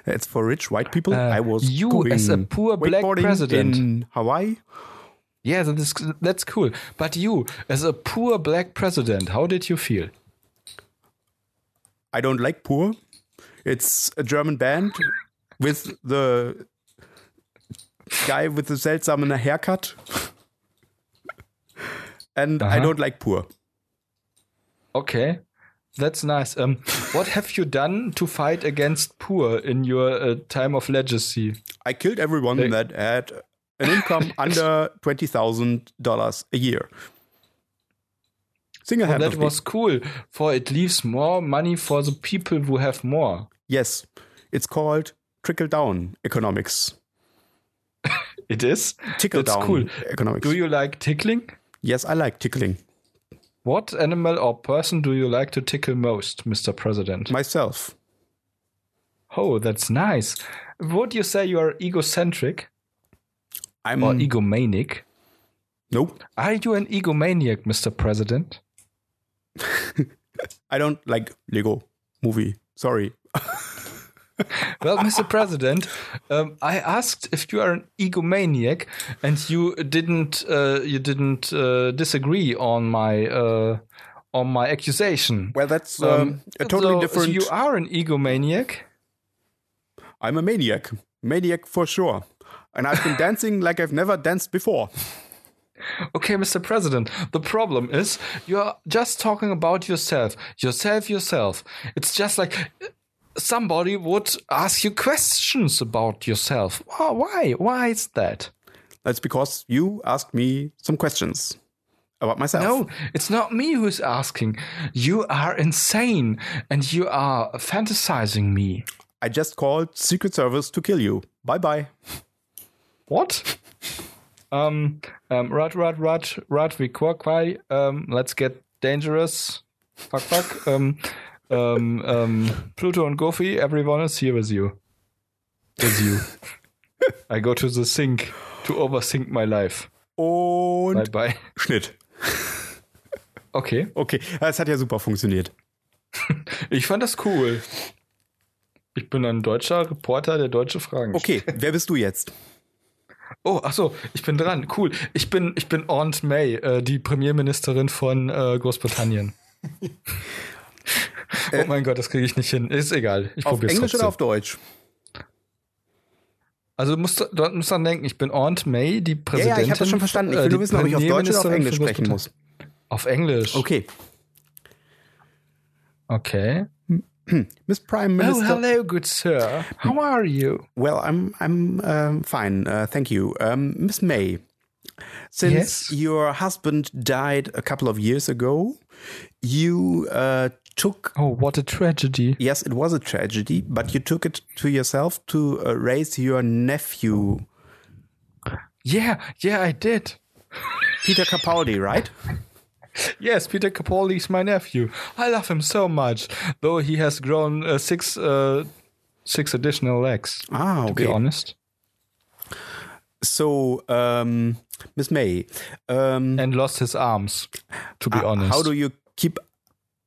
[SPEAKER 1] That's for rich white people.
[SPEAKER 2] Uh,
[SPEAKER 1] I was
[SPEAKER 2] you
[SPEAKER 1] going
[SPEAKER 2] as a poor black
[SPEAKER 1] wakeboarding
[SPEAKER 2] president.
[SPEAKER 1] in Hawaii.
[SPEAKER 2] Yeah, that is, that's cool. But you, as a poor black president, how did you feel?
[SPEAKER 1] I don't like poor. It's a German band with the guy with the seltsamen haircut. And I
[SPEAKER 2] Aha.
[SPEAKER 1] don't like poor.
[SPEAKER 2] Okay, that's nice. Um, what have you done to fight against poor in your uh, time of legacy?
[SPEAKER 1] I killed everyone
[SPEAKER 2] Hey.
[SPEAKER 1] that had an income under twenty thousand dollars a year. Single
[SPEAKER 2] Well, Oh, that
[SPEAKER 1] handedly.
[SPEAKER 2] was cool, for it leaves more money for the people who have more.
[SPEAKER 1] yes. It's called trickle down economics.
[SPEAKER 2] It is.
[SPEAKER 1] Tickle
[SPEAKER 2] that's
[SPEAKER 1] down
[SPEAKER 2] cool.
[SPEAKER 1] economics.
[SPEAKER 2] Do you like tickling?
[SPEAKER 1] yes, I like tickling
[SPEAKER 2] What animal or person do you like to tickle most, Mr. President?
[SPEAKER 1] myself.
[SPEAKER 2] Oh, that's nice. Would you say you are egocentric
[SPEAKER 1] I'm
[SPEAKER 2] or egomaniac?
[SPEAKER 1] nope.
[SPEAKER 2] Are you an egomaniac, Mr. President?
[SPEAKER 1] I don't like Lego movie. Sorry.
[SPEAKER 2] Well, Mr. President, um, I asked if you are an egomaniac, and you didn't uh, you didn't uh, disagree on my uh, on my accusation.
[SPEAKER 1] Well, that's um, a totally
[SPEAKER 2] so-
[SPEAKER 1] different.
[SPEAKER 2] So you are an egomaniac.
[SPEAKER 1] I'm a maniac. Maniac for sure. And I've been dancing like I've never danced before.
[SPEAKER 2] Okay, Mr. President, the problem is you're just talking about yourself, yourself, yourself. It's just like uh, somebody would ask you questions about yourself. Why? Why, why is that?
[SPEAKER 1] That's because you asked me some questions about myself.
[SPEAKER 2] No, Oh, it's not me who's asking. You are insane and you are fantasizing me.
[SPEAKER 1] I just called Secret Service to kill you. Bye bye.
[SPEAKER 2] What? Um, um, Rod, Rod, Rod, Rod, we quack, quack, um, let's get dangerous. Fuck, fuck. Um, um, um, Pluto and Goofy, everyone is here with you. With you. I go to the sink to overthink my life.
[SPEAKER 1] Und
[SPEAKER 2] Bye bye.
[SPEAKER 1] Schnitt.
[SPEAKER 2] Okay.
[SPEAKER 1] Okay, das hat ja super funktioniert.
[SPEAKER 2] Ich fand das cool. Ich bin ein deutscher Reporter, der deutsche Fragen stellt.
[SPEAKER 1] Okay, wer bist du jetzt?
[SPEAKER 2] Oh, ach so, ich bin dran. Cool. Ich bin, ich bin Aunt May, äh, die Premierministerin von äh, Großbritannien.
[SPEAKER 1] Äh.
[SPEAKER 2] oh mein Gott, das kriege ich nicht hin. Ist egal. Ich
[SPEAKER 1] Auf
[SPEAKER 2] probiere es
[SPEAKER 1] Englisch
[SPEAKER 2] trotzdem.
[SPEAKER 1] oder auf Deutsch?
[SPEAKER 2] Also du musst du dort musst dann denken, ich bin Aunt May, die
[SPEAKER 1] Ja,
[SPEAKER 2] Präsidentin.
[SPEAKER 1] ja, ich habe das schon verstanden. Ich
[SPEAKER 2] äh,
[SPEAKER 1] will
[SPEAKER 2] die
[SPEAKER 1] nur wissen, ob ich auf Deutsch oder auf
[SPEAKER 2] Premierministerin
[SPEAKER 1] Englisch
[SPEAKER 2] von
[SPEAKER 1] sprechen muss.
[SPEAKER 2] Großbritannien. Auf Englisch.
[SPEAKER 1] Okay.
[SPEAKER 2] Okay.
[SPEAKER 1] Miss Prime
[SPEAKER 2] Oh,
[SPEAKER 1] Minister. Hm.
[SPEAKER 2] hello, good sir. How are you?
[SPEAKER 1] well, I'm I'm um, fine, uh, thank you. Um, Miss May, Since
[SPEAKER 2] Yes.
[SPEAKER 1] your husband died a couple of years ago, you uh, took
[SPEAKER 2] Oh, what a tragedy.
[SPEAKER 1] yes, it was a tragedy, but you took it to yourself to uh, raise your nephew,
[SPEAKER 2] Yeah, yeah, I did.
[SPEAKER 1] Peter Capaldi, right?
[SPEAKER 2] Yes, Peter Capaldi is my nephew. I love him so much, though he has grown uh, six uh, six additional legs.
[SPEAKER 1] Ah,
[SPEAKER 2] To be
[SPEAKER 1] okay.
[SPEAKER 2] honest,
[SPEAKER 1] So, um, Miss May, um,
[SPEAKER 2] and lost his arms. To be
[SPEAKER 1] Uh,
[SPEAKER 2] honest,
[SPEAKER 1] How do you keep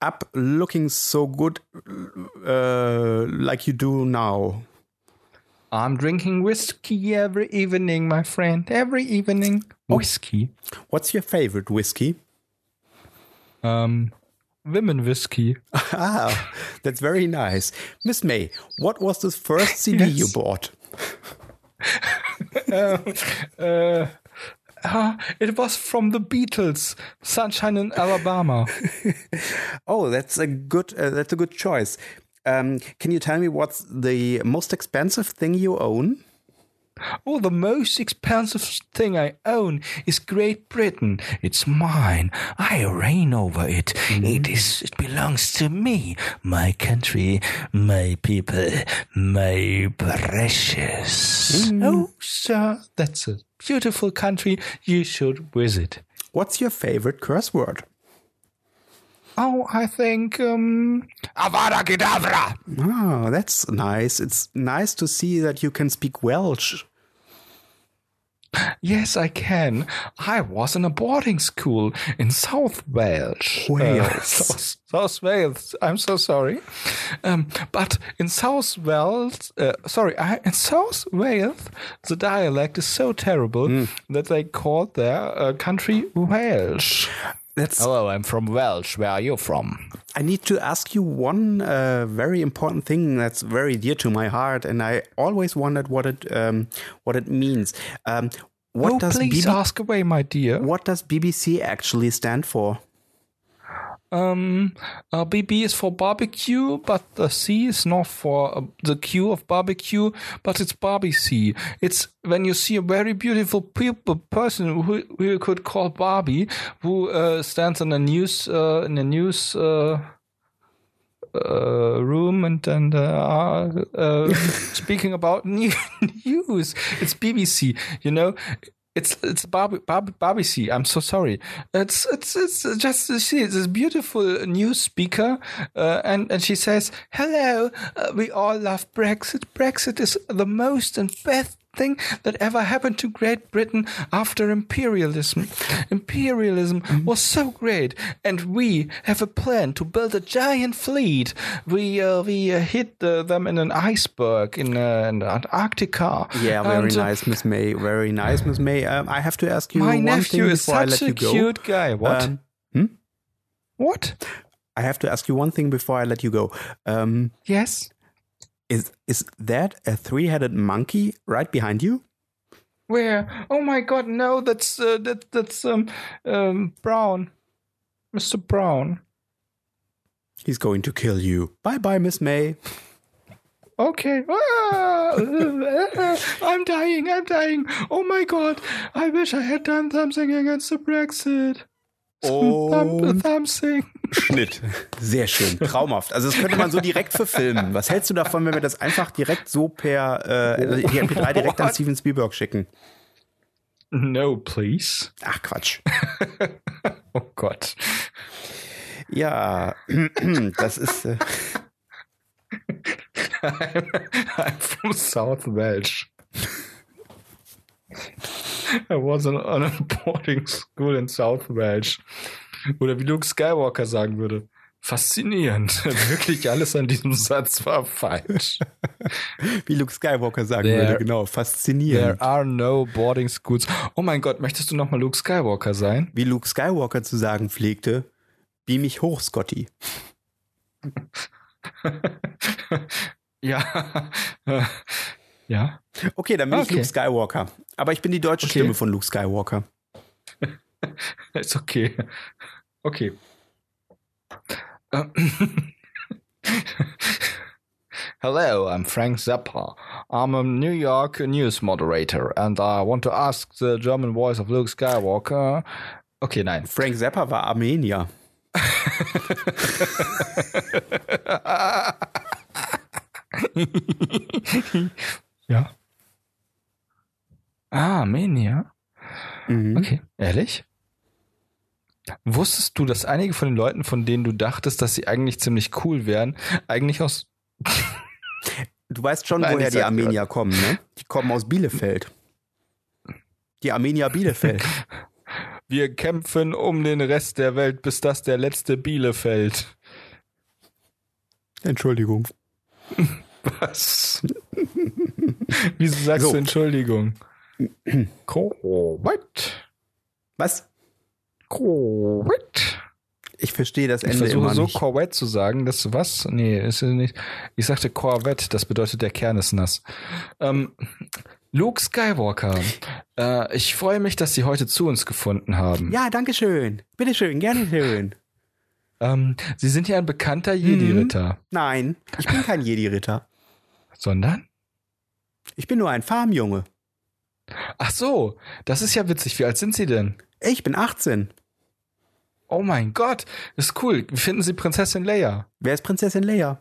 [SPEAKER 1] up looking so good uh, like you do now?
[SPEAKER 2] I'm drinking whiskey every evening, my friend. Every evening,
[SPEAKER 1] Oh.
[SPEAKER 2] whiskey.
[SPEAKER 1] What's your favorite whiskey?
[SPEAKER 2] Um, women whiskey.
[SPEAKER 1] ah, that's very nice. Miss May, what was the first CD you bought?
[SPEAKER 2] Uh, ah, it was from the Beatles, "Sunshine in Alabama."
[SPEAKER 1] Oh, that's a good uh, that's a good choice. Um, can you tell me what's the most expensive thing you own?
[SPEAKER 2] Oh, the most expensive thing I own is Great Britain. It's mine. I reign over it. It is. It belongs to me. My country, my people, my precious. Oh, sir, that's a beautiful country. You should visit.
[SPEAKER 1] What's your favorite curse word?
[SPEAKER 2] Oh, I think um, Avada Kedavra.
[SPEAKER 1] Oh, that's nice. It's nice to see that you can speak Welsh.
[SPEAKER 2] Yes, I can. I was in a boarding school in South Wales.
[SPEAKER 1] Wales.
[SPEAKER 2] Uh, South, South Wales. I'm so sorry. Um, but in South Wales, uh, sorry, I, in South Wales, the dialect is so terrible that they called their uh, country Welsh.
[SPEAKER 1] That's
[SPEAKER 2] Hello, I'm from Welsh. Where are you from?
[SPEAKER 1] I need to ask you one uh, very important thing that's very dear to my heart, and I always wondered what it um, what it means. Um, what
[SPEAKER 2] oh,
[SPEAKER 1] does
[SPEAKER 2] please
[SPEAKER 1] BB
[SPEAKER 2] ask away, my dear.
[SPEAKER 1] what does BBC actually stand for?
[SPEAKER 2] Um, uh, BB is for barbecue, but the C is not for uh, the Q of barbecue, but it's Barbie C. It's when you see a very beautiful people, person who, who you could call Barbie, who uh, stands in a news uh, in a news uh, uh, room and and uh, uh, speaking about new- news. It's BBC, you know. It's it's Barbie Barbie, Barbie C. I'm so sorry. It's it's it's just she is this beautiful news speaker, uh, and and she says, "Hello, uh, we all love Brexit. Brexit is the most and best." Thing that ever happened to Great Britain after imperialism. Imperialism
[SPEAKER 1] Mm-hmm.
[SPEAKER 2] was so great, and we have a plan to build a giant fleet. We uh, we uh, hit uh, them in an iceberg in, uh, in Antarctica.
[SPEAKER 1] Yeah, very
[SPEAKER 2] And, uh,
[SPEAKER 1] nice, Miss May. Very nice, Miss May. Um, I have to ask you
[SPEAKER 2] My
[SPEAKER 1] one
[SPEAKER 2] nephew
[SPEAKER 1] thing
[SPEAKER 2] is
[SPEAKER 1] before I
[SPEAKER 2] such
[SPEAKER 1] let
[SPEAKER 2] a
[SPEAKER 1] you go.
[SPEAKER 2] cute guy. What?
[SPEAKER 1] Um,
[SPEAKER 2] what?
[SPEAKER 1] I have to ask you one thing before I let you go. Um,
[SPEAKER 2] Yes.
[SPEAKER 1] is is that a three-headed monkey right behind you?
[SPEAKER 2] Where? Oh my God! No, that's uh, that that's um, um Brown, Mr. Brown.
[SPEAKER 1] He's going to kill you. Bye, bye, Miss May.
[SPEAKER 2] Okay. Ah, I'm dying. I'm dying. Oh my God! I wish I had done something against the Brexit.
[SPEAKER 1] Und-
[SPEAKER 2] Thumb, something.
[SPEAKER 1] Schnitt. Sehr schön, traumhaft. Also das könnte man so direkt verfilmen. Was hältst du davon, wenn wir das einfach direkt so per äh, also die MP3 direkt an Steven Spielberg schicken?
[SPEAKER 2] No, please.
[SPEAKER 1] Ach Quatsch.
[SPEAKER 2] Oh Gott.
[SPEAKER 1] Ja, das ist äh,
[SPEAKER 2] I'm, I'm from South Welsh. I was on, on a boarding school in South Welsh. Oder wie Luke Skywalker sagen würde. Faszinierend. Wirklich alles an diesem Satz war falsch.
[SPEAKER 1] wie Luke Skywalker sagen
[SPEAKER 2] There-
[SPEAKER 1] würde, genau, faszinierend.
[SPEAKER 2] There are no boarding schools. Oh mein Gott, möchtest du nochmal Luke Skywalker sein?
[SPEAKER 1] Wie Luke Skywalker zu sagen pflegte, beam mich hoch, Scotty.
[SPEAKER 2] ja. ja.
[SPEAKER 1] Okay, dann bin ich
[SPEAKER 2] Okay.
[SPEAKER 1] Luke Skywalker. Aber ich bin die deutsche
[SPEAKER 2] Okay.
[SPEAKER 1] Stimme von Luke Skywalker.
[SPEAKER 2] Ist okay. Okay. Ähm, Hello, I'm Frank Zappa. I'm a New York news moderator and I want to ask the German voice of Luke Skywalker. Okay, nein.
[SPEAKER 1] Frank Zappa war Armenier.
[SPEAKER 2] Ja. Ah, Mania.
[SPEAKER 1] Mhm.
[SPEAKER 2] Okay, ehrlich? Wusstest du, dass einige von den Leuten, von denen du dachtest, dass sie eigentlich ziemlich cool wären, eigentlich aus.
[SPEAKER 1] Du weißt schon,
[SPEAKER 2] Nein,
[SPEAKER 1] woher
[SPEAKER 2] ich
[SPEAKER 1] die
[SPEAKER 2] sag
[SPEAKER 1] Armenier kommen, ne? Die kommen aus Bielefeld. Die Armenier Bielefeld.
[SPEAKER 2] Wir kämpfen um den Rest der Welt, bis das der letzte Bielefeld.
[SPEAKER 1] Entschuldigung.
[SPEAKER 2] Was? Wieso sagst
[SPEAKER 1] So.
[SPEAKER 2] du Entschuldigung? Korrekt.
[SPEAKER 1] Was?
[SPEAKER 2] Korrekt.
[SPEAKER 1] Ich verstehe das
[SPEAKER 2] Ich
[SPEAKER 1] Ende immer
[SPEAKER 2] versuche so
[SPEAKER 1] nicht.
[SPEAKER 2] Corvette zu sagen, dass was? Nee, ist ja nicht. Ich sagte Corvette, das bedeutet der Kern ist nass. Ähm, Luke Skywalker, äh, ich freue mich, dass Sie heute zu uns gefunden haben.
[SPEAKER 1] Ja, danke schön. Bitte schön, gerne schön.
[SPEAKER 2] Ähm, Sie sind ja ein bekannter
[SPEAKER 1] Mhm.
[SPEAKER 2] Jedi-Ritter,
[SPEAKER 1] Nein, ich bin kein Jedi-Ritter.
[SPEAKER 2] sondern?
[SPEAKER 1] Ich bin nur ein Farmjunge.
[SPEAKER 2] Ach so, das ist ja witzig. Wie alt sind Sie denn?
[SPEAKER 1] Ich bin 18.
[SPEAKER 2] Oh mein Gott, das ist cool. Wie finden Sie Prinzessin Leia?
[SPEAKER 1] Wer ist Prinzessin Leia?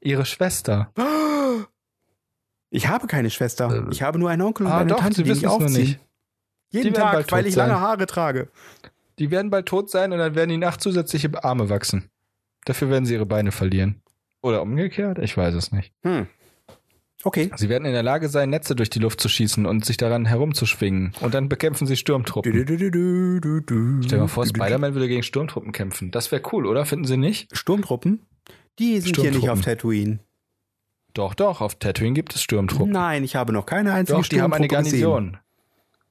[SPEAKER 2] Ihre Schwester.
[SPEAKER 1] Ich habe keine Schwester.
[SPEAKER 2] Äh,
[SPEAKER 1] Ich habe nur einen Onkel und
[SPEAKER 2] ah,
[SPEAKER 1] eine
[SPEAKER 2] doch,
[SPEAKER 1] Tante,
[SPEAKER 2] Sie
[SPEAKER 1] die
[SPEAKER 2] wissen
[SPEAKER 1] mich
[SPEAKER 2] es noch
[SPEAKER 1] aufziehen.
[SPEAKER 2] nicht. Die
[SPEAKER 1] Jeden
[SPEAKER 2] werden bald
[SPEAKER 1] Tag, weil
[SPEAKER 2] tot
[SPEAKER 1] ich lange
[SPEAKER 2] sein.
[SPEAKER 1] Haare trage.
[SPEAKER 2] Die werden bald tot sein und dann werden ihnen acht zusätzliche Arme wachsen. Dafür werden sie ihre Beine verlieren. Oder umgekehrt, ich weiß es nicht.
[SPEAKER 1] Hm. Okay.
[SPEAKER 2] Sie werden in der Lage sein, Netze durch die Luft zu schießen und sich daran herumzuschwingen. Und dann bekämpfen sie
[SPEAKER 1] Du,
[SPEAKER 2] Sturmtruppen.
[SPEAKER 1] du, du, du, du, du, du,
[SPEAKER 2] Stell dir mal vor,
[SPEAKER 1] du, du, du.
[SPEAKER 2] Spider-Man würde gegen Sturmtruppen kämpfen. Das wäre cool, oder? Finden Sie nicht?
[SPEAKER 1] Sturmtruppen? Die sind hier nicht
[SPEAKER 2] Sturmtruppen.
[SPEAKER 1] auf Tatooine.
[SPEAKER 2] Doch, doch, auf Tatooine gibt es Sturmtruppen.
[SPEAKER 1] Nein, ich habe noch keine einzige
[SPEAKER 2] doch, die haben eine
[SPEAKER 1] Sturmtruppe gesehen.
[SPEAKER 2] Garnison.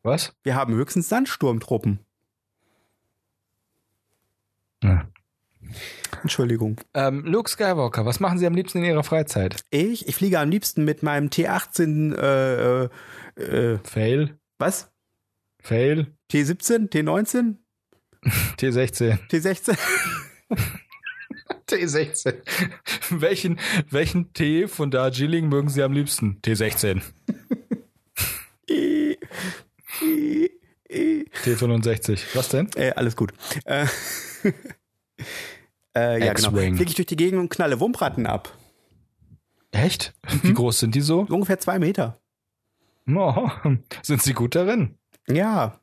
[SPEAKER 2] Was?
[SPEAKER 1] Wir haben höchstens Sandsturmtruppen.
[SPEAKER 2] Ja.
[SPEAKER 1] Entschuldigung.
[SPEAKER 2] Ähm, Luke Skywalker, was machen Sie am liebsten in Ihrer Freizeit?
[SPEAKER 1] Ich, ich fliege am liebsten mit meinem T18, äh, äh, äh,
[SPEAKER 2] Fail,
[SPEAKER 1] was?
[SPEAKER 2] Fail,
[SPEAKER 1] T17, T19,
[SPEAKER 2] T16.
[SPEAKER 1] T16?
[SPEAKER 2] T16. Welchen, welchen Tee von Darjeeling mögen Sie am liebsten? T16.
[SPEAKER 1] I, I, I.
[SPEAKER 2] T65. Was denn?
[SPEAKER 1] Äh, alles gut. Äh, äh, ja, genau.
[SPEAKER 2] X-Wing.
[SPEAKER 1] Fliege ich durch die Gegend und knalle Wumpratten ab.
[SPEAKER 2] Echt? Mhm. Wie groß sind die so?
[SPEAKER 1] Ungefähr zwei Meter.
[SPEAKER 2] Oh, sind sie gut darin?
[SPEAKER 1] Ja,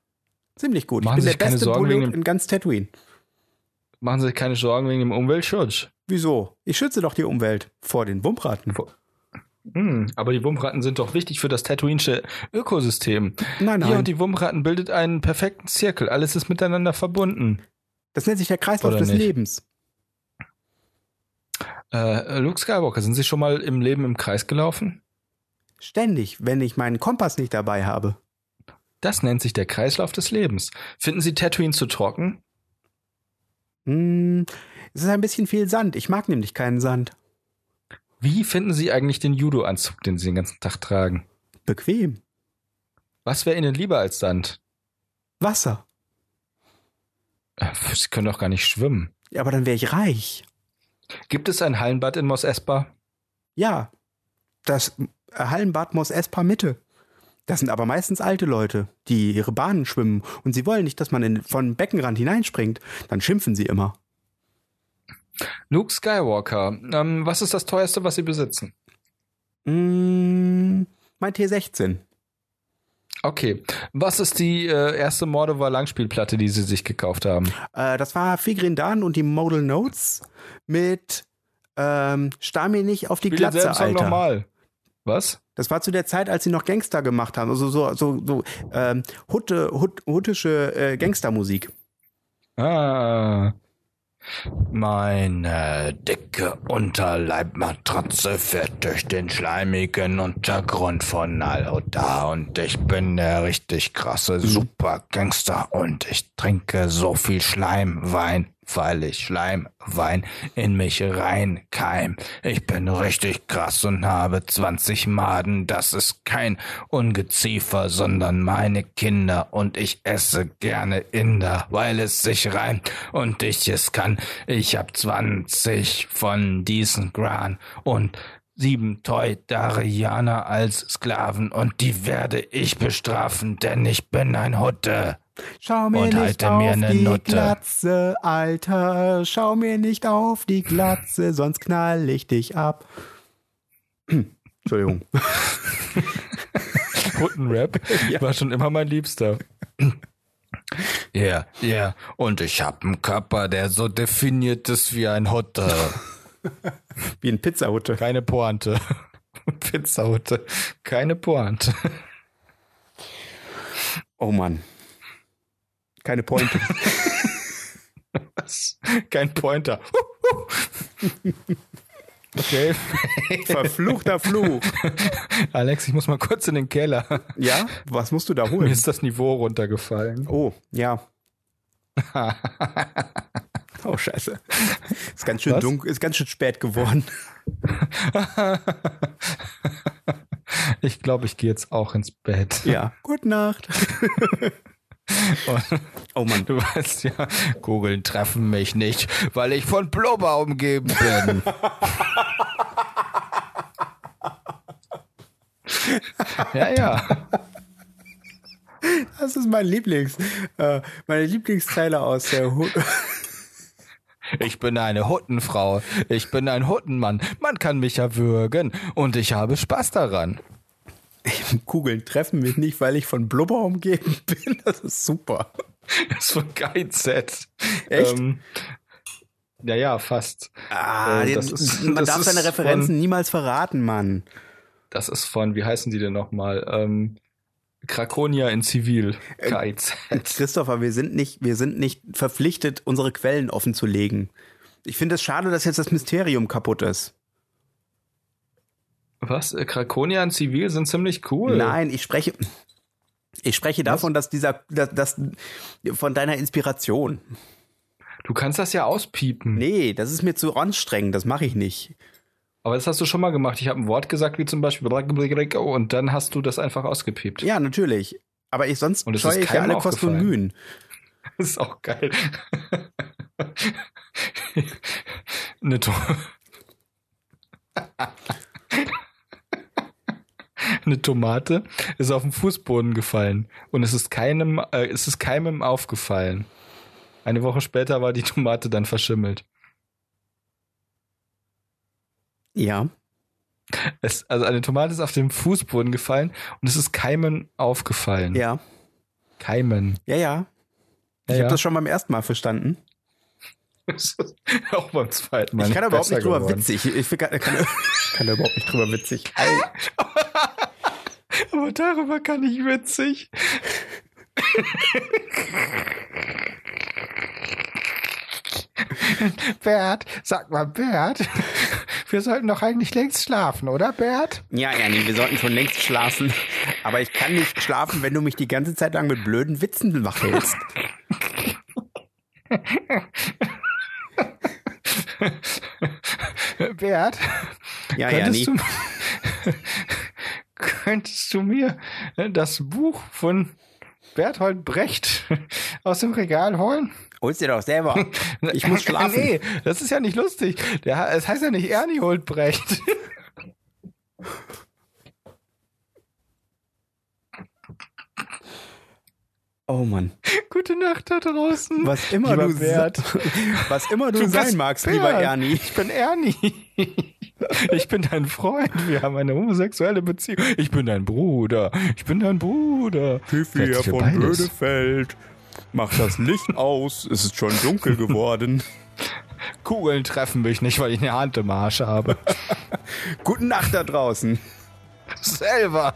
[SPEAKER 1] ziemlich gut.
[SPEAKER 2] Machen
[SPEAKER 1] ich bin
[SPEAKER 2] Sie
[SPEAKER 1] der
[SPEAKER 2] sich keine
[SPEAKER 1] beste
[SPEAKER 2] Sorgen wegen
[SPEAKER 1] Pilot
[SPEAKER 2] dem-
[SPEAKER 1] in ganz Tatooine.
[SPEAKER 2] Machen Sie sich keine Sorgen wegen dem Umweltschutz.
[SPEAKER 1] Wieso? Ich schütze doch die Umwelt vor den Wumpratten.
[SPEAKER 2] Hm, aber die Wumpratten sind doch wichtig für das tatooinische Ökosystem.
[SPEAKER 1] Nein,
[SPEAKER 2] Hier
[SPEAKER 1] nein.
[SPEAKER 2] und die Wumpratten bildet einen perfekten Zirkel. Alles ist miteinander verbunden.
[SPEAKER 1] Das nennt sich der Kreislauf
[SPEAKER 2] Oder
[SPEAKER 1] des
[SPEAKER 2] nicht?
[SPEAKER 1] Lebens.
[SPEAKER 2] Äh, Luke Skywalker, sind Sie schon mal im Leben im Kreis gelaufen?
[SPEAKER 1] Ständig, wenn ich meinen Kompass nicht dabei habe.
[SPEAKER 2] Das nennt sich der Kreislauf des Lebens. Finden Sie Tatooine zu trocken?
[SPEAKER 1] Hm, es ist ein bisschen viel Sand. Ich mag nämlich keinen Sand.
[SPEAKER 2] Wie finden Sie eigentlich den Judo-Anzug, den Sie den ganzen Tag tragen?
[SPEAKER 1] Bequem.
[SPEAKER 2] Was wäre Ihnen lieber als Sand?
[SPEAKER 1] Wasser.
[SPEAKER 2] Äh, Sie können doch gar nicht schwimmen.
[SPEAKER 1] Ja, aber dann wäre ich reich.
[SPEAKER 2] Gibt es ein Hallenbad in Mos Espa?
[SPEAKER 1] Ja. Das Hallenbad muss Espa Mitte. Das sind aber meistens alte Leute, die ihre Bahnen schwimmen und sie wollen nicht, dass man in, von Beckenrand hineinspringt. Dann schimpfen sie immer.
[SPEAKER 2] Luke Skywalker, ähm, was ist das teuerste, was Sie besitzen?
[SPEAKER 1] Hm, mein T16.
[SPEAKER 2] Okay, was ist die äh, erste Mordor-Langspielplatte, die Sie sich gekauft haben?
[SPEAKER 1] Äh, das war Figrin Dan und die Modal Notes mit ähm, Starr mir nicht auf die
[SPEAKER 2] Spiel
[SPEAKER 1] Glatze, Alter.
[SPEAKER 2] nochmal. Was?
[SPEAKER 1] Das war zu der Zeit, als sie noch Gangster gemacht haben. Also so, so, so ähm, Hutte, Hut, huttische äh, Gangstermusik.
[SPEAKER 2] Ah. Meine dicke Unterleibmatratze fährt durch den schleimigen Untergrund von Al-Huda und ich bin der richtig krasse Supergangster und ich trinke so viel Schleimwein, weil ich Schleimwein in mich reinkeim. Ich bin richtig krass und habe 20 Maden. Das ist kein Ungeziefer, sondern meine Kinder und ich esse gerne Inder, weil es sich reimt und ich es kann. Ich hab 20 von diesen Gran und sieben Teutarianer als Sklaven und die werde ich bestrafen, denn ich bin ein Hutte.
[SPEAKER 1] Schau mir
[SPEAKER 2] Und
[SPEAKER 1] nicht
[SPEAKER 2] halte
[SPEAKER 1] auf
[SPEAKER 2] mir ne
[SPEAKER 1] die
[SPEAKER 2] Nutte.
[SPEAKER 1] Glatze, Alter. Schau mir nicht auf die Glatze, sonst knall ich dich ab. Entschuldigung.
[SPEAKER 2] Huttenrap war schon immer mein Liebster. Ja, yeah, ja. Yeah. Und ich hab einen Körper, der so definiert ist wie ein Hutte.
[SPEAKER 1] Wie ein Pizzahutte.
[SPEAKER 2] Keine Pointe. Pizzahutte. Keine Pointe.
[SPEAKER 1] Oh Mann. Keine Pointe.
[SPEAKER 2] Kein Pointer. Okay,
[SPEAKER 1] Verfluchter Fluch.
[SPEAKER 2] Alex, ich muss mal kurz in den Keller.
[SPEAKER 1] Ja? Was musst du da
[SPEAKER 2] Mir
[SPEAKER 1] holen?
[SPEAKER 2] ist das Niveau runtergefallen.
[SPEAKER 1] Oh, ja. Oh, scheiße. Ist ganz schön
[SPEAKER 2] Was?
[SPEAKER 1] dunkel, ist ganz schön spät geworden.
[SPEAKER 2] Ich glaube, ich gehe jetzt auch ins Bett.
[SPEAKER 1] Ja. Gute Nacht.
[SPEAKER 2] Und
[SPEAKER 1] Oh Mann.
[SPEAKER 2] du weißt ja, Kugeln treffen mich nicht, weil ich von Blubber umgeben bin. ja, ja.
[SPEAKER 1] Das ist mein Lieblings, äh, meine Lieblingsteile aus der Hu
[SPEAKER 2] Ich bin eine Huttenfrau. Ich bin ein Huttenmann. Man kann mich erwürgen und ich habe Spaß daran.
[SPEAKER 1] Kugeln treffen mich nicht, weil ich von Blubber umgeben bin. Das ist super.
[SPEAKER 2] Das war geil, Set.
[SPEAKER 1] Echt?
[SPEAKER 2] Ähm, ja, ja, fast.
[SPEAKER 1] Ah,
[SPEAKER 2] Äh,
[SPEAKER 1] jetzt,
[SPEAKER 2] das ist-
[SPEAKER 1] man
[SPEAKER 2] das
[SPEAKER 1] darf
[SPEAKER 2] ist
[SPEAKER 1] seine Referenzen
[SPEAKER 2] von-
[SPEAKER 1] niemals verraten, Mann.
[SPEAKER 2] Das ist von, wie heißen die denn nochmal? Ähm, Krakonia in Zivil. KIZ.
[SPEAKER 1] Christopher, wir sind nicht, wir sind nicht verpflichtet, unsere Quellen offen zu legen. Ich finde es schade, dass jetzt das Mysterium kaputt ist.
[SPEAKER 2] Was? Äh, Krakonia in Zivil sind ziemlich cool.
[SPEAKER 1] Nein, ich spreche, ich spreche davon, dass dieser, dass, dass, von deiner Inspiration.
[SPEAKER 2] Du kannst das ja auspiepen.
[SPEAKER 1] Nee, das ist mir zu anstrengend, das mache ich nicht.
[SPEAKER 2] Aber das hast du schon mal gemacht. Ich habe ein Wort gesagt, wie zum Beispiel oh, und dann hast du das einfach ausgepiept.
[SPEAKER 1] Ja, natürlich. Aber ich sonst
[SPEAKER 2] Und es
[SPEAKER 1] scheue
[SPEAKER 2] ist
[SPEAKER 1] ich ja
[SPEAKER 2] keinem
[SPEAKER 1] alle Kosten und Mühen.
[SPEAKER 2] aufgefallen. Das ist auch geil. Eine to Eine Tomate ist auf den Fußboden gefallen und es ist keinem, äh, es ist keinem aufgefallen. Eine Woche später war die Tomate dann verschimmelt.
[SPEAKER 1] Ja.
[SPEAKER 2] Hm. Es, also eine Tomate ist auf den Fußboden gefallen und es ist keinem aufgefallen.
[SPEAKER 1] Ja,
[SPEAKER 2] Keimen.
[SPEAKER 1] ja, ja. Ich habe
[SPEAKER 2] Ja, ja.
[SPEAKER 1] das schon beim ersten Mal verstanden.
[SPEAKER 2] auch beim zweiten Mal.
[SPEAKER 1] ich kann da überhaupt
[SPEAKER 2] besser
[SPEAKER 1] nicht drüber
[SPEAKER 2] geworden.
[SPEAKER 1] witzig. Ich find gar- kann, kann da überhaupt nicht drüber witzig.
[SPEAKER 2] Aber darüber kann ich witzig. Bert, sag mal, Bert, wir sollten doch eigentlich längst schlafen, oder Bert?
[SPEAKER 1] Ja, ja, nee, wir sollten schon längst schlafen. Aber ich kann nicht schlafen, wenn du mich die ganze Zeit lang mit blöden Witzen wach hältst.
[SPEAKER 2] Bert,
[SPEAKER 1] Ja, ja, nee.
[SPEAKER 2] könntest, du, könntest du mir das Buch von Berthold Brecht aus dem Regal holen?
[SPEAKER 1] Holst dir doch selber. Ich muss schlafen.
[SPEAKER 2] Nee, das ist ja nicht lustig. Der, es heißt ja nicht Ernie holt Brecht.
[SPEAKER 1] Oh Mann.
[SPEAKER 2] Gute Nacht da draußen.
[SPEAKER 1] Was immer
[SPEAKER 2] Lieber
[SPEAKER 1] du
[SPEAKER 2] Bert.
[SPEAKER 1] was immer du,
[SPEAKER 2] Du
[SPEAKER 1] sein
[SPEAKER 2] bist
[SPEAKER 1] magst,
[SPEAKER 2] Bert.
[SPEAKER 1] lieber Ernie.
[SPEAKER 2] Ich bin Ernie. Ich bin dein Freund. Wir haben eine homosexuelle Beziehung. Ich bin dein Bruder. Ich bin dein Bruder. Vielleicht sind wir beides.
[SPEAKER 1] Bödefeld. Mach das Licht aus. Es ist schon dunkel geworden.
[SPEAKER 2] Kugeln treffen mich nicht, weil ich eine Hand im Arsch habe.
[SPEAKER 1] Guten Nacht da draußen.
[SPEAKER 2] Selber.